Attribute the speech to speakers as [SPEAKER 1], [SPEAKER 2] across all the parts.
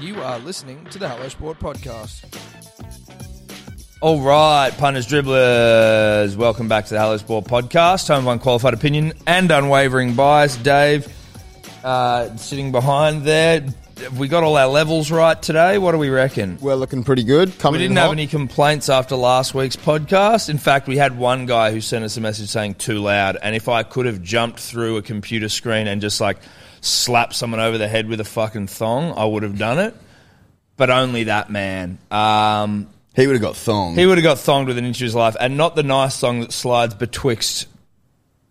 [SPEAKER 1] You are listening to the Hello Sport podcast.
[SPEAKER 2] All right, punters, dribblers, welcome back to the Hello Sport podcast, home of unqualified opinion and unwavering bias. Dave, uh, sitting behind there, have we got all our levels right today? What do we reckon?
[SPEAKER 3] We're looking pretty good. Coming
[SPEAKER 2] We didn't
[SPEAKER 3] in
[SPEAKER 2] have
[SPEAKER 3] hot.
[SPEAKER 2] any complaints after last week's podcast. In fact, we had one guy who sent us a message saying too loud. And if I could have jumped through a computer screen and just like slapped someone over the head with a fucking thong, I would have done it. But only that man. Um,
[SPEAKER 3] He would have got thong.
[SPEAKER 2] he would have got thonged with an inch of his life, and not the nice thong that slides betwixt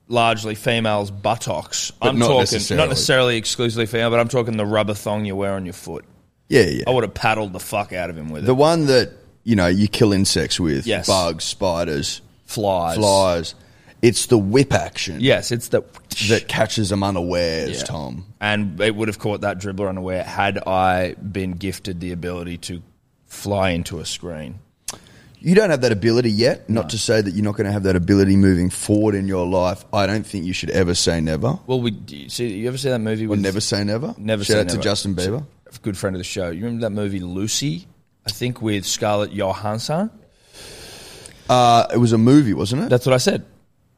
[SPEAKER 2] largely females' buttocks. I'm
[SPEAKER 3] not
[SPEAKER 2] talking
[SPEAKER 3] necessarily.
[SPEAKER 2] not necessarily exclusively female, but I'm talking the rubber thong you wear on your foot.
[SPEAKER 3] yeah, yeah.
[SPEAKER 2] I would have paddled the fuck out of him with
[SPEAKER 3] The
[SPEAKER 2] it.
[SPEAKER 3] one that you know you kill insects with,
[SPEAKER 2] Yes.
[SPEAKER 3] bugs, spiders,
[SPEAKER 2] Flies.
[SPEAKER 3] flies. It's the whip action
[SPEAKER 2] Yes, it's the
[SPEAKER 3] that catches them unawares.
[SPEAKER 2] Yeah.
[SPEAKER 3] Tom,
[SPEAKER 2] and it would have caught that dribbler unaware had I been gifted the ability to fly into a screen.
[SPEAKER 3] you don't have that ability yet. Not to say that you're not going to have that ability moving forward in your life. I don't think you should ever say never.
[SPEAKER 2] Well, we do you see. You ever see that movie?
[SPEAKER 3] Or
[SPEAKER 2] With
[SPEAKER 3] never say never.
[SPEAKER 2] Never
[SPEAKER 3] Shout
[SPEAKER 2] say
[SPEAKER 3] out
[SPEAKER 2] never.
[SPEAKER 3] to Justin Bieber.
[SPEAKER 2] a good friend of the show. You remember that movie Lucy? I think with Scarlett Johansson.
[SPEAKER 3] Uh, it was a movie, wasn't it?
[SPEAKER 2] That's what I said.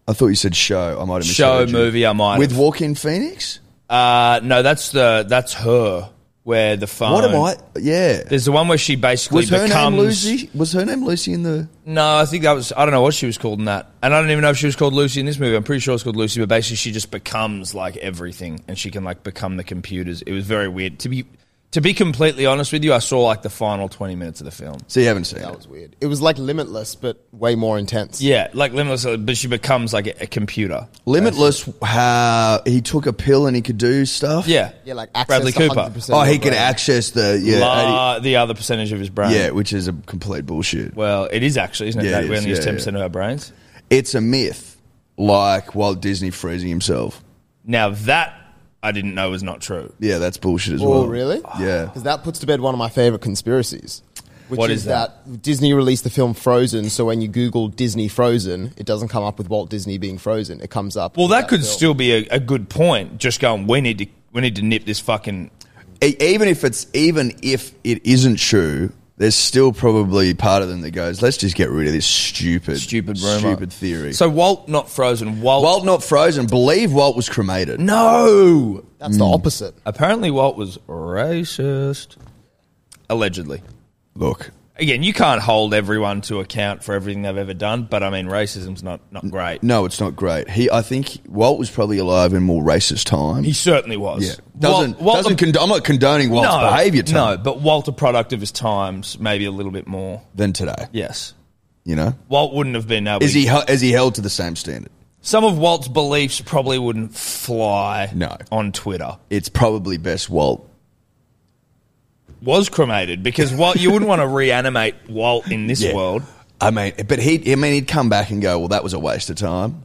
[SPEAKER 3] I thought you said show. I might have
[SPEAKER 2] Show
[SPEAKER 3] misheard you.
[SPEAKER 2] movie, I might.
[SPEAKER 3] with
[SPEAKER 2] have.
[SPEAKER 3] Walking Phoenix.
[SPEAKER 2] uh, no, that's the that's her where the phone.
[SPEAKER 3] What am I? Yeah.
[SPEAKER 2] There's the one where she basically
[SPEAKER 3] Was her
[SPEAKER 2] becomes.
[SPEAKER 3] name Lucy? Was her name Lucy in the?
[SPEAKER 2] No, I think that was I don't know what she was called in that, and I don't even know if she was called Lucy in this movie. I'm pretty sure it's called Lucy, but basically she just becomes like everything, and she can like become the computers. It was very weird to be to be completely honest with you. I saw like the final 20 minutes of the film.
[SPEAKER 3] So you haven't seen
[SPEAKER 4] That
[SPEAKER 3] it.
[SPEAKER 4] was weird. It was like limitless, but way more intense.
[SPEAKER 2] Yeah, like limitless, uh, but she becomes like a, a computer.
[SPEAKER 3] Limitless. How he took a pill and he could do stuff.
[SPEAKER 2] Yeah,
[SPEAKER 4] Yeah, like access
[SPEAKER 2] Bradley Cooper.
[SPEAKER 4] 100%
[SPEAKER 3] Oh, he
[SPEAKER 4] of
[SPEAKER 3] could
[SPEAKER 4] brain.
[SPEAKER 3] access the yeah,
[SPEAKER 2] La- the other percentage of his brain.
[SPEAKER 3] 80 yeah, which is a complete bullshit.
[SPEAKER 2] Well, it is actually, isn't it?
[SPEAKER 3] Yeah,
[SPEAKER 2] that
[SPEAKER 3] it
[SPEAKER 2] we
[SPEAKER 3] is.
[SPEAKER 2] only use
[SPEAKER 3] Yeah,
[SPEAKER 2] ten percent of our brains.
[SPEAKER 3] It's a myth, like Walt Disney freezing himself.
[SPEAKER 2] Now that I didn't know was not true.
[SPEAKER 3] Yeah, that's bullshit as well.
[SPEAKER 4] Oh, really?
[SPEAKER 3] Yeah.
[SPEAKER 4] Because that puts to bed one of my favorite conspiracies. Which
[SPEAKER 2] What
[SPEAKER 4] is
[SPEAKER 2] is that?
[SPEAKER 4] that? Disney released the film Frozen, so when you Google Disney Frozen, it doesn't come up with Walt Disney being frozen. It comes up.
[SPEAKER 2] Well,
[SPEAKER 4] with
[SPEAKER 2] that, could
[SPEAKER 4] film.
[SPEAKER 2] still be a, a good point. Just going, we need to we need to nip this fucking
[SPEAKER 3] E- Even if it's even if it isn't true, there's still probably part of them that goes, "Let's just get rid of this stupid,
[SPEAKER 2] stupid rumor,
[SPEAKER 3] stupid theory."
[SPEAKER 2] So Walt not frozen. Walt,
[SPEAKER 3] Walt not frozen. Believe Walt was cremated.
[SPEAKER 2] no.
[SPEAKER 4] That's the opposite.
[SPEAKER 2] Apparently, Walt was racist. Allegedly.
[SPEAKER 3] Look,
[SPEAKER 2] Again, you can't hold everyone to account for everything they've ever done, but I mean, racism's not, not great.
[SPEAKER 3] No, it's not great. He, I think Walt was probably alive in more racist times.
[SPEAKER 2] He certainly was.
[SPEAKER 3] yeah, doesn't,
[SPEAKER 2] Walt- Walt-
[SPEAKER 3] doesn't condo- I'm not condoning Walt's
[SPEAKER 2] no,
[SPEAKER 3] behaviour
[SPEAKER 2] No,
[SPEAKER 3] time
[SPEAKER 2] but Walt, a product of his times, maybe a little bit more.
[SPEAKER 3] than today.
[SPEAKER 2] Yes.
[SPEAKER 3] You know,
[SPEAKER 2] Walt wouldn't have been able
[SPEAKER 3] is
[SPEAKER 2] to-
[SPEAKER 3] he hel- is he held to the same standard?
[SPEAKER 2] Some of Walt's beliefs probably wouldn't fly
[SPEAKER 3] No.
[SPEAKER 2] on Twitter.
[SPEAKER 3] It's probably best Walt.
[SPEAKER 2] Was cremated because Walt, you wouldn't want to reanimate Walt in this
[SPEAKER 3] Yeah.
[SPEAKER 2] world.
[SPEAKER 3] I mean, but he, I mean, he'd come back and go, "Well, that was a waste of time.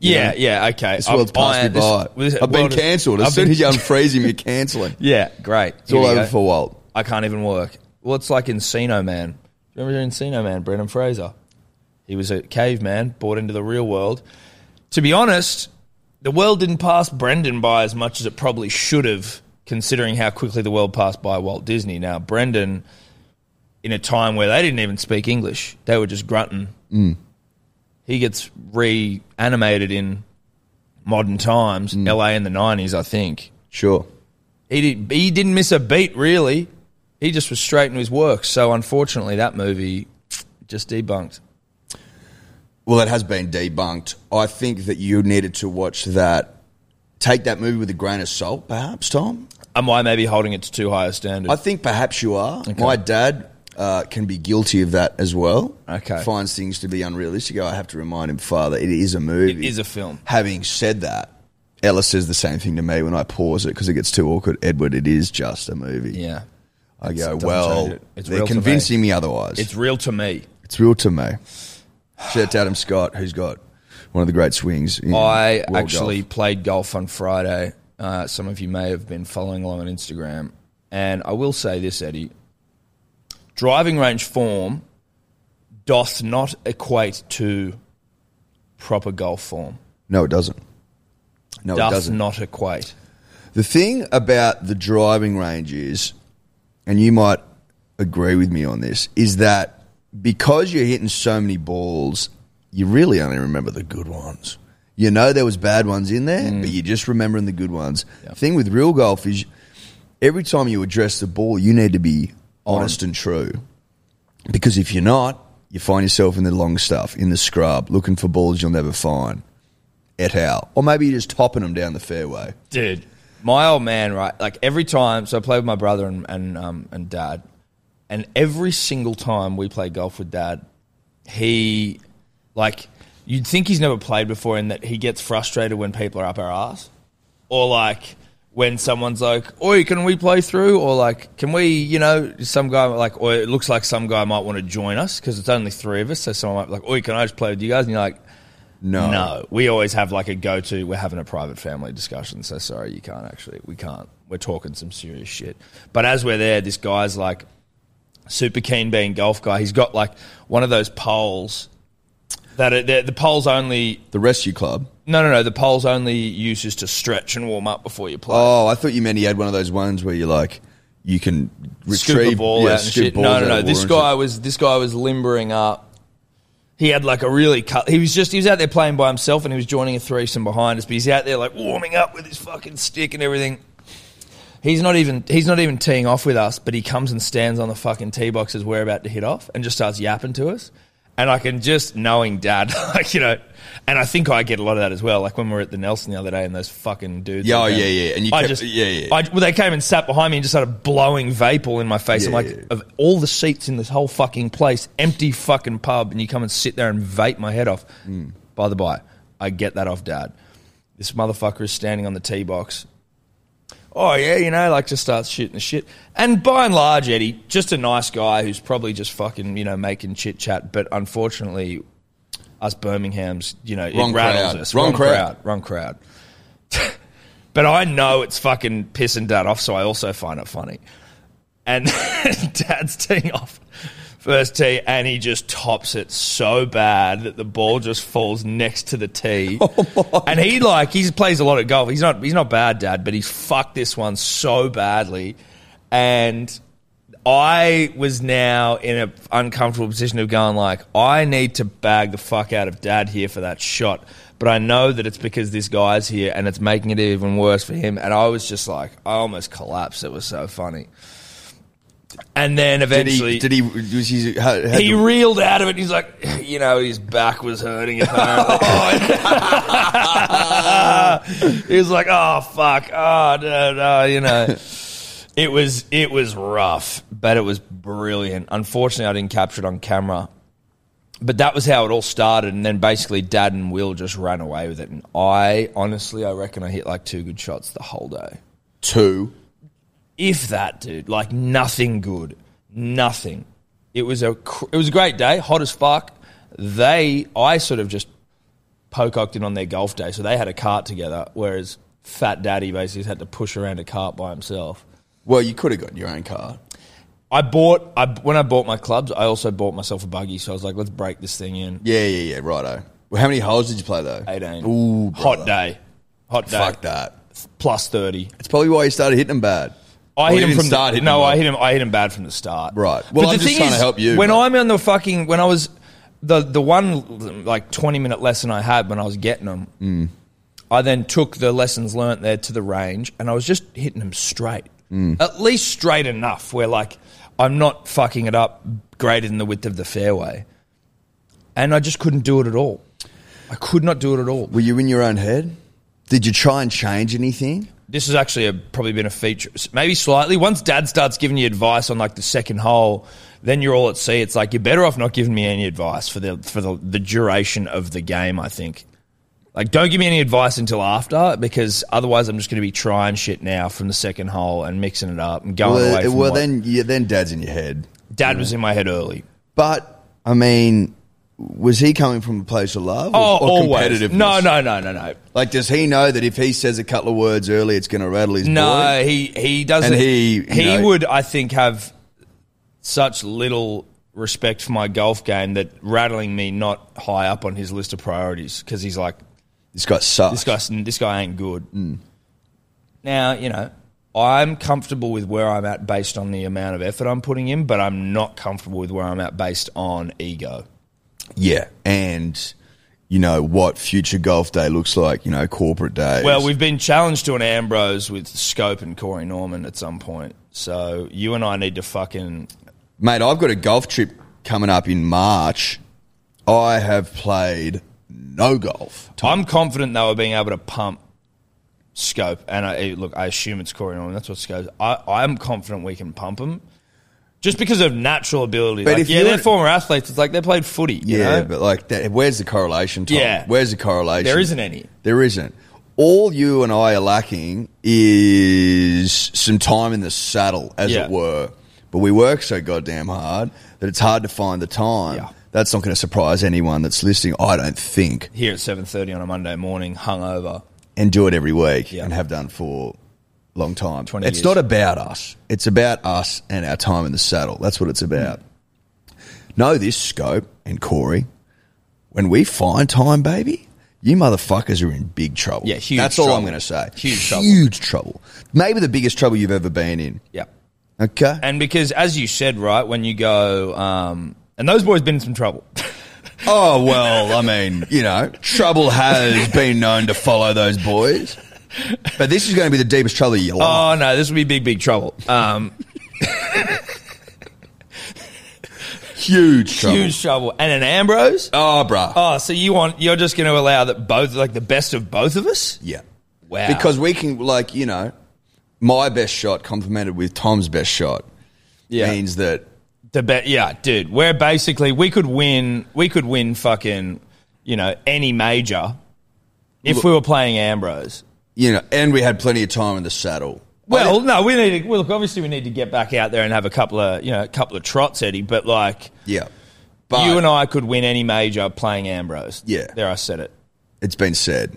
[SPEAKER 2] Yeah, yeah, okay.
[SPEAKER 3] This world's passed me by. I've been cancelled. As soon as you unfreeze him, you're cancelling.
[SPEAKER 2] Yeah, great.
[SPEAKER 3] It's all over for Walt.
[SPEAKER 2] I can't even work. Well, it's like Encino Man. Do you remember Encino Man, Brendan Fraser? He was a caveman brought into the real world. To be honest, the world didn't pass Brendan by as much as it probably should have, considering how quickly the world passed by Walt Disney. Now, Brendan, in a time where they didn't even speak English, they were just grunting. He gets reanimated in modern times, LA in the 90s, I think.
[SPEAKER 3] Mm. Sure.
[SPEAKER 2] He did, he didn't miss a beat really. He just was straight into his work. So unfortunately, that movie just debunked.
[SPEAKER 3] Well, it has been debunked. I think that you needed to watch that. Take that movie with a grain of salt, perhaps, Tom.
[SPEAKER 2] Am I maybe holding it to too high a standard?
[SPEAKER 3] I think perhaps you are. My dad uh, can be guilty of that as well.
[SPEAKER 2] Okay.
[SPEAKER 3] Finds things to be unrealistic. I have to remind him, Father, it is a movie.
[SPEAKER 2] It is a film.
[SPEAKER 3] Having said that, Ella says the same thing to me when I pause it because it gets too awkward. Edward, it is just a movie.
[SPEAKER 2] yeah,
[SPEAKER 3] I go,
[SPEAKER 2] It's- it doesn't change
[SPEAKER 3] well,
[SPEAKER 2] it. It's
[SPEAKER 3] they're
[SPEAKER 2] real to me."
[SPEAKER 3] convincing me otherwise.
[SPEAKER 2] it's
[SPEAKER 3] It's,
[SPEAKER 2] real to me.
[SPEAKER 3] real to me. Shout out to Adam Scott, who's got one of the great swings. In
[SPEAKER 2] I
[SPEAKER 3] world
[SPEAKER 2] actually
[SPEAKER 3] golf.
[SPEAKER 2] played golf on Friday. Uh, some of you may have been following along on Instagram, and I will say this, Eddie: driving range form doth not equate to proper golf form.
[SPEAKER 3] No, it doesn't. No, it
[SPEAKER 2] doth
[SPEAKER 3] doesn't.
[SPEAKER 2] not equate.
[SPEAKER 3] The thing about the driving range is and you might agree with me on this, is that because you're hitting so many balls, you really only remember the good ones. You know there was bad ones in there, but you're just remembering the good ones. Thing with real golf is every time you address the ball, you need to be honest and true. Because if you're not, you find yourself in the long stuff, in the scrub, looking for balls you'll never find. Et al. Or maybe you're just topping them down the fairway.
[SPEAKER 2] dude. My old man, right? Like every time, so I play with my brother and and um, and dad, and every single time we play golf with dad, he like you'd think he's never played before, and that he gets frustrated when people are up our ass, or like when someone's like, "Oi, can we play through?" or like, "Can we?" You know, some guy like, or it looks like some guy might want to join us because it's only three of us, so someone might be like, "Oi, can I just play with you guys?" and you're like.
[SPEAKER 3] No.
[SPEAKER 2] No, we always have like a go to. We're having a private family discussion, so sorry, you can't actually. We can't. We're talking some serious shit. But as we're there, this guy's like super keen being golf guy. He's got like one of those poles that are, the the poles only.
[SPEAKER 3] The rescue club.
[SPEAKER 2] No, no, no. The poles only uses to stretch and warm up before you play.
[SPEAKER 3] Oh, I thought you meant he had one of those ones where you like you can
[SPEAKER 2] scoop
[SPEAKER 3] retrieve
[SPEAKER 2] the ball
[SPEAKER 3] yeah,
[SPEAKER 2] out and
[SPEAKER 3] scoop
[SPEAKER 2] shit.
[SPEAKER 3] balls
[SPEAKER 2] No, no,
[SPEAKER 3] out
[SPEAKER 2] no.
[SPEAKER 3] of
[SPEAKER 2] This
[SPEAKER 3] water and
[SPEAKER 2] guy was this guy was limbering up. He had like a really cut. He was just he was out there playing by himself, and he was joining a threesome behind us. But he's out there like warming up with his fucking stick and everything. He's not even he's not even teeing off with us, but he comes and stands on the fucking tee box as we're about to hit off, and just starts yapping to us. And I can just knowing dad, like you know, and I think I get a lot of that as well. Like when we were at the Nelson the other day, and those fucking dudes.
[SPEAKER 3] Yeah,
[SPEAKER 2] that
[SPEAKER 3] oh,
[SPEAKER 2] came-
[SPEAKER 3] yeah, yeah. And you
[SPEAKER 2] I
[SPEAKER 3] kept-
[SPEAKER 2] just,
[SPEAKER 3] yeah, yeah.
[SPEAKER 2] I, well, they came and sat behind me and just started blowing vape all in my face. I'm
[SPEAKER 3] Yeah,
[SPEAKER 2] like,
[SPEAKER 3] yeah.
[SPEAKER 2] of all the seats in this whole fucking place, empty fucking pub, and you come and sit there and vape my head off.
[SPEAKER 3] Mm.
[SPEAKER 2] By the by, I get that off dad. This motherfucker is standing on the tee box. Oh yeah, you know, like just starts shooting the shit. And by and large, Eddie, just a nice guy who's probably just fucking you know making chit chat. But unfortunately, us Birmingham's, you know,
[SPEAKER 3] Wrong
[SPEAKER 2] it rattles
[SPEAKER 3] crowd.
[SPEAKER 2] us.
[SPEAKER 3] Wrong crowd.
[SPEAKER 2] Wrong crowd. But I know it's fucking pissing dad off, so I also find it funny. And dad's teeing off first tee, and he just tops it so bad that the ball just falls next to the tee.
[SPEAKER 3] Oh
[SPEAKER 2] and he like he plays a lot of golf. He's not he's not bad, dad, but he's fucked this one so badly, and. I was now in an uncomfortable position of going like, I need to bag the fuck out of dad here for that shot. But I know that it's because this guy's here and it's making it even worse for him. And I was just like, I almost collapsed. It was so funny. And then
[SPEAKER 3] shit. Did
[SPEAKER 2] eventually
[SPEAKER 3] he? Did he? Was he? Had, had
[SPEAKER 2] he
[SPEAKER 3] the-
[SPEAKER 2] reeled out of it. He's like, you know, his back was hurting apparently.
[SPEAKER 3] Oh,
[SPEAKER 2] he was like, oh fuck, oh no, no, you know. It was it was rough, but it was brilliant. Unfortunately, I didn't capture it on camera. But that was how it all started, and then basically, Dad and Will just ran away with it. And I honestly, I reckon I hit like two good shots the whole day
[SPEAKER 3] two.
[SPEAKER 2] if that, dude. Like nothing good, nothing. It was a cr- it was a great day, hot as fuck. They, I sort of just pococked in on their golf day, so they had a cart together. Whereas Fat Daddy basically had to push around a cart by himself.
[SPEAKER 3] Well, you could have got your own car.
[SPEAKER 2] I bought I when I bought my clubs, I also bought myself a buggy. So I was like, let's break this thing in.
[SPEAKER 3] Yeah, yeah, yeah. Righto. Well, how many holes did you play though?
[SPEAKER 2] Eighteen,
[SPEAKER 3] Ooh,
[SPEAKER 2] hot
[SPEAKER 3] brother.
[SPEAKER 2] day, hot day,
[SPEAKER 3] Fuck that.
[SPEAKER 2] plus thirty.
[SPEAKER 3] It's probably why you started hitting them bad.
[SPEAKER 2] I
[SPEAKER 3] Or
[SPEAKER 2] hit
[SPEAKER 3] you
[SPEAKER 2] him
[SPEAKER 3] didn't
[SPEAKER 2] from
[SPEAKER 3] start
[SPEAKER 2] the,
[SPEAKER 3] hitting
[SPEAKER 2] no,
[SPEAKER 3] them
[SPEAKER 2] I
[SPEAKER 3] bad.
[SPEAKER 2] hit him. I hit him bad from the start.
[SPEAKER 3] Right. Well,
[SPEAKER 2] but
[SPEAKER 3] I'm
[SPEAKER 2] the
[SPEAKER 3] just
[SPEAKER 2] thing
[SPEAKER 3] trying
[SPEAKER 2] is,
[SPEAKER 3] to help you,
[SPEAKER 2] When
[SPEAKER 3] but-
[SPEAKER 2] I'm on the fucking, when I was the the one like twenty minute lesson I had when I was getting them, I then took the lessons learnt there to the range, and I was just hitting them straight,
[SPEAKER 3] Mm.
[SPEAKER 2] at least straight enough where like I'm not fucking it up greater than the width of the fairway, and I just couldn't do it at all. I could not do it at all.
[SPEAKER 3] Were you in your own head? Did you try and change anything?
[SPEAKER 2] this has actually a, probably been a feature, maybe slightly. Once dad starts giving you advice on like the second hole, then you're all at sea. It's like you're better off not giving me any advice for the for the, the duration of the game. I think, like, don't give me any advice until after because otherwise I'm just going to be trying shit now from the second hole and mixing it up and going away.
[SPEAKER 3] Well, uh,
[SPEAKER 2] From
[SPEAKER 3] well
[SPEAKER 2] what-
[SPEAKER 3] then, yeah, then dad's in your head.
[SPEAKER 2] dad was in my head early.
[SPEAKER 3] But I mean, was he coming from a place of love or,
[SPEAKER 2] Oh,
[SPEAKER 3] or
[SPEAKER 2] always.
[SPEAKER 3] competitiveness?
[SPEAKER 2] No, no, no, no, no,
[SPEAKER 3] Like, does he know that if he says a couple of words early, it's going to rattle his
[SPEAKER 2] No,
[SPEAKER 3] boy?
[SPEAKER 2] he he doesn't.
[SPEAKER 3] And he, you
[SPEAKER 2] he
[SPEAKER 3] know-
[SPEAKER 2] would, I think, have such little respect for my golf game that rattling me not high up on his list of priorities because he's like,
[SPEAKER 3] This Mm. guy sucks.
[SPEAKER 2] this guy, this guy ain't good. Now you know, I'm comfortable with where I'm at based on the amount of effort I'm putting in, but I'm not comfortable with where I'm at based on ego.
[SPEAKER 3] Yeah, and you know what future golf day looks like. You know, corporate days.
[SPEAKER 2] Well, we've been challenged to an Ambrose with Scope and Corey Norman at some point. So you and I need to fucking
[SPEAKER 3] mate, I've got a golf trip coming up in March. I have played no golf.
[SPEAKER 2] I'm confident though of being able to pump scope, and I, eh, look, I assume it's Corey Norman. That's what scope. I, I'm confident we can pump him, just because of natural ability.
[SPEAKER 3] But
[SPEAKER 2] Like,
[SPEAKER 3] if
[SPEAKER 2] yeah,
[SPEAKER 3] you
[SPEAKER 2] they're
[SPEAKER 3] were-
[SPEAKER 2] former athletes. It's like they played footy. You
[SPEAKER 3] Yeah,
[SPEAKER 2] know?
[SPEAKER 3] but like, that, where's the correlation? Tom?
[SPEAKER 2] Yeah.
[SPEAKER 3] where's the correlation?
[SPEAKER 2] there isn't any.
[SPEAKER 3] There isn't. All you and I are lacking is some time in the saddle, as
[SPEAKER 2] Yeah.
[SPEAKER 3] it were. But we work so goddamn hard that it's hard to find the time.
[SPEAKER 2] Yeah.
[SPEAKER 3] That's not going to surprise anyone that's listening, I don't think.
[SPEAKER 2] Here at seven thirty on a Monday morning, hungover.
[SPEAKER 3] And do it every week
[SPEAKER 2] Yeah.
[SPEAKER 3] and have done for a long time.
[SPEAKER 2] 20
[SPEAKER 3] it's
[SPEAKER 2] years.
[SPEAKER 3] not about us, it's about us and our time in the saddle. That's what it's about. Know this, Scope and Corey. When we find time, baby, you motherfuckers are in big trouble.
[SPEAKER 2] Yeah, huge
[SPEAKER 3] That's all I'm
[SPEAKER 2] trouble.
[SPEAKER 3] going to say.
[SPEAKER 2] Huge trouble.
[SPEAKER 3] Huge trouble. Maybe the biggest trouble you've ever been in.
[SPEAKER 2] Yeah,
[SPEAKER 3] Okay.
[SPEAKER 2] and because as you said, right when you go, um, and those boys been in some trouble.
[SPEAKER 3] oh well, I mean, you know, trouble has been known to follow those boys. But this is going to be the deepest trouble of your life.
[SPEAKER 2] oh no, this would be big, big trouble. Um,
[SPEAKER 3] huge trouble.
[SPEAKER 2] huge trouble, and an Ambrose.
[SPEAKER 3] Oh, bruh.
[SPEAKER 2] Oh, so you want you're just going to allow that both like the best of both of us?
[SPEAKER 3] Yeah.
[SPEAKER 2] Wow.
[SPEAKER 3] Because we can, like, you know, my best shot complemented with Tom's best shot
[SPEAKER 2] Yeah.
[SPEAKER 3] means that
[SPEAKER 2] the bet yeah, dude, we're basically we could win we could win fucking, you know, any major if we were playing Ambrose.
[SPEAKER 3] you know, and we had plenty of time in the saddle.
[SPEAKER 2] Well, no, we need to well, look, obviously we need to get back out there and have a couple of, you know, a couple of trots, Eddie, but like
[SPEAKER 3] yeah, but
[SPEAKER 2] you and I could win any major playing Ambrose.
[SPEAKER 3] Yeah.
[SPEAKER 2] There I said it.
[SPEAKER 3] it's been said.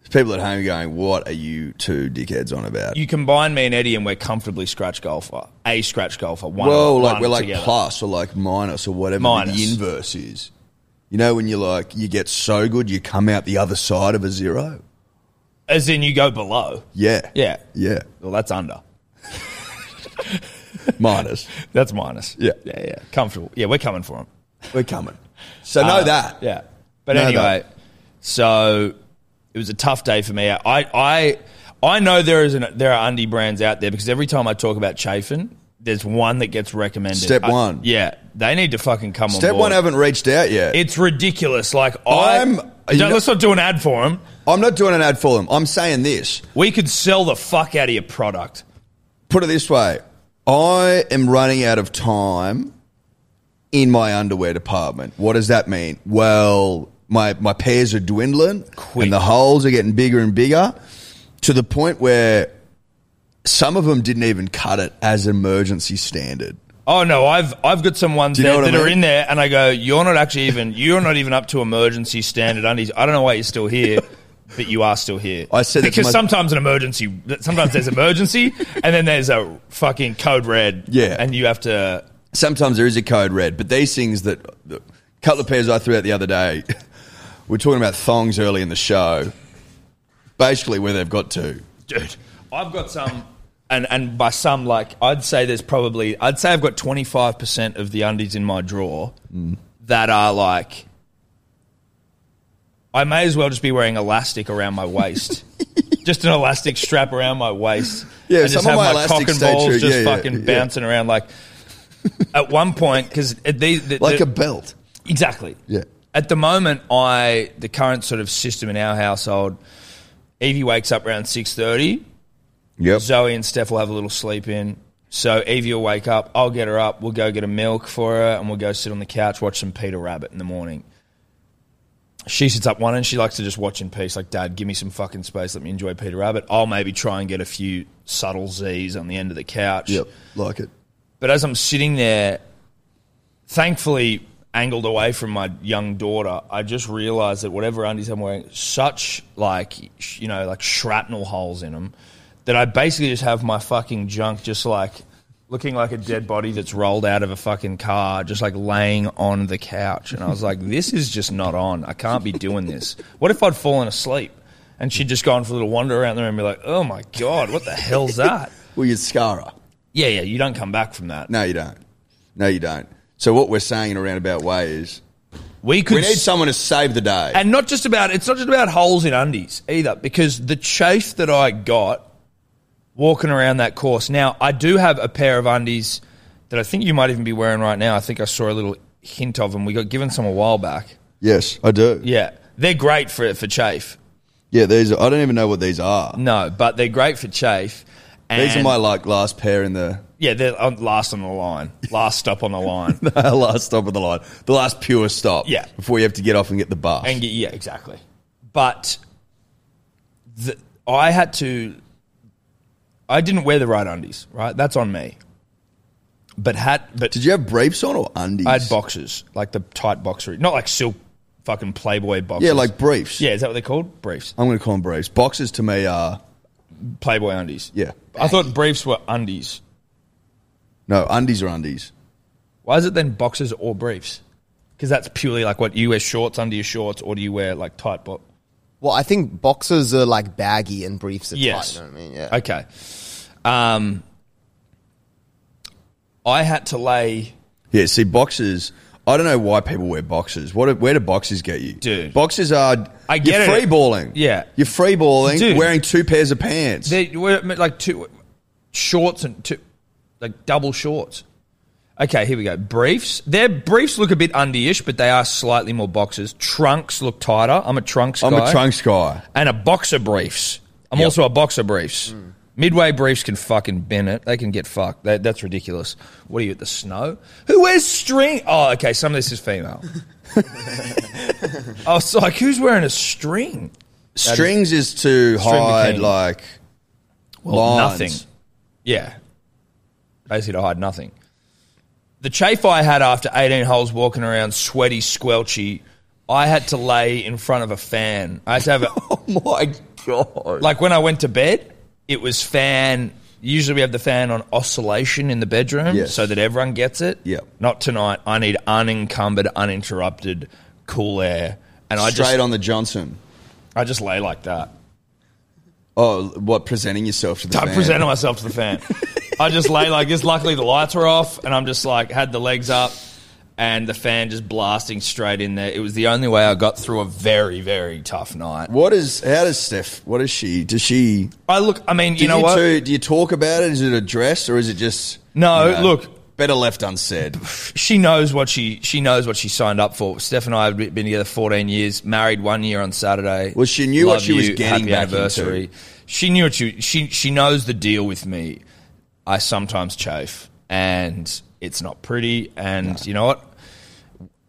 [SPEAKER 3] There's people at home going, "What are you two dickheads on about?"
[SPEAKER 2] You combine me and Eddie and we're comfortably scratch golfer. A scratch golfer. One
[SPEAKER 3] well, like
[SPEAKER 2] one
[SPEAKER 3] we're like
[SPEAKER 2] together.
[SPEAKER 3] plus or like minus or whatever
[SPEAKER 2] Minus.
[SPEAKER 3] the inverse is. You know, when you like you get so good, you come out the other side of a zero.
[SPEAKER 2] as in you go below.
[SPEAKER 3] Yeah,
[SPEAKER 2] Yeah.
[SPEAKER 3] yeah.
[SPEAKER 2] Well, that's under.
[SPEAKER 3] Minus.
[SPEAKER 2] That's minus.
[SPEAKER 3] Yeah.
[SPEAKER 2] Yeah, yeah. Comfortable. Yeah, we're coming for him.
[SPEAKER 3] We're coming. So know that.
[SPEAKER 2] Uh, Yeah. But
[SPEAKER 3] No,
[SPEAKER 2] anyway, so it was a tough day for me. I, I, I know there is an, there are undie brands out there because every time I talk about chafing, there's one that gets recommended.
[SPEAKER 3] Step
[SPEAKER 2] I-
[SPEAKER 3] one.
[SPEAKER 2] yeah. They need to fucking come on
[SPEAKER 3] Step
[SPEAKER 2] board.
[SPEAKER 3] one, haven't reached out yet.
[SPEAKER 2] It's ridiculous. Like, I,
[SPEAKER 3] I'm-
[SPEAKER 2] Don't- let's not do an ad for them.
[SPEAKER 3] I'm not doing an ad for them. I'm saying this.
[SPEAKER 2] We could sell the fuck out of your product.
[SPEAKER 3] Put it this way I am running out of time in my underwear department. What does that mean? Well, my, my pairs are dwindling
[SPEAKER 2] Quick.
[SPEAKER 3] and the holes are getting bigger and bigger to the point where some of them didn't even cut it as emergency standard.
[SPEAKER 2] Oh no, I've I've got some ones
[SPEAKER 3] Do you
[SPEAKER 2] that,
[SPEAKER 3] know what I
[SPEAKER 2] that are
[SPEAKER 3] mean?
[SPEAKER 2] in there, and I go, you're not actually even you're not even up to emergency standard undies. I don't know why you're still here, but you are still here.
[SPEAKER 3] I said that to
[SPEAKER 2] because
[SPEAKER 3] my-
[SPEAKER 2] sometimes an emergency, sometimes there's emergency, and then there's a fucking code red,
[SPEAKER 3] Yeah.
[SPEAKER 2] and you have to.
[SPEAKER 3] Uh, sometimes there is a code red, but these things that the couple of pairs I threw out the other day, we're talking about thongs early in the show, basically where they've got to.
[SPEAKER 2] dude, I've got some, and and by some, like I'd say there's probably I'd say I've got 25 percent of the undies in my drawer that are like. I may as well just be wearing elastic around my waist, just an elastic strap around my waist.
[SPEAKER 3] Yeah,
[SPEAKER 2] and just
[SPEAKER 3] some of my
[SPEAKER 2] have my
[SPEAKER 3] elastics
[SPEAKER 2] cock and
[SPEAKER 3] stay
[SPEAKER 2] balls
[SPEAKER 3] true.
[SPEAKER 2] just
[SPEAKER 3] Yeah, yeah,
[SPEAKER 2] fucking
[SPEAKER 3] yeah.
[SPEAKER 2] bouncing around like. At one point, because these the,
[SPEAKER 3] Like
[SPEAKER 2] the-
[SPEAKER 3] a belt.
[SPEAKER 2] Exactly.
[SPEAKER 3] Yeah.
[SPEAKER 2] At the moment, I the current sort of system in our household, Evie wakes up around six thirty.
[SPEAKER 3] Yep.
[SPEAKER 2] Zoe and Steph will have a little sleep in. So Evie will wake up. I'll get her up. We'll go get a milk for her, and we'll go sit on the couch watch some Peter Rabbit in the morning. She sits up one and she likes to just watch in peace. Like, Dad, give me some fucking space. Let me enjoy Peter Rabbit. I'll maybe try and get a few subtle Z's on the end of the couch.
[SPEAKER 3] Yep. Like it.
[SPEAKER 2] But as I'm sitting there, thankfully angled away from my young daughter, I just realised that whatever undies I'm wearing, such like sh- you know like shrapnel holes in them, that I basically just have my fucking junk just like looking like a dead body that's rolled out of a fucking car, just like laying on the couch. And I was like, this is just not on. I can't be doing this. What if I'd fallen asleep? And she'd just gone for a little wander around the room and be like, oh my God, what the hell's that?
[SPEAKER 3] Well, you're Scara.
[SPEAKER 2] Yeah, yeah, you don't come back from that.
[SPEAKER 3] No, you don't. No, you don't. So what we're saying in a roundabout way is
[SPEAKER 2] We could
[SPEAKER 3] we need
[SPEAKER 2] s-
[SPEAKER 3] someone to save the day.
[SPEAKER 2] and not just about it's not just about holes in undies either because the chafe that I got walking around that course. Now, I do have a pair of undies that I think you might even be wearing right now. I think I saw a little hint of them. We got given some a while back.
[SPEAKER 3] yes, I do.
[SPEAKER 2] Yeah. They're great for for chafe.
[SPEAKER 3] Yeah, these are, I don't even know what these are.
[SPEAKER 2] No, but they're great for chafe. And
[SPEAKER 3] These are my like last pair in the
[SPEAKER 2] yeah, they're on- last on the line, last stop on the line,
[SPEAKER 3] the last stop of the line, the last pure stop.
[SPEAKER 2] Yeah.
[SPEAKER 3] before you have to get off and get the bus.
[SPEAKER 2] and y- yeah, exactly. But the, I had to, I didn't wear the right undies, right? That's on me. But had but
[SPEAKER 3] Did you have briefs on or undies?
[SPEAKER 2] I had boxers, like the tight boxer, not like silk fucking Playboy boxers.
[SPEAKER 3] yeah, like briefs.
[SPEAKER 2] yeah, is that what they're called? Briefs,
[SPEAKER 3] I'm going to call them briefs. Boxes to me are
[SPEAKER 2] Playboy undies.
[SPEAKER 3] yeah.
[SPEAKER 2] I thought briefs were undies.
[SPEAKER 3] No, undies are undies.
[SPEAKER 2] Why is it then boxers or briefs? Because that's purely like what you wear shorts under your shorts, or do you wear like tight box?
[SPEAKER 4] Well, I think boxers are like baggy and briefs are
[SPEAKER 2] Yes.
[SPEAKER 4] tight. You know what I mean? Yeah.
[SPEAKER 2] Okay. Um, I had to lay.
[SPEAKER 3] Yeah, see, boxes. I don't know why people wear boxes. What? Where do boxes get you,
[SPEAKER 2] Dude.
[SPEAKER 3] Boxes are.
[SPEAKER 2] I get
[SPEAKER 3] you're
[SPEAKER 2] it.
[SPEAKER 3] free balling.
[SPEAKER 2] Yeah.
[SPEAKER 3] you're free balling.
[SPEAKER 2] Dude.
[SPEAKER 3] Wearing two pairs of pants.
[SPEAKER 2] They were like two shorts and two, like double shorts. Okay, here we go. Briefs. Their briefs look a bit undie-ish, but they are slightly more boxers. Trunks look tighter. I'm a trunks
[SPEAKER 3] I'm
[SPEAKER 2] guy.
[SPEAKER 3] a trunks guy.
[SPEAKER 2] and a boxer briefs. I'm also a boxer briefs. Midway briefs can fucking bin it. They can get fucked. That, that's ridiculous. What are you at the snow? Who wears string? Oh, okay. Some of this is female. I was like, who's wearing a string?
[SPEAKER 3] Strings is, to hide
[SPEAKER 2] bikini.
[SPEAKER 3] like
[SPEAKER 2] Well,
[SPEAKER 3] lines.
[SPEAKER 2] nothing. Yeah, basically to hide nothing. The chafe I had after 18 holes walking around sweaty, squelchy, I had to lay in front of a fan. I had to have a,
[SPEAKER 3] Oh my god!
[SPEAKER 2] like when I went to bed, it was fan. Usually we have the fan on oscillation in the bedroom
[SPEAKER 3] Yes.
[SPEAKER 2] so that everyone gets it.
[SPEAKER 3] Yep.
[SPEAKER 2] Not tonight. I need unencumbered, uninterrupted, cool air. And I
[SPEAKER 3] straight
[SPEAKER 2] just
[SPEAKER 3] on the Johnson.
[SPEAKER 2] I just lay like that.
[SPEAKER 3] Oh, what presenting yourself to the
[SPEAKER 2] I
[SPEAKER 3] fan.
[SPEAKER 2] presented myself to the fan. I just lay like this. Luckily the lights were off and I'm just like had the legs up and the fan just blasting straight in there. It was the only way I got through a very, very tough night.
[SPEAKER 3] What is? How does Steph? What is she? Does she?
[SPEAKER 2] I look I mean,
[SPEAKER 3] Do
[SPEAKER 2] you know what?
[SPEAKER 3] Two, do you talk about it? Is it addressed or is it just?
[SPEAKER 2] No,
[SPEAKER 3] you know,
[SPEAKER 2] look.
[SPEAKER 3] better left unsaid.
[SPEAKER 2] she knows what she she knows what she signed up for. Steph and I have been together 14 years, married one year on Saturday.
[SPEAKER 3] Well, she knew what she was getting
[SPEAKER 2] Happy
[SPEAKER 3] back
[SPEAKER 2] anniversary. She knew what she she she knows the deal with me. I sometimes chafe, and it's not pretty. And you know what?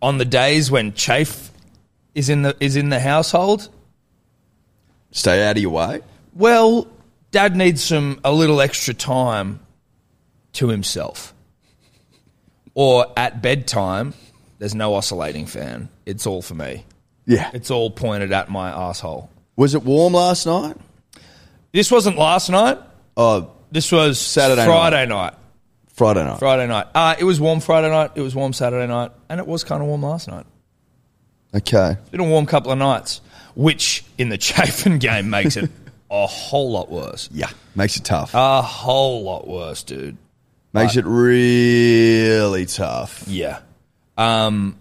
[SPEAKER 2] On the days when chafe is in the is in the household,
[SPEAKER 3] Stay out of your way.
[SPEAKER 2] well, Dad needs some a little extra time to himself. Or at bedtime, there's no oscillating fan. It's all for me.
[SPEAKER 3] Yeah.
[SPEAKER 2] It's all pointed at my asshole.
[SPEAKER 3] Was it warm last night?
[SPEAKER 2] This wasn't last night.
[SPEAKER 3] Oh,
[SPEAKER 2] This was
[SPEAKER 3] Saturday night.
[SPEAKER 2] Friday night.
[SPEAKER 3] Friday night.
[SPEAKER 2] Friday night. Uh, it was warm Friday night. It was warm Saturday night, and it was kind of warm last night.
[SPEAKER 3] Okay.
[SPEAKER 2] It's been a warm couple of nights, which in the chafing game makes it a whole lot worse.
[SPEAKER 3] Yeah. Makes it tough.
[SPEAKER 2] A whole lot worse, dude.
[SPEAKER 3] Makes it really tough.
[SPEAKER 2] Yeah. Um,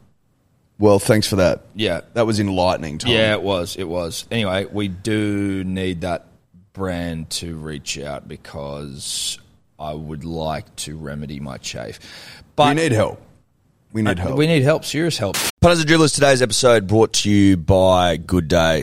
[SPEAKER 3] Well, thanks for that.
[SPEAKER 2] Yeah.
[SPEAKER 3] That was enlightening, Tom.
[SPEAKER 2] Yeah, it was. It was. Anyway, we do need that brand to reach out because I would like to remedy my chafe. But Uh,
[SPEAKER 3] We need help. We need help.
[SPEAKER 2] We need help, serious help.
[SPEAKER 3] Punters and Dribblers, today's episode brought to you by Good Day,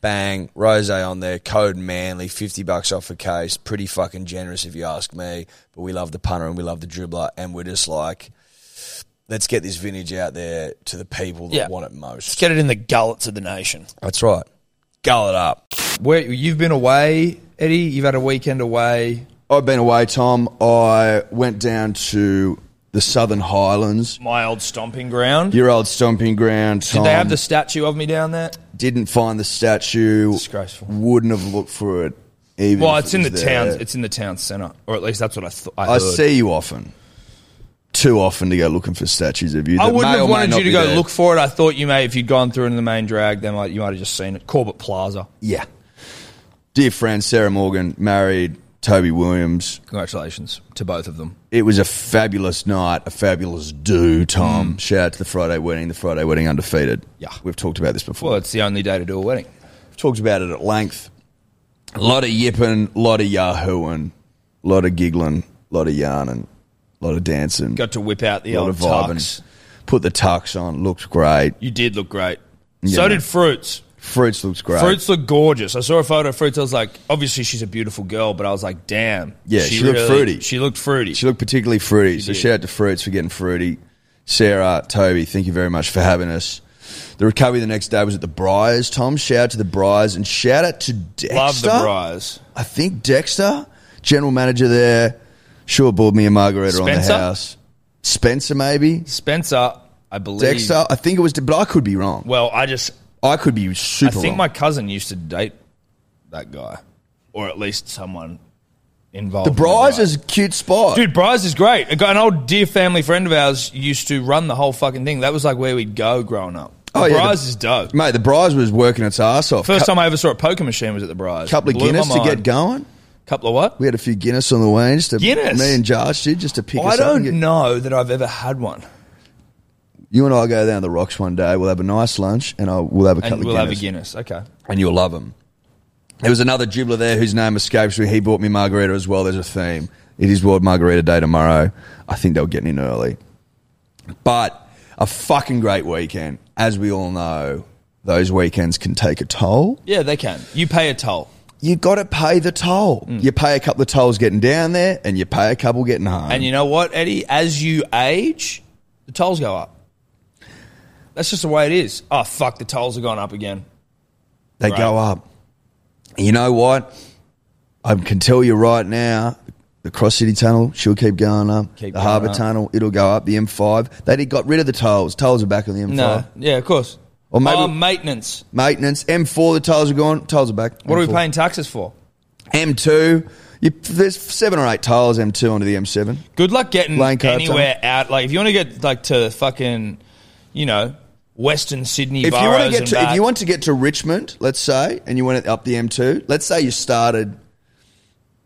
[SPEAKER 3] bang, rose on there, code Manly, fifty bucks off a case. Pretty fucking generous if you ask me. But we love the punter and we love the dribbler, and we're just like, let's get this vintage out there to the people that
[SPEAKER 2] Yeah.
[SPEAKER 3] want it most.
[SPEAKER 2] Get it in the gullets of the nation.
[SPEAKER 3] That's right. Gull it up.
[SPEAKER 2] Where you've been away, Eddie? You've had a weekend away.
[SPEAKER 3] I've been away, Tom. I went down to the Southern Highlands,
[SPEAKER 2] My old stomping ground.
[SPEAKER 3] your old stomping ground. Tom.
[SPEAKER 2] Did they have the statue of me down there?
[SPEAKER 3] Didn't find the statue.
[SPEAKER 2] Disgraceful.
[SPEAKER 3] Wouldn't have looked for it. Even
[SPEAKER 2] Well,
[SPEAKER 3] if
[SPEAKER 2] it's in the
[SPEAKER 3] it was there.
[SPEAKER 2] town. It's in the town centre, or at least that's what I thought. I,
[SPEAKER 3] I
[SPEAKER 2] heard.
[SPEAKER 3] see you often, too often, to go looking for statues of you.
[SPEAKER 2] I
[SPEAKER 3] that may
[SPEAKER 2] wouldn't
[SPEAKER 3] or
[SPEAKER 2] have
[SPEAKER 3] may
[SPEAKER 2] wanted
[SPEAKER 3] not
[SPEAKER 2] you to
[SPEAKER 3] be
[SPEAKER 2] go
[SPEAKER 3] there.
[SPEAKER 2] look for it. I thought you may, if you'd gone through into the main drag, then like, you might have just seen it. Corbett Plaza.
[SPEAKER 3] Yeah. Dear friend Sarah Morgan married Toby Williams.
[SPEAKER 2] Congratulations to both of them.
[SPEAKER 3] It was a fabulous night, a fabulous do, Tom. Shout out to the Friday wedding, the Friday wedding undefeated.
[SPEAKER 2] Mm. Yeah.
[SPEAKER 3] We've talked about this before.
[SPEAKER 2] Well, it's the only day to do a wedding.
[SPEAKER 3] talked about it at length. A lot of yipping, a lot of yahooing, a lot of giggling, a lot of yarning, a lot of dancing,
[SPEAKER 2] Got to whip out the
[SPEAKER 3] a lot
[SPEAKER 2] old
[SPEAKER 3] of vibing.
[SPEAKER 2] tux.
[SPEAKER 3] Put the tux on, looked great.
[SPEAKER 2] You did look great.
[SPEAKER 3] Yeah,
[SPEAKER 2] so
[SPEAKER 3] man.
[SPEAKER 2] did Fruits.
[SPEAKER 3] Fruits looked great.
[SPEAKER 2] Fruits looked gorgeous. I saw a photo of Fruits. I was like, obviously she's a beautiful girl, but I was like, damn.
[SPEAKER 3] Yeah, she looked fruity.
[SPEAKER 2] She looked fruity.
[SPEAKER 3] She looked particularly fruity. so
[SPEAKER 2] did.
[SPEAKER 3] shout out to Fruits for getting fruity. Sarah, Toby, thank you very much for having us. The recovery the next day was at the Briars. Tom, shout out to the Briars and shout out to Dexter.
[SPEAKER 2] Love the prize.
[SPEAKER 3] I think Dexter, general manager there, sure bought me a margarita on
[SPEAKER 2] Spencer?
[SPEAKER 3] the house. Spencer, maybe.
[SPEAKER 2] Spencer, I believe.
[SPEAKER 3] Dexter, I think it was, but I could be wrong.
[SPEAKER 2] Well, I just
[SPEAKER 3] I could be
[SPEAKER 2] I
[SPEAKER 3] super
[SPEAKER 2] think
[SPEAKER 3] wrong.
[SPEAKER 2] my cousin used to date that guy, or at least someone involved.
[SPEAKER 3] the
[SPEAKER 2] in
[SPEAKER 3] Briars
[SPEAKER 2] guy.
[SPEAKER 3] is a cute spot.
[SPEAKER 2] Oh, dude. Bryce is great. A guy, an old dear family friend of ours used to run the whole fucking thing. That was like where we'd go growing up.
[SPEAKER 3] Oh,
[SPEAKER 2] Oh,
[SPEAKER 3] yeah,
[SPEAKER 2] Bryce
[SPEAKER 3] the-
[SPEAKER 2] is dope.
[SPEAKER 3] Mate, the Briars was working its ass off.
[SPEAKER 2] First
[SPEAKER 3] Cou-
[SPEAKER 2] time I ever saw a poker machine was at the Bryce.
[SPEAKER 3] couple of
[SPEAKER 2] Blew my
[SPEAKER 3] Guinness to
[SPEAKER 2] mind.
[SPEAKER 3] get going.
[SPEAKER 2] Couple of what?
[SPEAKER 3] We had a few Guinness on the way. Just to,
[SPEAKER 2] Guinness?
[SPEAKER 3] Me and Josh did just to pick
[SPEAKER 2] I
[SPEAKER 3] us up. and
[SPEAKER 2] don't
[SPEAKER 3] get-
[SPEAKER 2] know that I've ever had one.
[SPEAKER 3] You and I go down to the rocks one day. We'll have a nice lunch and I'll, we'll have a couple
[SPEAKER 2] And we'll
[SPEAKER 3] of
[SPEAKER 2] have a
[SPEAKER 3] Guinness.
[SPEAKER 2] Guinness. Okay.
[SPEAKER 3] and you'll love them. There was another dribbler there whose name escapes me. He bought me margarita as well. There's a theme. It is World Margarita Day tomorrow. I think they'll get in early. But a fucking great weekend. As we all know, those weekends can take a toll.
[SPEAKER 2] Yeah, they can. You pay a toll.
[SPEAKER 3] You got to pay the toll. You pay a couple of tolls getting down there, and you pay a couple getting home.
[SPEAKER 2] And you know what, Eddie? As you age, the tolls go up. That's just the way it is. Oh fuck, the tolls have gone up again.
[SPEAKER 3] They
[SPEAKER 2] Right.
[SPEAKER 3] go up. And you know what? I can tell you right now, the Cross City Tunnel, she'll keep going up.
[SPEAKER 2] Keep
[SPEAKER 3] the
[SPEAKER 2] going
[SPEAKER 3] Harbour
[SPEAKER 2] up.
[SPEAKER 3] Tunnel, it'll go up. The M5, they did got rid of the tolls. Tolls are back on the M5.
[SPEAKER 2] No, yeah, of course.
[SPEAKER 3] Or maybe-
[SPEAKER 2] oh, maintenance.
[SPEAKER 3] Maintenance, M4, the tolls are gone. Tolls are back.
[SPEAKER 2] What are we
[SPEAKER 3] M4.
[SPEAKER 2] paying taxes for?
[SPEAKER 3] M2, You, there's seven or eight tiles M2 onto the M7.
[SPEAKER 2] Good luck getting
[SPEAKER 3] Lane cards,
[SPEAKER 2] anywhere out. Like if you want to get like to fucking, you know, Western Sydney.
[SPEAKER 3] If you want to
[SPEAKER 2] boroughs
[SPEAKER 3] get
[SPEAKER 2] and
[SPEAKER 3] to, if
[SPEAKER 2] back-
[SPEAKER 3] you want to get to Richmond, let's say, and you went up the M2, let's say you started,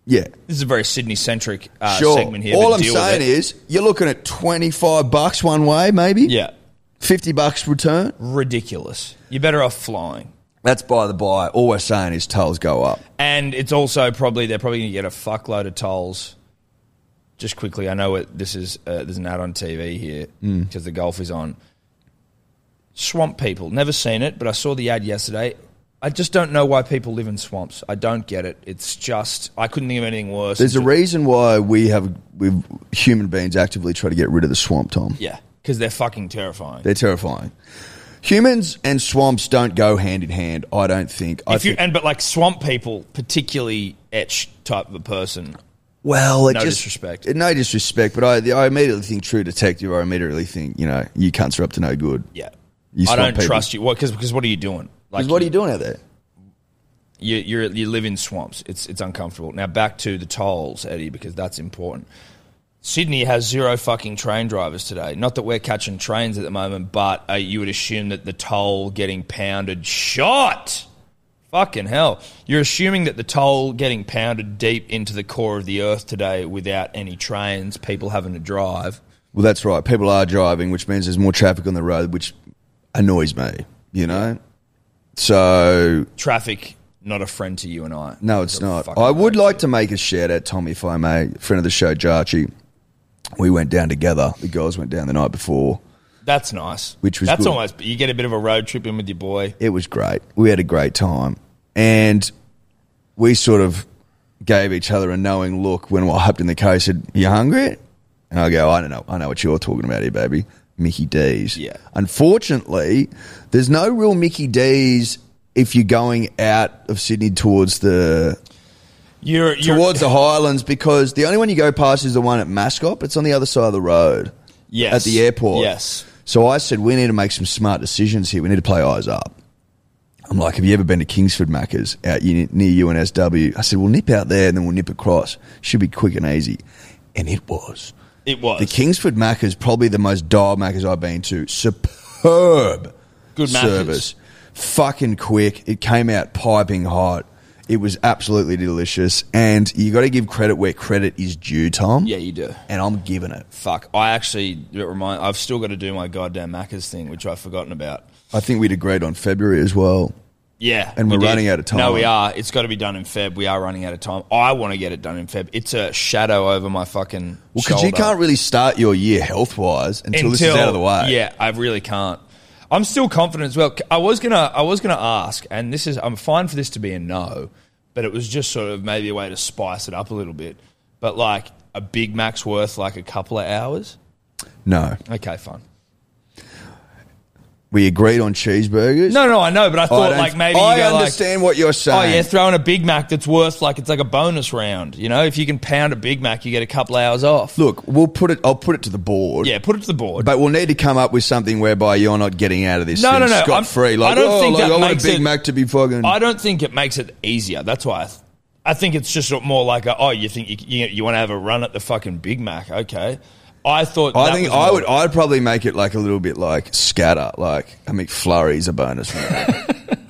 [SPEAKER 3] yeah,
[SPEAKER 2] this is a very Sydney centric uh,
[SPEAKER 3] sure.
[SPEAKER 2] segment here.
[SPEAKER 3] All
[SPEAKER 2] but
[SPEAKER 3] I'm
[SPEAKER 2] deal with
[SPEAKER 3] saying
[SPEAKER 2] it.
[SPEAKER 3] is you're looking at 25 bucks one way, maybe.
[SPEAKER 2] yeah,
[SPEAKER 3] 50 bucks return.
[SPEAKER 2] ridiculous. You're better off flying.
[SPEAKER 3] That's by the by. All we're saying is tolls go up.
[SPEAKER 2] And it's also probably they're probably going to get a fuckload of tolls. Just quickly, I know it, this is uh, there's an ad on TV here
[SPEAKER 3] Hmm.
[SPEAKER 2] because the golf is on. Swamp people, never seen it, but I saw the ad yesterday. I just don't know why people live in swamps. I don't get it. It's just I couldn't think of anything worse.
[SPEAKER 3] There's a reason why we have we human beings actively try to get rid of the swamp, Tom.
[SPEAKER 2] yeah, because they're fucking terrifying.
[SPEAKER 3] They're terrifying. Humans and swamps don't go hand in hand. I don't think. I
[SPEAKER 2] if you
[SPEAKER 3] think-
[SPEAKER 2] and but like swamp people, particularly etch type of a person.
[SPEAKER 3] well, it
[SPEAKER 2] no
[SPEAKER 3] just,
[SPEAKER 2] disrespect.
[SPEAKER 3] it- No disrespect, but I, the, I immediately think True Detective. I immediately think you know you cunts are up to no good.
[SPEAKER 2] Yeah,
[SPEAKER 3] You
[SPEAKER 2] I
[SPEAKER 3] swamp
[SPEAKER 2] don't
[SPEAKER 3] people.
[SPEAKER 2] trust you. What? Because what are you doing?
[SPEAKER 3] 'Cause what are you doing out there?
[SPEAKER 2] you you're, you live in swamps. It's it's uncomfortable. Now back to the tolls, Eddie, because that's important. Sydney has zero fucking train drivers today. Not that we're catching trains at the moment, but uh, you would assume that the toll getting pounded shot. Fucking hell. You're assuming that the toll getting pounded deep into the core of the earth today without any trains, people having to drive.
[SPEAKER 3] Well, that's right. People are driving, which means there's more traffic on the road, which annoys me. You know, so
[SPEAKER 2] Traffic, not a friend to you and I.
[SPEAKER 3] No, it's
[SPEAKER 2] Doesn't
[SPEAKER 3] not.
[SPEAKER 2] fucking
[SPEAKER 3] I would
[SPEAKER 2] matter.
[SPEAKER 3] like to make a shout out, Tommy, if I may, friend of the show, Jarchi. We went down together. The girls went down the night before.
[SPEAKER 2] That's nice.
[SPEAKER 3] Which was
[SPEAKER 2] that's
[SPEAKER 3] good.
[SPEAKER 2] almost you get a bit of a road trip in with your boy.
[SPEAKER 3] It was great. We had a great time. And we sort of gave each other a knowing look when we hopped in the car. He said, You hungry? And I go, I don't know. I know what you're talking about here, baby. Mickey D's.
[SPEAKER 2] Yeah.
[SPEAKER 3] Unfortunately, there's no real Mickey D's if you're going out of Sydney towards the
[SPEAKER 2] You're, you're
[SPEAKER 3] towards the Highlands because the only one you go past is the one at Mascot. It's on the other side of the road
[SPEAKER 2] Yes.
[SPEAKER 3] at the airport.
[SPEAKER 2] Yes.
[SPEAKER 3] So I said, we need to make some smart decisions here. We need to play eyes up. I'm like, have you ever been to Kingsford Macca's out u- near UNSW? I said, we'll nip out there and then we'll nip across. Should be quick and easy. And it was.
[SPEAKER 2] It was.
[SPEAKER 3] The Kingsford Macca's probably the most dial Macca's I've been to. Superb
[SPEAKER 2] Good Macca's.
[SPEAKER 3] service. Fucking quick. It came out piping hot. It was absolutely delicious. And you got to give credit where credit is due, Tom.
[SPEAKER 2] Yeah, you do.
[SPEAKER 3] And I'm giving it.
[SPEAKER 2] Fuck. I actually it remind. I've still got to do my goddamn Macca's thing, which I've forgotten about.
[SPEAKER 3] I think we'd agreed on February as well.
[SPEAKER 2] Yeah,
[SPEAKER 3] And
[SPEAKER 2] we
[SPEAKER 3] we're
[SPEAKER 2] did.
[SPEAKER 3] running out of time.
[SPEAKER 2] No, we are. It's got to be done in Feb. We are running out of time. I want to get it done in Feb. It's a shadow over my fucking.
[SPEAKER 3] Well, because you
[SPEAKER 2] shoulder.
[SPEAKER 3] can't really start your year health wise until, this is out of the way.
[SPEAKER 2] Yeah, I really can't. I'm still confident as well. I was gonna, I was gonna ask, and this is, I'm fine for this to be a no, but it was just sort of maybe a way to spice it up a little bit. But like a Big Mac's worth like a couple of hours.
[SPEAKER 3] No.
[SPEAKER 2] Okay, fine.
[SPEAKER 3] We agreed on cheeseburgers.
[SPEAKER 2] No, no, I know, but I
[SPEAKER 3] I
[SPEAKER 2] thought
[SPEAKER 3] don't-
[SPEAKER 2] like maybe
[SPEAKER 3] I
[SPEAKER 2] you go like,
[SPEAKER 3] understand what you're saying.
[SPEAKER 2] oh yeah, throwing a Big Mac that's worth like it's like a bonus round. You know, if you can pound a Big Mac, you get a couple hours off.
[SPEAKER 3] Look, we'll put it. I'll put it to the board.
[SPEAKER 2] Yeah, put it to the board.
[SPEAKER 3] But we'll need to come up with something whereby you're not getting out of this.
[SPEAKER 2] No,
[SPEAKER 3] thing
[SPEAKER 2] no, no, I'm-
[SPEAKER 3] Scot free. Like,
[SPEAKER 2] I don't
[SPEAKER 3] oh,
[SPEAKER 2] think
[SPEAKER 3] like,
[SPEAKER 2] that
[SPEAKER 3] I want a
[SPEAKER 2] makes
[SPEAKER 3] Big
[SPEAKER 2] it-
[SPEAKER 3] Mac to be fucking.
[SPEAKER 2] I don't think it makes it easier. That's why I, th- I think it's just more like, a, oh, you think you, you, you want to have a run at the fucking Big Mac? Okay. I thought.
[SPEAKER 3] I
[SPEAKER 2] that
[SPEAKER 3] think
[SPEAKER 2] was
[SPEAKER 3] I
[SPEAKER 2] more-
[SPEAKER 3] would. I'd probably make it like a little bit like scatter. Like a McFlurry's a bonus. round.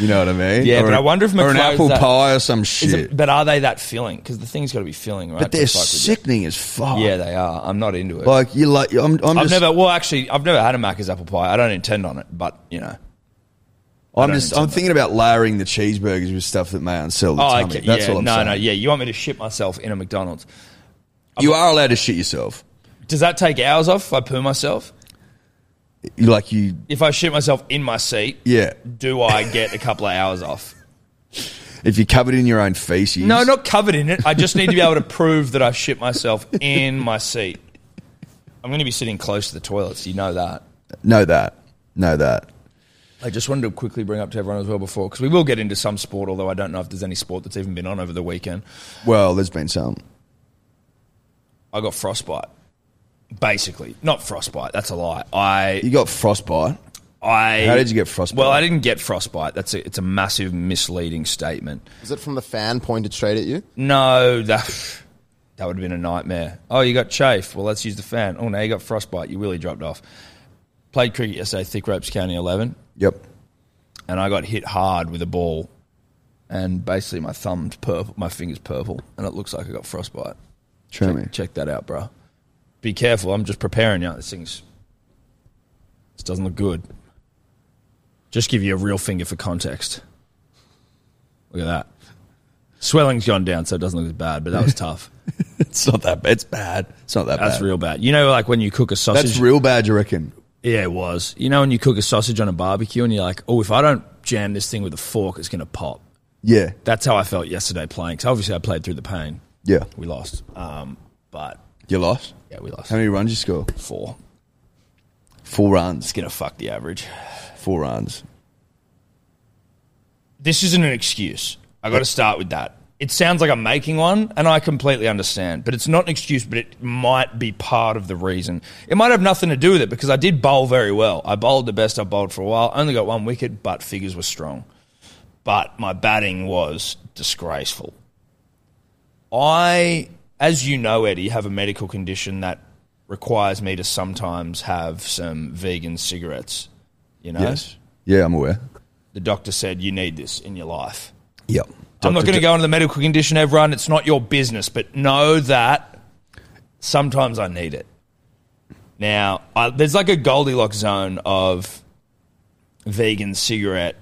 [SPEAKER 3] you know what I mean?
[SPEAKER 2] Yeah,
[SPEAKER 3] Or
[SPEAKER 2] but
[SPEAKER 3] a-
[SPEAKER 2] I wonder if
[SPEAKER 3] or an
[SPEAKER 2] McFlurry's
[SPEAKER 3] apple
[SPEAKER 2] that-
[SPEAKER 3] pie or some shit.
[SPEAKER 2] Is it- but are they that filling? Because the thing's got to be filling, right?
[SPEAKER 3] but
[SPEAKER 2] to
[SPEAKER 3] they're
[SPEAKER 2] fuck with you.
[SPEAKER 3] sickening as fuck.
[SPEAKER 2] Yeah, they are. I'm not into it.
[SPEAKER 3] Like you like. I'm. I'm
[SPEAKER 2] I've
[SPEAKER 3] just.
[SPEAKER 2] never. Well, actually, I've never had a Macca's apple pie. I don't intend on it, but you know.
[SPEAKER 3] I'm
[SPEAKER 2] don't
[SPEAKER 3] just.
[SPEAKER 2] intend
[SPEAKER 3] I'm thinking about layering the cheeseburgers with stuff that may unsell the
[SPEAKER 2] Oh,
[SPEAKER 3] tummy.
[SPEAKER 2] okay.
[SPEAKER 3] That's
[SPEAKER 2] yeah,
[SPEAKER 3] all I'm
[SPEAKER 2] no,
[SPEAKER 3] saying.
[SPEAKER 2] no, yeah. You want me to shit myself in a McDonald's?
[SPEAKER 3] You are allowed to shit yourself.
[SPEAKER 2] Does that take hours off if I poo myself?
[SPEAKER 3] You- Like you.
[SPEAKER 2] If I shit myself in my seat,
[SPEAKER 3] Yeah.
[SPEAKER 2] do I get a couple of hours off?
[SPEAKER 3] If you're covered in your own feces.
[SPEAKER 2] No, not covered in it. I just need to be able to prove that I shit myself in my seat. I'm going to be sitting close to the toilets. You know that.
[SPEAKER 3] Know that. Know that.
[SPEAKER 2] I just wanted to quickly bring up to everyone as well before, because we will get into some sport, although I don't know if there's any sport that's even been on over the weekend.
[SPEAKER 3] Well, there's been some.
[SPEAKER 2] I got frostbite, basically. Not frostbite, that's a lie. I
[SPEAKER 3] You got frostbite.
[SPEAKER 2] I
[SPEAKER 3] How did you get frostbite?
[SPEAKER 2] Well, I didn't get frostbite. That's a, it's a massive misleading statement.
[SPEAKER 4] Is it from the fan pointed straight at you?
[SPEAKER 2] No, Oh, that that would have been a nightmare. Oh, you got chafe. Well, let's use the fan. Oh, now you got frostbite. You really dropped off. Played cricket yesterday, Thick Ropes County 11,
[SPEAKER 3] Yep.
[SPEAKER 2] and I got hit hard with a ball, and basically my thumb's purple, my finger's purple, and it looks like I got frostbite.
[SPEAKER 3] Show me.
[SPEAKER 2] Check, check that out, bro. Be careful. I'm just preparing you. This thing's this doesn't look good. Just give you a real finger for context. Look at that. Swelling's gone down, so it doesn't look as bad. But that was tough.
[SPEAKER 3] It's not that bad. It's bad. It's not that
[SPEAKER 2] That's
[SPEAKER 3] bad.
[SPEAKER 2] real bad. You know, like when you cook a sausage.
[SPEAKER 3] That's real bad, you reckon?
[SPEAKER 2] Yeah, it was. You know, when you cook a sausage on a barbecue, and you're like, oh, if I don't jam this thing with a fork, it's gonna pop.
[SPEAKER 3] Yeah.
[SPEAKER 2] That's how I felt yesterday playing. Because obviously, I played through the pain.
[SPEAKER 3] Yeah.
[SPEAKER 2] We lost. Um, but
[SPEAKER 3] You lost?
[SPEAKER 2] yeah, we lost.
[SPEAKER 3] How many runs you score?
[SPEAKER 2] Four.
[SPEAKER 3] Four runs.
[SPEAKER 2] It's gonna fuck the average.
[SPEAKER 3] Four runs.
[SPEAKER 2] this isn't an excuse. I got to start with that. It sounds like I'm making one, and I completely understand, but it's not an excuse, but it might be part of the reason. It might have nothing to do with it because I did bowl very well. I bowled the best I've bowled for a while, only got one wicket, but figures were strong. But my batting was disgraceful. I, as you know, Eddie, have a medical condition that requires me to sometimes have some vegan cigarettes, you know?
[SPEAKER 3] Yes. Yeah, I'm aware.
[SPEAKER 2] the doctor said you need this in your life.
[SPEAKER 3] Yep.
[SPEAKER 2] I'm not going to go into the medical condition, everyone. It's not your business, but know that sometimes I need it. Now, I, there's like a Goldilocks zone of vegan cigarette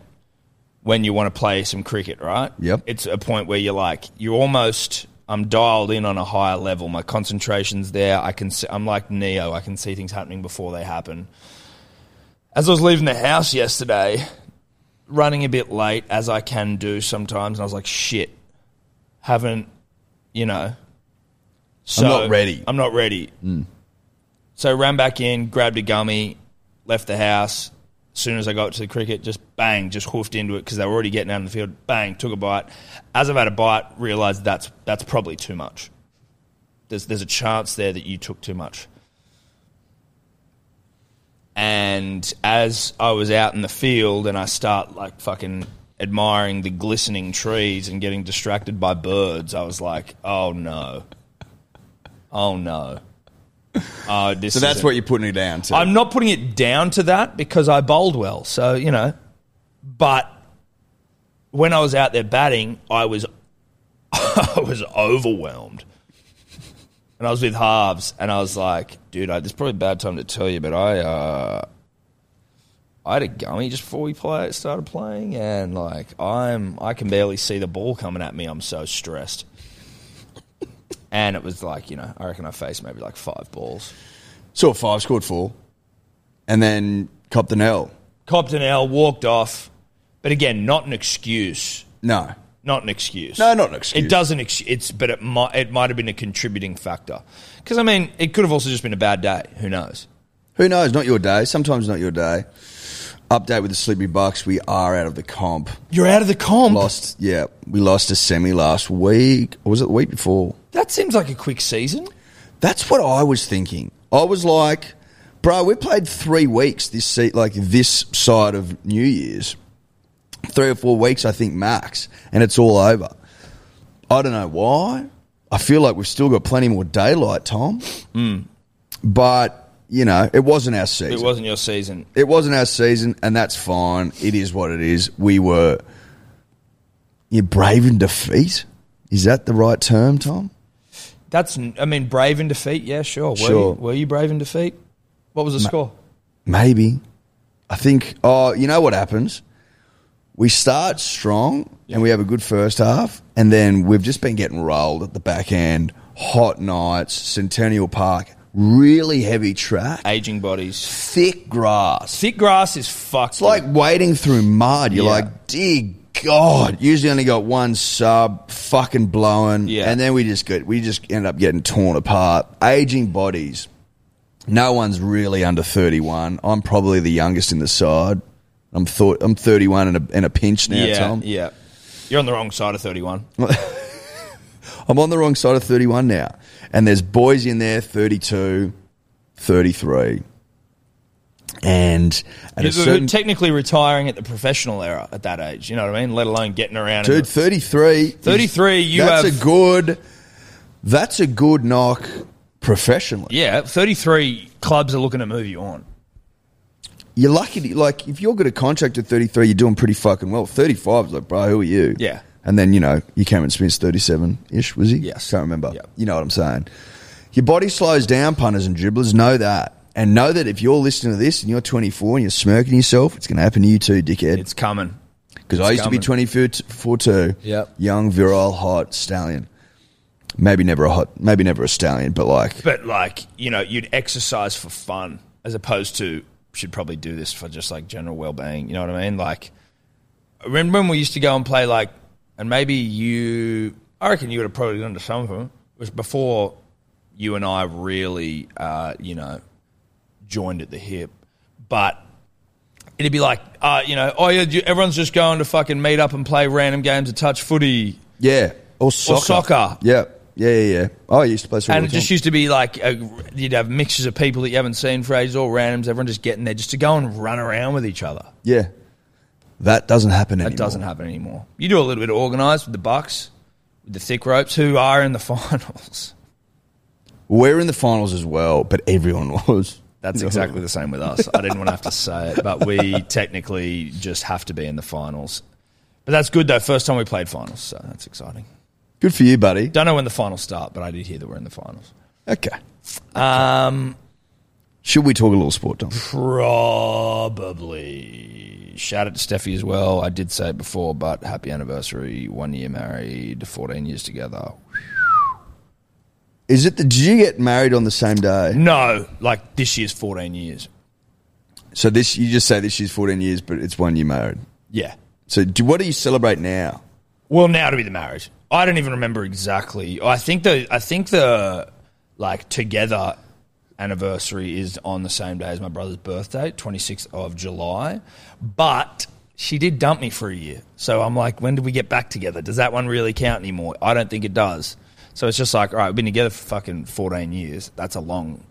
[SPEAKER 2] when you want to play some cricket, right?
[SPEAKER 3] Yep.
[SPEAKER 2] It's a point where you're like, you're almost, I'm dialed in on a higher level. My concentration's there. I can see, I'm like Neo. I can see things happening before they happen. As I was leaving the house yesterday, running a bit late as I can do sometimes, and I was like, shit, haven't, you know. So,
[SPEAKER 3] not ready.
[SPEAKER 2] I'm not ready. So ran back in, grabbed a gummy, left the house. As soon as I got to the cricket, just bang, just hoofed into it because they were already getting out in the field. Bang, took a bite. As I've had a bite, realised that's that's probably too much. There's there's a chance there that you took too much. And as I was out in the field and I start like fucking admiring the glistening trees and getting distracted by birds, I was like, oh no. Oh no. Oh, this
[SPEAKER 3] So that's
[SPEAKER 2] isn't-
[SPEAKER 3] what you're putting it down to.
[SPEAKER 2] I'm not putting it down to that because I bowled well. So, you know, but when I was out there batting, I was I was overwhelmed. And I was with halves and I was like, dude, I, this is probably a bad time to tell you, but I uh I had a gummy just before we play, started playing, and like I'm, I can barely see the ball coming at me. I'm so stressed, and it was like you know, I reckon I faced maybe like five balls.
[SPEAKER 3] Saw five, scored four, and then copped an L.
[SPEAKER 2] copped an L, walked off. But again, not an excuse.
[SPEAKER 3] No.
[SPEAKER 2] Not an excuse.
[SPEAKER 3] No, not an excuse.
[SPEAKER 2] It doesn't. Ex- it's but it might. It might have been a contributing factor. Because I mean, it could have also just been a bad day. Who knows?
[SPEAKER 3] Who knows? Not your day. Sometimes not your day. Update with the Sleepy Bucks. We are out of the comp.
[SPEAKER 2] You're out of the comp.
[SPEAKER 3] Lost. Yeah, we lost a semi last week. Or was it the week before?
[SPEAKER 2] That seems like a quick season.
[SPEAKER 3] That's what I was thinking. I was like, bro, we played three weeks this se- like this side of New Year's, three or four weeks, I think max, and it's all over. I don't know why. I feel like we've still got plenty more daylight, Tom.
[SPEAKER 5] Mm.
[SPEAKER 3] But you know, it wasn't our season.
[SPEAKER 2] It wasn't your season.
[SPEAKER 3] It wasn't our season, and that's fine. It is what it is. We were you're brave in defeat. Is that the right term, Tom?
[SPEAKER 2] That's. n- I mean, brave in defeat. Yeah, sure. Were
[SPEAKER 3] Sure.
[SPEAKER 2] You, were you brave in defeat? What was the score?
[SPEAKER 3] Maybe. I think. Oh, you know what happens? We start strong and we have a good first half, and then we've just been getting rolled at the back end. Hot nights, Centennial Park, really heavy track,
[SPEAKER 2] Aging bodies.
[SPEAKER 3] thick grass.
[SPEAKER 2] Thick grass is fucked.
[SPEAKER 3] It's like wading through mud. You're
[SPEAKER 2] Yeah.
[SPEAKER 3] like, dear God. Usually only got one sub, fucking blowing,
[SPEAKER 2] Yeah.
[SPEAKER 3] and then we just get we just end up getting torn apart. Aging bodies. No one's really under 31. I'm probably the youngest in the side. I'm thought I'm 31 and a, and a pinch now,
[SPEAKER 2] yeah,
[SPEAKER 3] Tom.
[SPEAKER 2] yeah. You're on the wrong side of thirty-one.
[SPEAKER 3] I'm on the wrong side of 31 now. And there's boys in there 32, 33. And at a
[SPEAKER 2] You're
[SPEAKER 3] certain
[SPEAKER 2] technically retiring at the professional era at that age. You know what I mean? Let alone getting around. in
[SPEAKER 3] dude,
[SPEAKER 2] the-
[SPEAKER 3] thirty three.
[SPEAKER 2] 33, you
[SPEAKER 3] that's
[SPEAKER 2] have-
[SPEAKER 3] a good. That's a good knock professionally.
[SPEAKER 2] yeah, thirty-three clubs are looking to move you on.
[SPEAKER 3] You're lucky. To, like if you're got a contract at thirty three, you're doing pretty fucking well. Thirty five is like, bro, who are you?
[SPEAKER 2] Yeah.
[SPEAKER 3] And then you know you came in Smith's thirty seven ish was he?
[SPEAKER 2] Yes.
[SPEAKER 3] Can't remember.
[SPEAKER 2] Yeah.
[SPEAKER 3] You know what I'm saying? Your body slows down, punters and dribblers. Know that. And know that if you're listening to this and you're 24 and you're smirking yourself, it's going to happen to you too, dickhead.
[SPEAKER 2] It's coming.
[SPEAKER 3] Because I used to be 24 t- four too.
[SPEAKER 2] Yep.
[SPEAKER 3] Young, virile, hot stallion. Maybe never a hot, maybe never a stallion, but like,
[SPEAKER 2] But like, you know, you'd exercise for fun as opposed to should probably do this for just like general well being. You know what I mean? Like, I remember when we used to go and play like, and maybe you, I reckon you would have probably gone to some of them. It was before you and I really, uh, you know, joined at the hip. But it'd be like, uh, you know, oh yeah, ju- everyone's just going to fucking meet up and play random games of touch footy.
[SPEAKER 3] yeah. Or soccer.
[SPEAKER 2] soccer.
[SPEAKER 3] Yeah. Yeah, yeah, yeah. Oh, I used to play soccer.
[SPEAKER 2] And
[SPEAKER 3] all
[SPEAKER 2] it
[SPEAKER 3] the
[SPEAKER 2] just
[SPEAKER 3] time.
[SPEAKER 2] used to be like a, you'd have mixes of people that you haven't seen for ages, all randoms, everyone just getting there just to go and run around with each other.
[SPEAKER 3] yeah. That doesn't happen
[SPEAKER 2] That
[SPEAKER 3] anymore.
[SPEAKER 2] doesn't happen anymore. You do a little bit of organised with the Bucks, with the thick ropes, who are in the finals.
[SPEAKER 3] We're in the finals as well, but everyone was.
[SPEAKER 2] That's
[SPEAKER 3] No.
[SPEAKER 2] exactly the same with us. I didn't want to have to say it, but we technically just have to be in the finals. But that's good though. First time we played finals, so that's exciting.
[SPEAKER 3] Good for you, buddy.
[SPEAKER 2] Don't know when the finals start, but I did hear that we're in the finals.
[SPEAKER 3] Okay.
[SPEAKER 2] Um,
[SPEAKER 3] Should we talk a little sport, Tom?
[SPEAKER 2] Probably. Shout out to Steffi as well. I did say it before, but happy anniversary. One year married, 14 years together.
[SPEAKER 3] Is it the, did you get married on the same day?
[SPEAKER 2] Uh, No, like this year's 14 years.
[SPEAKER 3] So this, you just say this year's 14 years, but it's one year married.
[SPEAKER 2] Yeah.
[SPEAKER 3] So do, what do you celebrate now?
[SPEAKER 2] Well, now to be the marriage. I don't even remember exactly. I think the, I think the, like, together anniversary is on the same day as my brother's birthday, 26th of July. But she did dump me for a year. So I'm like, when did we get back together? Does that one really count anymore? I don't think it does. So it's just like, all right, we've been together for fucking 14 years. That's a long,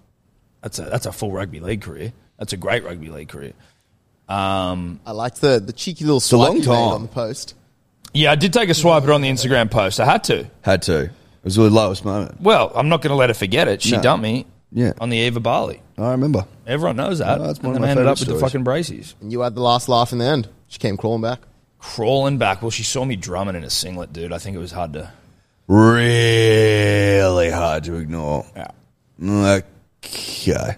[SPEAKER 2] that's a, that's a full rugby league career. That's a great rugby league career. Um,
[SPEAKER 4] I liked the, the cheeky little swipe
[SPEAKER 3] long
[SPEAKER 4] you made
[SPEAKER 3] time.
[SPEAKER 4] on the post.
[SPEAKER 2] Yeah, I did take a swipe at it on the Instagram post. I had to.
[SPEAKER 3] Had to. It was the lowest moment.
[SPEAKER 2] Well, I'm not going to let her forget it. She
[SPEAKER 3] No.
[SPEAKER 2] dumped me
[SPEAKER 3] Yeah.
[SPEAKER 2] on the eve of Bali.
[SPEAKER 3] I remember.
[SPEAKER 2] Everyone knows that.
[SPEAKER 3] No, that's one
[SPEAKER 2] and
[SPEAKER 3] of my
[SPEAKER 2] then I ended
[SPEAKER 3] favourite
[SPEAKER 2] up with the
[SPEAKER 3] stories.
[SPEAKER 2] fucking braces.
[SPEAKER 4] And you had the last laugh in the end. She came crawling back.
[SPEAKER 2] Crawling back. Well, she saw me drumming in a singlet, dude. I think it was hard to.
[SPEAKER 3] Really hard to ignore. Okay.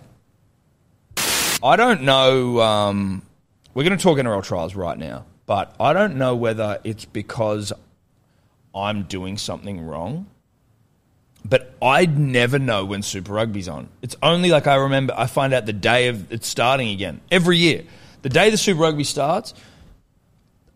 [SPEAKER 2] I don't know. Um, we're going to talk NRL trials right now, but I don't know whether it's because I'm doing something wrong. But I'd never know when Super Rugby's on. It's only like I remember. I find out the day of it's starting again every year. The day the Super Rugby starts,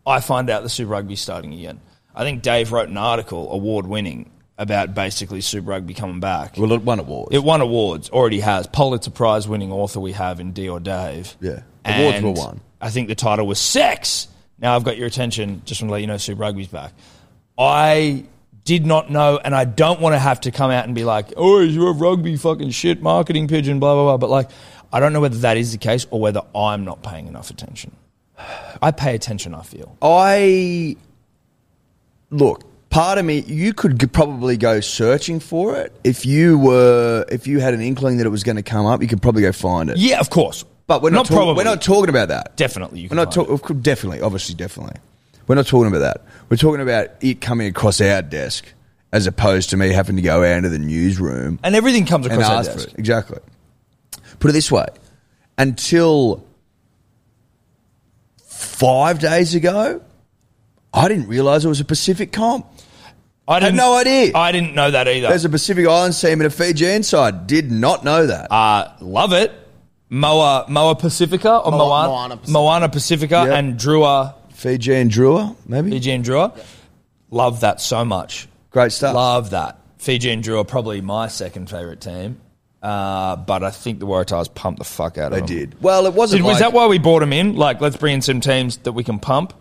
[SPEAKER 2] I find out the Super Rugby's starting again. I think Dave wrote an article, award winning, about basically Super Rugby coming back.
[SPEAKER 3] Well, it won awards.
[SPEAKER 2] It won awards, already has. Pulitzer Prize winning author we have in D or Dave.
[SPEAKER 3] Yeah. Awards
[SPEAKER 2] And
[SPEAKER 3] were won.
[SPEAKER 2] I think the title was Sex. Now I've got your attention. Just want to let you know Super Rugby's back. I did not know, and I don't want to have to come out and be like, oh, you're a rugby fucking shit marketing pigeon, blah, blah, blah. But like, I don't know whether that is the case or whether I'm not paying enough attention. I pay attention, I feel.
[SPEAKER 3] I look. Part of me, you could g- probably go searching for it if you were if you had an inkling that it was going to come up. You could probably go find it.
[SPEAKER 2] Yeah, of course.
[SPEAKER 3] But we're not, talk-
[SPEAKER 2] probably.
[SPEAKER 3] we're not talking about that.
[SPEAKER 2] Definitely, you
[SPEAKER 3] we're
[SPEAKER 2] can
[SPEAKER 3] not
[SPEAKER 2] find
[SPEAKER 3] talking. Definitely, obviously, definitely. We're not talking about that. We're talking about it coming across our desk as opposed to me having to go out into the newsroom
[SPEAKER 2] and everything comes
[SPEAKER 3] and
[SPEAKER 2] across our
[SPEAKER 3] ask
[SPEAKER 2] desk.
[SPEAKER 3] for it. Exactly. Put it this way: until five days ago, I didn't realize it was a Pacific comp.
[SPEAKER 2] I didn't,
[SPEAKER 3] no idea.
[SPEAKER 2] I didn't know that either.
[SPEAKER 3] There's a Pacific Islands team and a Fijian side. Did not know that.
[SPEAKER 2] Uh, love it. Moa Moa Pacifica or
[SPEAKER 4] Moa-
[SPEAKER 2] Moana,
[SPEAKER 4] Moana
[SPEAKER 2] Moana
[SPEAKER 4] Pacifica.
[SPEAKER 2] Pacifica,
[SPEAKER 3] Yep.
[SPEAKER 2] and Drua
[SPEAKER 3] Fiji and Drua, maybe.
[SPEAKER 2] Fiji and Drua. Love that so much.
[SPEAKER 3] Great stuff.
[SPEAKER 2] Love that. Fiji and Drua probably my second favorite team. Uh, but I think the Waratahs pumped the fuck out of
[SPEAKER 3] They
[SPEAKER 2] them.
[SPEAKER 3] did. Well, it wasn't.
[SPEAKER 2] Did- was
[SPEAKER 3] like-
[SPEAKER 2] that why we bought them in? Like, let's bring in some teams that we can pump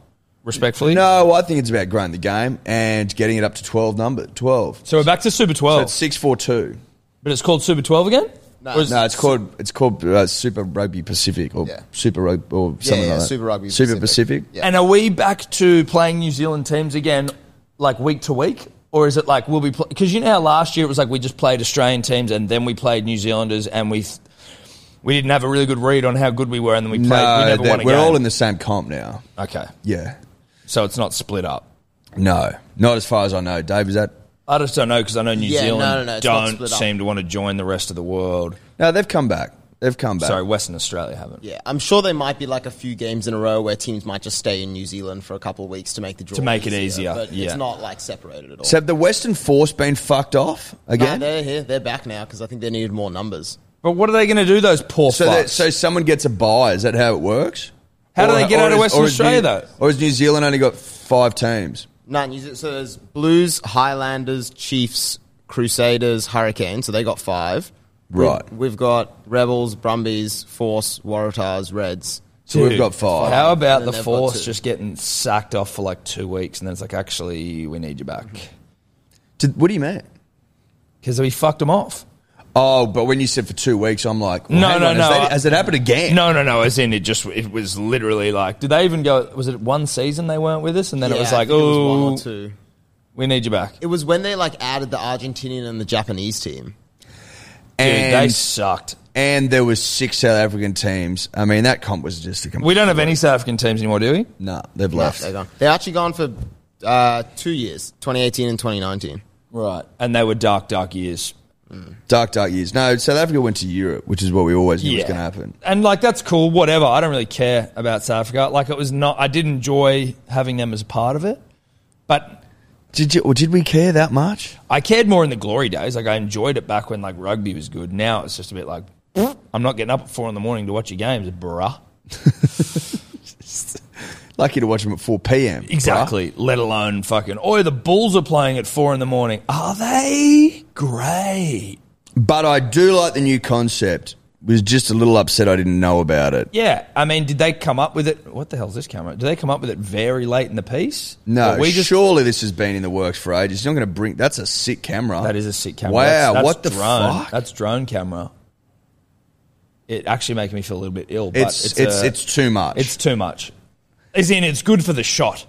[SPEAKER 2] respectfully.
[SPEAKER 3] No, I think it's about growing the game and getting it up to twelve number twelve.
[SPEAKER 2] So we're back to Super 12.
[SPEAKER 3] It's six four two.
[SPEAKER 2] but it's called Super 12 again?
[SPEAKER 4] No.
[SPEAKER 2] Or is-
[SPEAKER 3] No, it's called it's called uh, Super Rugby Pacific or
[SPEAKER 4] Yeah.
[SPEAKER 3] Super Rugby or something
[SPEAKER 4] yeah,
[SPEAKER 3] like that.
[SPEAKER 4] Super Rugby
[SPEAKER 3] Super
[SPEAKER 4] Pacific.
[SPEAKER 3] Pacific.
[SPEAKER 4] Yeah.
[SPEAKER 2] And are we back to playing New Zealand teams again, like week to week? Or is it like we'll be because you know how last year it was like we just played Australian teams and then we played New Zealanders and we th- we didn't have a really good read on how good we were and then we played. we
[SPEAKER 3] No,
[SPEAKER 2] never won
[SPEAKER 3] that-
[SPEAKER 2] a
[SPEAKER 3] we're
[SPEAKER 2] game.
[SPEAKER 3] all in the same comp now.
[SPEAKER 2] okay,
[SPEAKER 3] Yeah.
[SPEAKER 2] so it's not split up.
[SPEAKER 3] No, not as far as I know. Dave, is that?
[SPEAKER 2] I just don't know because I know New
[SPEAKER 4] Yeah, no,
[SPEAKER 2] Zealand
[SPEAKER 4] no, no, it's not
[SPEAKER 2] don't
[SPEAKER 4] split up.
[SPEAKER 2] seem to want to join the rest of the world.
[SPEAKER 3] No, they've come back. They've come back.
[SPEAKER 2] Sorry, Western Australia haven't
[SPEAKER 4] Yeah, I'm sure there might be like a few games in a row where teams might just stay in New Zealand for a couple of weeks to make the draw
[SPEAKER 2] To make it easier,
[SPEAKER 4] But
[SPEAKER 2] yeah.
[SPEAKER 4] it's not like separated at all.
[SPEAKER 3] So have the Western Force been fucked off
[SPEAKER 4] Nah,
[SPEAKER 3] again?
[SPEAKER 4] they're here. They're back now because I think they needed more numbers.
[SPEAKER 2] But what are they going to do? Those poor
[SPEAKER 3] so,
[SPEAKER 2] fucks.
[SPEAKER 3] that, so someone gets a buy. Is that how it works?
[SPEAKER 2] How do they get out of
[SPEAKER 3] is-
[SPEAKER 2] Western
[SPEAKER 3] is
[SPEAKER 2] Australia,
[SPEAKER 3] New-
[SPEAKER 2] though?
[SPEAKER 3] Or has New Zealand only got five teams?
[SPEAKER 4] No, New Ze- so there's Blues, Highlanders, Chiefs, Crusaders, Hurricanes. So they got five. We've-
[SPEAKER 3] Right.
[SPEAKER 4] We've, got Rebels, Brumbies, Force, Waratahs, Reds.
[SPEAKER 3] So we've got five.
[SPEAKER 2] How about
[SPEAKER 4] And
[SPEAKER 2] the
[SPEAKER 4] then they've got
[SPEAKER 2] force
[SPEAKER 4] two.
[SPEAKER 2] just getting sacked off for like two weeks, and then it's like, actually, we need you back
[SPEAKER 3] To- Mm-hmm. what do you mean?
[SPEAKER 2] because we fucked them off.
[SPEAKER 3] Oh, but when you said for two weeks, I'm like, well,
[SPEAKER 2] No,
[SPEAKER 3] hang
[SPEAKER 2] no,
[SPEAKER 3] on,
[SPEAKER 2] no,
[SPEAKER 3] Has, that,
[SPEAKER 2] I-
[SPEAKER 3] has it happened again?
[SPEAKER 2] No, no, no. As in, it just it was literally like, did they even go? Was it one season they weren't with us, and then it
[SPEAKER 4] Yeah,
[SPEAKER 2] was
[SPEAKER 4] I
[SPEAKER 2] like,
[SPEAKER 4] think it was one
[SPEAKER 2] oh,
[SPEAKER 4] or two.
[SPEAKER 2] we need you back.
[SPEAKER 4] It was when they like added the Argentinian and the Japanese team.
[SPEAKER 2] Dude, they
[SPEAKER 3] and,
[SPEAKER 2] sucked.
[SPEAKER 3] and there was six South African teams. I mean, that comp was just a complete.
[SPEAKER 2] We don't have any South African teams anymore, do we?
[SPEAKER 3] Nah, they've
[SPEAKER 4] No,
[SPEAKER 3] left.
[SPEAKER 4] they're gone. They're actually gone for uh, two years, 2018 and 2019.
[SPEAKER 2] Right. And they were dark, dark years.
[SPEAKER 3] Dark, dark years. No, South Africa went to Europe, which is what we always knew was
[SPEAKER 2] Yeah.
[SPEAKER 3] going to happen.
[SPEAKER 2] And like that's cool, whatever. I don't really care about South Africa. Like it was not. I did enjoy having them as a part of it, but
[SPEAKER 3] Did you? Or did we care that much?
[SPEAKER 2] I cared more in the glory days. Like I enjoyed it back when like rugby was good. Now it's just a bit like I'm not getting up at four in the morning to watch your games, bruh.
[SPEAKER 3] Lucky to watch them at 4 p.m.
[SPEAKER 2] Exactly. Let alone fucking. Oh, the Bulls are playing at four in the morning. Are they great?
[SPEAKER 3] But I do like the new concept. Was just a little upset I didn't know about it.
[SPEAKER 2] Yeah, I mean, did they come up with it? What the hell's this camera? Did they come up with it very late in the piece?
[SPEAKER 3] No,
[SPEAKER 2] Or we just
[SPEAKER 3] surely this has been in the works for ages. You're not going to bring. That's a sick camera.
[SPEAKER 2] that is a sick camera.
[SPEAKER 3] Wow,
[SPEAKER 2] That's- that's
[SPEAKER 3] what the
[SPEAKER 2] drone.
[SPEAKER 3] fuck?
[SPEAKER 2] That's drone camera. It actually making me feel a little bit ill. But
[SPEAKER 3] it's
[SPEAKER 2] it's
[SPEAKER 3] it's it's,
[SPEAKER 2] a-
[SPEAKER 3] too much.
[SPEAKER 2] It's too much. As in, it's good for the shot.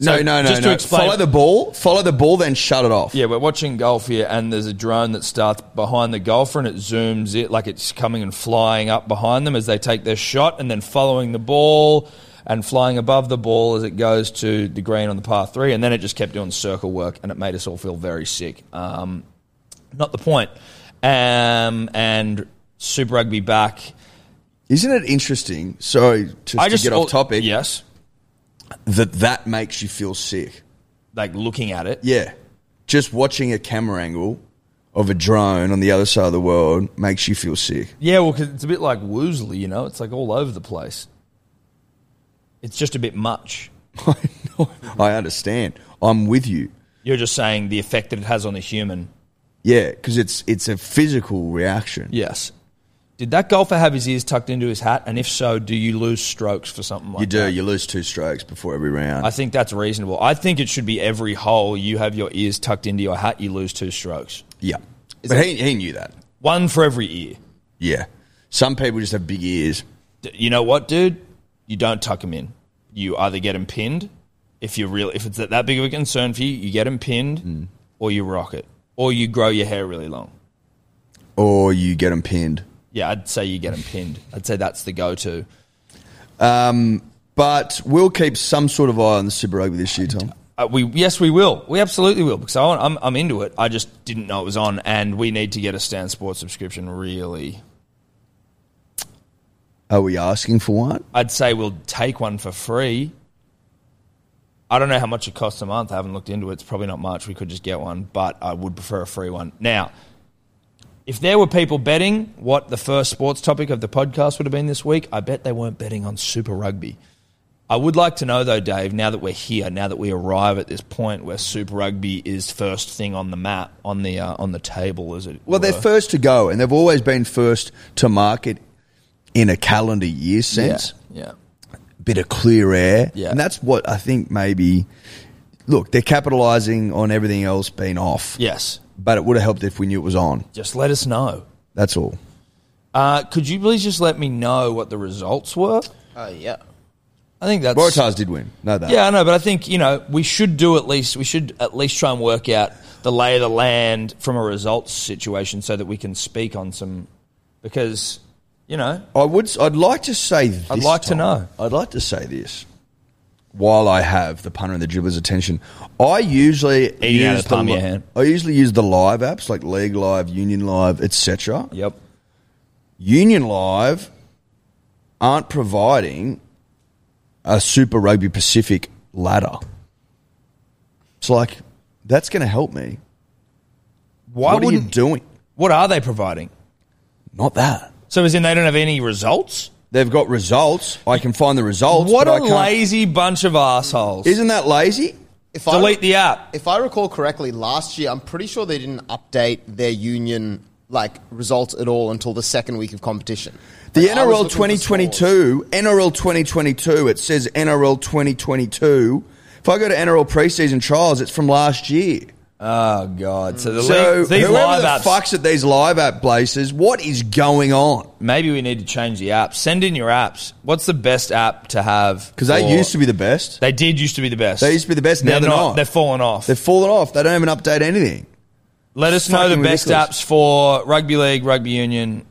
[SPEAKER 3] no,
[SPEAKER 2] So,
[SPEAKER 3] no, no,
[SPEAKER 2] just
[SPEAKER 3] no.
[SPEAKER 2] To explain,
[SPEAKER 3] follow the ball. Follow the ball, then shut it off.
[SPEAKER 2] yeah, we're watching golf here, and there's a drone that starts behind the golfer, and it zooms it like it's coming and flying up behind them as they take their shot, and then following the ball and flying above the ball as it goes to the green on the par three, and then it just kept doing circle work, and it made us all feel very sick. Um, not the point. Um, and Super Rugby back.
[SPEAKER 3] Isn't it interesting? Sorry, just
[SPEAKER 2] I
[SPEAKER 3] to
[SPEAKER 2] just
[SPEAKER 3] get off topic.
[SPEAKER 2] Yes,
[SPEAKER 3] That that makes you feel sick.
[SPEAKER 2] like looking at it.
[SPEAKER 3] Yeah. Just watching a camera angle of a drone on the other side of the world makes you feel sick.
[SPEAKER 2] Yeah, well, 'cause it's a bit like Woosley, you know. It's like all over the place. It's just a bit much.
[SPEAKER 3] I know. I understand. I'm with you.
[SPEAKER 2] You're just saying the effect that it has on the human.
[SPEAKER 3] Yeah, because it's it's a physical reaction.
[SPEAKER 2] Yes. Did that golfer have his ears tucked into his hat? And if so, do you lose strokes for something like
[SPEAKER 3] You do.
[SPEAKER 2] that?
[SPEAKER 3] You lose two strokes before every round.
[SPEAKER 2] I think that's reasonable. I think it should be every hole you have your ears tucked into your hat, you lose two strokes.
[SPEAKER 3] yeah, but he, he knew that.
[SPEAKER 2] One for every ear.
[SPEAKER 3] Yeah, some people just have big ears.
[SPEAKER 2] D- You know what, dude? You don't tuck them in. You either get them pinned, if you real, if it's that that big of a concern for you, you get them pinned,
[SPEAKER 3] Mm.
[SPEAKER 2] or you rock it, or you grow your hair really long.
[SPEAKER 3] or you get them pinned.
[SPEAKER 2] Yeah, I'd say you get them pinned. I'd say that's the go-to.
[SPEAKER 3] Um, But we'll keep some sort of eye on the Super Rugby this year, Tom.
[SPEAKER 2] Uh, we yes, we will. We absolutely will because I want, I'm I'm into it. I just didn't know it was on, and we need to get a Stan Sport subscription. Really,
[SPEAKER 3] Are we asking for one?
[SPEAKER 2] I'd say we'll take one for free. I don't know how much it costs a month. I haven't looked into it. It's probably not much. We could just get one, but I would prefer a free one. Now, if there were people betting what the first sports topic of the podcast would have been this week, I bet they weren't betting on Super Rugby. I would like to know, though, Dave, now that we're here, now that we arrive at this point where Super Rugby is first thing on the map, on the, uh, on the table, as it
[SPEAKER 3] Well, they're
[SPEAKER 2] were.
[SPEAKER 3] first to go, and they've always been first to market in a calendar year sense.
[SPEAKER 2] Yeah. yeah.
[SPEAKER 3] Bit of clear air,
[SPEAKER 2] Yeah.
[SPEAKER 3] and that's what I think. Maybe look, they're capitalising on everything else being off.
[SPEAKER 2] Yes.
[SPEAKER 3] But it would have helped if we knew it was on.
[SPEAKER 2] Just let us know.
[SPEAKER 3] That's all.
[SPEAKER 2] Uh, could you please just let me know what the results were?
[SPEAKER 6] Oh yeah.
[SPEAKER 2] I think that's
[SPEAKER 3] Waratahs did win. No, that.
[SPEAKER 2] Yeah, I know, but I think you know we should do at least we should at least try and work out the lay of the land from a results situation so that we can speak on some because you know
[SPEAKER 3] I would. I'd like to say. This
[SPEAKER 2] I'd like to
[SPEAKER 3] time.
[SPEAKER 2] know.
[SPEAKER 3] I'd like to say this. While I have the punter and the dribbler's attention, I usually
[SPEAKER 2] Eat it out of
[SPEAKER 3] use
[SPEAKER 2] the palm of
[SPEAKER 3] the
[SPEAKER 2] your
[SPEAKER 3] li-
[SPEAKER 2] hand.
[SPEAKER 3] I usually use the live apps like League Live, Union Live, etc.
[SPEAKER 2] yep
[SPEAKER 3] Union Live aren't providing a Super Rugby Pacific ladder. It's like that's going to help me.
[SPEAKER 2] why
[SPEAKER 3] what are you
[SPEAKER 2] wouldn't
[SPEAKER 3] doing?
[SPEAKER 2] what are they providing?
[SPEAKER 3] Not that.
[SPEAKER 2] So as in they don't have any results?
[SPEAKER 3] They've got results. I can find the results.
[SPEAKER 2] What
[SPEAKER 3] but
[SPEAKER 2] a
[SPEAKER 3] I can't-
[SPEAKER 2] lazy bunch of assholes!
[SPEAKER 3] Isn't that lazy?
[SPEAKER 4] If
[SPEAKER 2] Delete the app.
[SPEAKER 4] if I recall correctly, last year I'm pretty sure they didn't update their union like results at all until the second week of competition.
[SPEAKER 3] The
[SPEAKER 4] Like, I was
[SPEAKER 3] NRL
[SPEAKER 4] looking for scores.
[SPEAKER 3] 2022, NRL 2022, it says NRL 2022. If I go to NRL preseason trials, it's from last year.
[SPEAKER 2] Oh god! So the
[SPEAKER 3] So
[SPEAKER 2] link- these
[SPEAKER 3] whoever
[SPEAKER 2] live
[SPEAKER 3] the
[SPEAKER 2] apps.
[SPEAKER 3] fucks at these live app places, what is going on?
[SPEAKER 2] Maybe we need to change the app. Send in your apps. What's the best app to have?
[SPEAKER 3] Because they
[SPEAKER 2] for-
[SPEAKER 3] used to be the best.
[SPEAKER 2] They did used to be the best.
[SPEAKER 3] They used to be the best. Now
[SPEAKER 2] They're
[SPEAKER 3] they're
[SPEAKER 2] not.
[SPEAKER 3] not.
[SPEAKER 2] They've fallen off.
[SPEAKER 3] They've fallen off. They don't even update anything.
[SPEAKER 2] Let us know the
[SPEAKER 3] fucking
[SPEAKER 2] best
[SPEAKER 3] ridiculous.
[SPEAKER 2] apps for rugby league, rugby union.